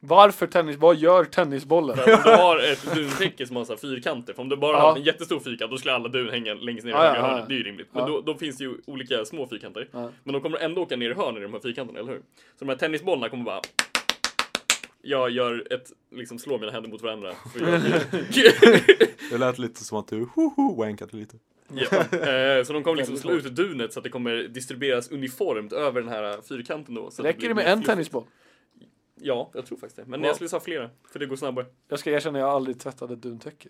[SPEAKER 4] Varför tennis? Vad gör tennisbollen?
[SPEAKER 3] För att om du har ett duntäcke som har så här fyrkanter, för om du bara
[SPEAKER 4] Ja.
[SPEAKER 3] har en jättestor fyrkant då skulle alla dun hänga längst ner i
[SPEAKER 4] Ja,
[SPEAKER 3] högra
[SPEAKER 4] ja, ja.
[SPEAKER 3] hörnet. Det är ju rimligt. Men
[SPEAKER 4] Ja.
[SPEAKER 3] då, då finns det ju olika små fyrkanter.
[SPEAKER 4] Ja.
[SPEAKER 3] Men de kommer ändå åka ner i hörnen i de här fyrkanterna, eller hur? Så de här tennisbollarna kommer bara jag gör ett, liksom slår mina händer mot varandra. För
[SPEAKER 5] Det lät lite som att du hoho wankade lite.
[SPEAKER 3] Japp. Eh, Så de kommer liksom slå ut dunet så att det kommer distribueras uniformt över den här fyrkanten då. Så att
[SPEAKER 4] Räcker
[SPEAKER 3] blir
[SPEAKER 4] det med
[SPEAKER 3] mer
[SPEAKER 4] en
[SPEAKER 3] fluffigt.
[SPEAKER 4] tennisboll?
[SPEAKER 3] Ja, jag tror faktiskt det. Men
[SPEAKER 4] Wow.
[SPEAKER 3] jag skulle säga flera, för det går snabbare.
[SPEAKER 4] Jag ska erkänna, jag har aldrig tvättat ett duntäcke.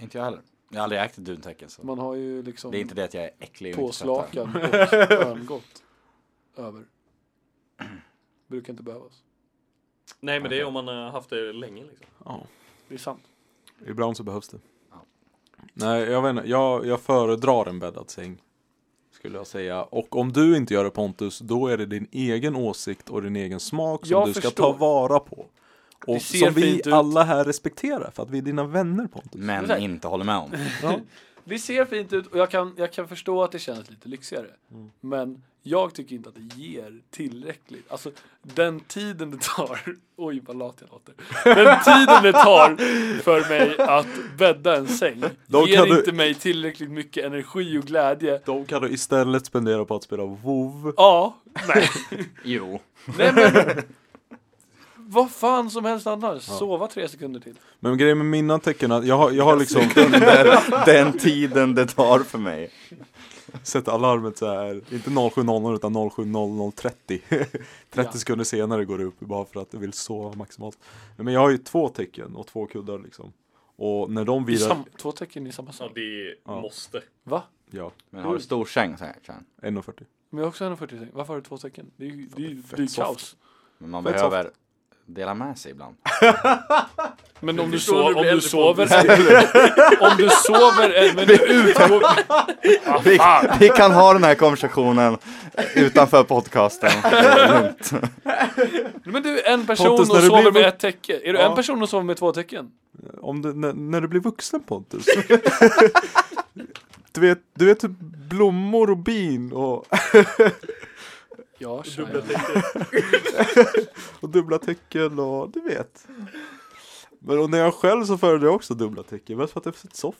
[SPEAKER 2] Inte jag heller. Jag har aldrig ägt ett duntäcke så.
[SPEAKER 4] Man har ju liksom
[SPEAKER 2] Det är inte det att jag är äcklig och inte tvättar.
[SPEAKER 4] påslakan och örngott över. Brukar inte behövas.
[SPEAKER 3] Nej, men det är om man har haft det länge liksom.
[SPEAKER 5] Ja.
[SPEAKER 4] Det är sant.
[SPEAKER 5] Ibland så behövs det.
[SPEAKER 2] Ja.
[SPEAKER 5] Nej, jag vet inte. Jag, jag föredrar en bäddad säng. Skulle jag säga. Och om du inte gör det Pontus, då är det din egen åsikt och din egen smak som
[SPEAKER 4] Jag
[SPEAKER 5] du ska ta
[SPEAKER 4] förstår.
[SPEAKER 5] vara på.
[SPEAKER 4] Det
[SPEAKER 5] Och
[SPEAKER 4] ser
[SPEAKER 5] som vi
[SPEAKER 4] fint ut.
[SPEAKER 5] alla här respekterar, för att vi är dina vänner Pontus.
[SPEAKER 4] Det är
[SPEAKER 2] Men
[SPEAKER 4] så-
[SPEAKER 2] inte håller med om.
[SPEAKER 4] Det ser fint ut och jag kan, jag kan förstå att det känns lite lyxigare.
[SPEAKER 5] Mm.
[SPEAKER 4] Men jag tycker inte att det ger tillräckligt. Alltså den tiden det tar. Oj vad lat jag låter. Den tiden det tar för mig att bädda en säng.
[SPEAKER 5] Då
[SPEAKER 4] ger
[SPEAKER 5] kan du-
[SPEAKER 4] inte mig tillräckligt mycket energi och glädje.
[SPEAKER 5] De kan du istället spendera på att spela WoW.
[SPEAKER 4] Ja, nej.
[SPEAKER 2] Jo.
[SPEAKER 4] nej men. Vad fan som helst annars. Sova tre sekunder till.
[SPEAKER 5] Men grejen med mina tecken är att jag har, jag har liksom
[SPEAKER 2] Under den tiden det tar för mig.
[SPEAKER 5] sett alarmet så här, inte 07.00 utan 07.00.30. 30
[SPEAKER 4] Ja.
[SPEAKER 5] sekunder senare går det upp bara för att du vill sova maximalt. Men jag har ju två tecken och två kuddar liksom. Och när de
[SPEAKER 4] I
[SPEAKER 5] virar...
[SPEAKER 4] sam- två tecken i samma
[SPEAKER 3] Ja,
[SPEAKER 4] sak.
[SPEAKER 3] det
[SPEAKER 5] Ja.
[SPEAKER 3] måste.
[SPEAKER 4] Va?
[SPEAKER 5] Ja,
[SPEAKER 2] Men har du stor säng så här sen?
[SPEAKER 5] 1.40.
[SPEAKER 4] Men jag har också 140 säng. Varför har du två tecken? Det är ju det är, ju- det är ju
[SPEAKER 5] soft.
[SPEAKER 4] kaos.
[SPEAKER 2] Men man
[SPEAKER 5] Fett
[SPEAKER 2] behöver dela med sig ibland.
[SPEAKER 4] Men om du,
[SPEAKER 3] förstår
[SPEAKER 4] sov,
[SPEAKER 3] du
[SPEAKER 4] om
[SPEAKER 3] blir
[SPEAKER 4] du
[SPEAKER 3] äldre,
[SPEAKER 4] sover... om du sover... en- Men Ah,
[SPEAKER 2] Vi, vi kan ha den här konversationen utanför podcasten.
[SPEAKER 4] Men du, en person
[SPEAKER 5] Pontus, när
[SPEAKER 4] och
[SPEAKER 5] du
[SPEAKER 4] sover
[SPEAKER 5] blir-
[SPEAKER 4] med ett täcke. Är du
[SPEAKER 5] Ja.
[SPEAKER 4] en person och sover med två tecken?
[SPEAKER 5] Om du, när, när du blir vuxen Pontus. du vet, du vet typ blommor och bin och,
[SPEAKER 4] Ja,
[SPEAKER 3] Dubbla
[SPEAKER 4] tjej.
[SPEAKER 3] täcken.
[SPEAKER 5] och dubbla tecken och du vet. Men och när jag själv så föredrar jag också dubbla tecken, mest för att det är så soft.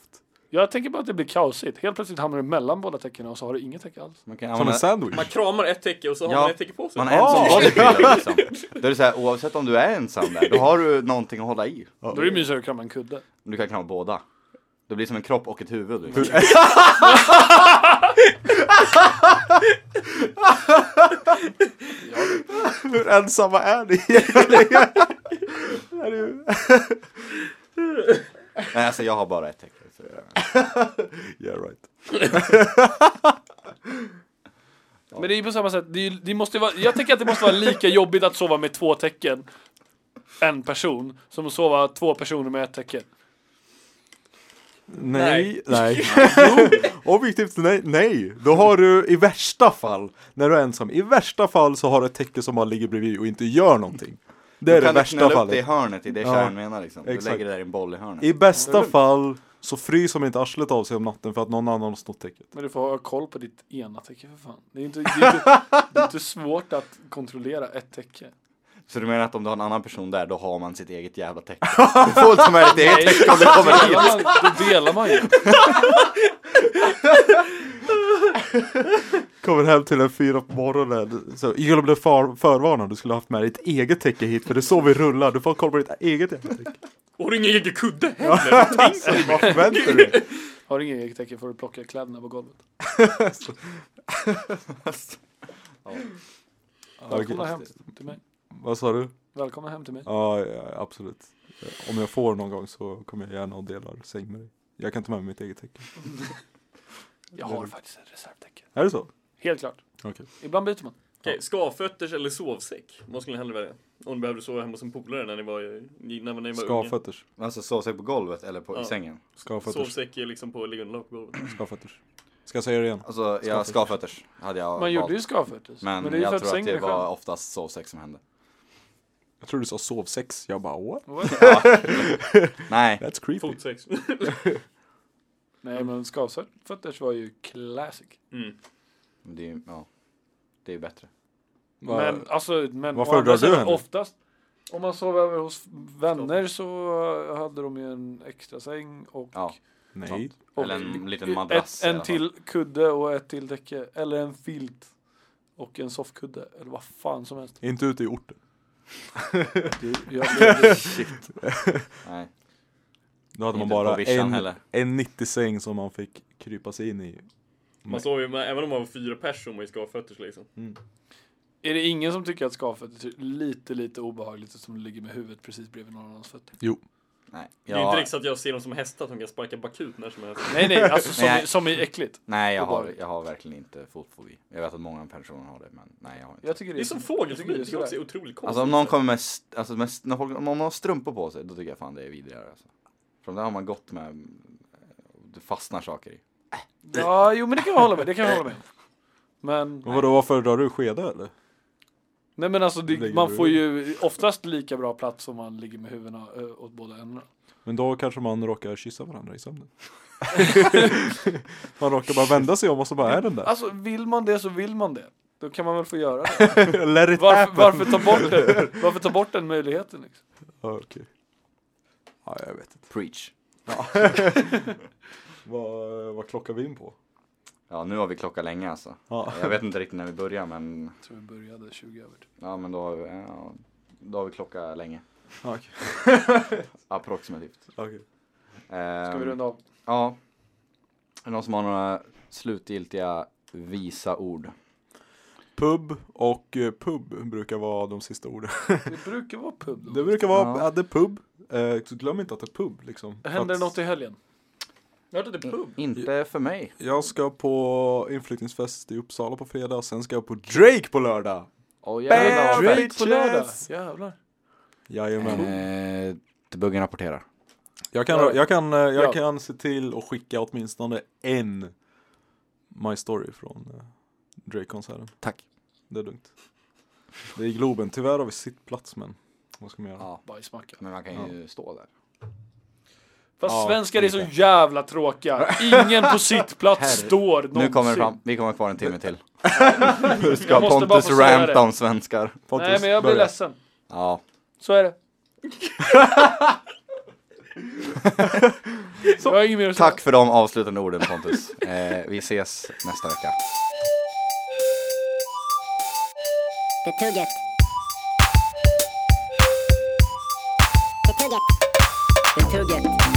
[SPEAKER 4] Jag tänker bara att det blir kaosigt. Helt plötsligt hamnar du mellan båda tecknen och så har du inget täcke alls.
[SPEAKER 2] Man kan
[SPEAKER 5] Som en
[SPEAKER 2] använda,
[SPEAKER 5] sandwich.
[SPEAKER 3] Man kramar ett täcke och så har
[SPEAKER 2] Ja.
[SPEAKER 3] man ett täcke
[SPEAKER 5] Typ.
[SPEAKER 3] på sig.
[SPEAKER 2] man är
[SPEAKER 5] Ah.
[SPEAKER 2] ensam i kylen, liksom. Då är det så här, oavsett om du är ensam där, då har du någonting att hålla i.
[SPEAKER 4] Då är det mysigare att krama en kudde.
[SPEAKER 2] Du kan knappt båda. Det blir som en kropp och ett huvud. Liksom.
[SPEAKER 5] Hur- Hur ensamma är ni egentligen?
[SPEAKER 2] Nej, alltså jag har bara ett täcke. Så...
[SPEAKER 5] yeah right.
[SPEAKER 4] Men det är ju på samma sätt. Det, är ju- det måste ju vara, jag tänker att det måste vara lika jobbigt att sova med två tecken. En person. Som att sova två personer med ett täcke.
[SPEAKER 5] Nej, nej. jo, objektivt nej, nej. Då har du i värsta fall, när du är ensam, i värsta fall så har du ett täcke som bara ligger bredvid och inte gör någonting. Det är
[SPEAKER 2] du
[SPEAKER 5] det
[SPEAKER 2] kan
[SPEAKER 5] värsta
[SPEAKER 2] knälla upp det i
[SPEAKER 5] fallet.
[SPEAKER 2] hörnet i det
[SPEAKER 5] Ja,
[SPEAKER 2] kärn menar liksom. Du
[SPEAKER 5] exakt.
[SPEAKER 2] lägger det där i en boll i hörnet.
[SPEAKER 5] I bästa fall så fryser man inte arslet av sig om natten för att någon annan har snott täcket.
[SPEAKER 4] Men du får ha koll på ditt ena täcke för fan. Det är inte, det är inte, det är inte svårt att kontrollera ett täcke.
[SPEAKER 2] Så du menar att om du har en annan person där, då har man sitt eget jävla täcke? Du får ta med ditt eget täcke om det
[SPEAKER 4] Då
[SPEAKER 2] kommer hit.
[SPEAKER 4] delar man, då delar man ju.
[SPEAKER 5] Kommer hem till en fyra på morgonen. Så jag blev för, förvarnad. Du skulle haft med ditt eget täcke hit. För det är så vi rullar. Du får kolla på ditt eget jävla täcke.
[SPEAKER 3] Har du ingen egen kudde heller?
[SPEAKER 5] Alltså, vad förväntar du dig?
[SPEAKER 4] Har du inget eget täcke får du plocka kläderna på golvet. Välkomna hem till mig.
[SPEAKER 5] Vad sa du?
[SPEAKER 4] Välkomna hem till mig.
[SPEAKER 5] Ja, ja, absolut. Eh, Om jag får någon gång så kommer jag gärna och delar säng med dig. Jag kan ta med mig mitt eget täcke.
[SPEAKER 4] Jag har faktiskt ett reservtäcke.
[SPEAKER 5] Är det så?
[SPEAKER 4] Helt klart.
[SPEAKER 5] Okej.
[SPEAKER 4] Ibland byter man.
[SPEAKER 3] Okej, skavfötters eller sovsäck? Vad skulle ni hellre välja? Om ni behövde sova hemma hos en polare när ni var, eh, när ni var unga?
[SPEAKER 5] Skavfötters.
[SPEAKER 2] Alltså sova sig på golvet eller på,
[SPEAKER 3] Ja.
[SPEAKER 2] i sängen?
[SPEAKER 5] Skavfötters.
[SPEAKER 3] Sovsäck är liksom på liggunderlag på golvet.
[SPEAKER 5] Skavfötters. Ska jag säga det igen?
[SPEAKER 2] Alltså, jag skavfötters hade jag
[SPEAKER 4] Man gjorde ju
[SPEAKER 2] valt.
[SPEAKER 4] skavfötters.
[SPEAKER 2] Men,
[SPEAKER 4] det är ju för
[SPEAKER 2] jag
[SPEAKER 4] att
[SPEAKER 2] tror att
[SPEAKER 4] sängen
[SPEAKER 2] det
[SPEAKER 4] är skön.
[SPEAKER 2] var oftast sovsex som hände.
[SPEAKER 5] Jag tror du sa sovsex. Jag bara what?
[SPEAKER 2] Nej,
[SPEAKER 5] That's creepy.
[SPEAKER 3] Fotsex.
[SPEAKER 4] Nej men skavfötters var ju classic.
[SPEAKER 3] Mm.
[SPEAKER 2] det är ju ja, det är ju bättre.
[SPEAKER 5] Vad-
[SPEAKER 4] Men alltså, men
[SPEAKER 5] Vad
[SPEAKER 4] å
[SPEAKER 5] föredrar
[SPEAKER 4] andra
[SPEAKER 5] du,
[SPEAKER 4] sidan,
[SPEAKER 5] Henrik?
[SPEAKER 4] Oftast, om man sov över hos vänner så hade de ju en extra säng och,
[SPEAKER 2] Ja,
[SPEAKER 5] Nej.
[SPEAKER 4] och
[SPEAKER 2] Eller en liten madrass i
[SPEAKER 4] ett,
[SPEAKER 2] alla
[SPEAKER 4] en
[SPEAKER 2] fall.
[SPEAKER 4] till kudde och ett till täcke. Eller en filt och en soffkudde. Eller vad fan som helst.
[SPEAKER 5] Inte ute i orten.
[SPEAKER 4] Du, jag blev,
[SPEAKER 2] Shit. Nej,
[SPEAKER 5] Då hade man
[SPEAKER 2] Inte på
[SPEAKER 5] bara
[SPEAKER 2] vischan
[SPEAKER 5] en,
[SPEAKER 2] heller.
[SPEAKER 5] en 90-säng som man fick krypa sig in i.
[SPEAKER 3] Man sov ju, men även om man var fyra pers så var man ju skavfötters liksom.
[SPEAKER 4] är det ingen som tycker att skafet är typ lite, lite obehagligt som det ligger med huvudet precis bredvid någon annans fötter?
[SPEAKER 2] nej.
[SPEAKER 3] Det är
[SPEAKER 2] Jag,
[SPEAKER 3] inte
[SPEAKER 4] liksom
[SPEAKER 3] riktigt så att jag ser dem som hästar som kan sparka bakut när som helst.
[SPEAKER 4] Nej, nej, alltså som,
[SPEAKER 2] Nej.
[SPEAKER 4] i- som är äckligt.
[SPEAKER 2] nej jag, har,
[SPEAKER 4] obehagligt.
[SPEAKER 2] jag har verkligen inte fotfobi. Jag vet att många personer har det, men nej jag har inte.
[SPEAKER 4] Jag tycker det
[SPEAKER 3] Det är som fågelfobi, det
[SPEAKER 4] jag
[SPEAKER 3] tycker
[SPEAKER 4] tycker
[SPEAKER 3] jag
[SPEAKER 4] det
[SPEAKER 3] också är
[SPEAKER 4] är
[SPEAKER 3] otroligt konstigt.
[SPEAKER 2] Alltså om någon kommer med, st- alltså med st- när folk, om någon har strumpor på sig, då tycker jag fan det är vidrigare. Alltså. För de där har man gått med, eh, det fastnar saker i.
[SPEAKER 4] sådär. Ja, jo men det kan jag hålla med, det kan jag hålla med. Men,
[SPEAKER 5] Men vadå, vad föredrar du? Skede eller?
[SPEAKER 4] nej men alltså det,
[SPEAKER 5] Lägger du
[SPEAKER 4] man får
[SPEAKER 5] i?
[SPEAKER 4] ju oftast lika bra plats om man ligger med huvudena ö, åt båda ändarna.
[SPEAKER 5] Men då kanske man råkar kyssa varandra i sömnen. man råkar bara vända sig om och så bara är den där.
[SPEAKER 4] Alltså vill man det så vill man det. Då kan man väl få göra det.
[SPEAKER 5] Let it
[SPEAKER 4] Varför,
[SPEAKER 5] happen.
[SPEAKER 4] varför, ta, bort den? varför ta bort den möjligheten? Liksom?
[SPEAKER 5] Ja, okej. Ja, jag vet inte.
[SPEAKER 2] Preach.
[SPEAKER 5] Vad, vad klockar vi in på?
[SPEAKER 2] Ja nu har vi klockat länge alltså.
[SPEAKER 5] Ja.
[SPEAKER 2] Jag vet inte riktigt när vi börjar men,
[SPEAKER 4] Jag tror vi började typ. 20 över.
[SPEAKER 2] ja men då har vi, ja, då har vi klockat länge.
[SPEAKER 5] Ja, Okej.
[SPEAKER 2] Approximativt.
[SPEAKER 5] Okej.
[SPEAKER 2] Ehm,
[SPEAKER 4] Ska vi runda av?
[SPEAKER 2] Ja. Är det någon som har några slutgiltiga visa ord?
[SPEAKER 5] Pub och eh, pub brukar vara de sista orden.
[SPEAKER 4] Det brukar vara pub då.
[SPEAKER 5] Det brukar vara,
[SPEAKER 2] Ja.
[SPEAKER 5] ja. det är pub. Eh, så glöm inte att det är pub liksom.
[SPEAKER 4] Händer det
[SPEAKER 5] För att
[SPEAKER 4] något i helgen?
[SPEAKER 3] Jag hörde det pub.
[SPEAKER 2] Inte för mig.
[SPEAKER 5] Jag ska på inflyttningsfest i Uppsala på fredag, sen ska jag på Drake på lördag!
[SPEAKER 2] Oh,
[SPEAKER 5] Bam!
[SPEAKER 2] jävlar.
[SPEAKER 5] Drake
[SPEAKER 4] Drake på lördag?
[SPEAKER 5] Bitches!
[SPEAKER 4] Jävlar.
[SPEAKER 5] Jajamän.
[SPEAKER 2] Eh, Buggen rapporterar.
[SPEAKER 5] Jag kan,
[SPEAKER 4] Ja.
[SPEAKER 5] jag kan, eh, jag
[SPEAKER 4] Ja.
[SPEAKER 5] kan se till att skicka åtminstone en My Story från eh, Drake-konserten.
[SPEAKER 2] Tack.
[SPEAKER 5] Det är lugnt. Det är i Globen. Tyvärr har vi sittplats men vad ska man göra?
[SPEAKER 2] Ja,
[SPEAKER 4] Bajsmacka.
[SPEAKER 2] men man kan ju stå där.
[SPEAKER 4] Fast
[SPEAKER 5] Ja,
[SPEAKER 4] svenskar är så
[SPEAKER 5] lite.
[SPEAKER 4] jävla tråkiga. Ingen på sitt
[SPEAKER 2] Herre.
[SPEAKER 4] plats står någonsin.
[SPEAKER 2] Nu kommer det fram, vi kommer kvar en timme till.
[SPEAKER 5] Du
[SPEAKER 4] Jag måste bara
[SPEAKER 5] ska
[SPEAKER 2] Pontus
[SPEAKER 4] få säga det.
[SPEAKER 2] ranta om svenskar.
[SPEAKER 5] Pontus,
[SPEAKER 4] Nej men jag blir
[SPEAKER 5] börja.
[SPEAKER 4] ledsen.
[SPEAKER 2] Ja,
[SPEAKER 4] Så är det. jag har inget mer att säga.
[SPEAKER 2] tack för de avslutande orden Pontus. Eh, vi ses nästa vecka.
[SPEAKER 1] The Tugget. The Tugget. The Tugget.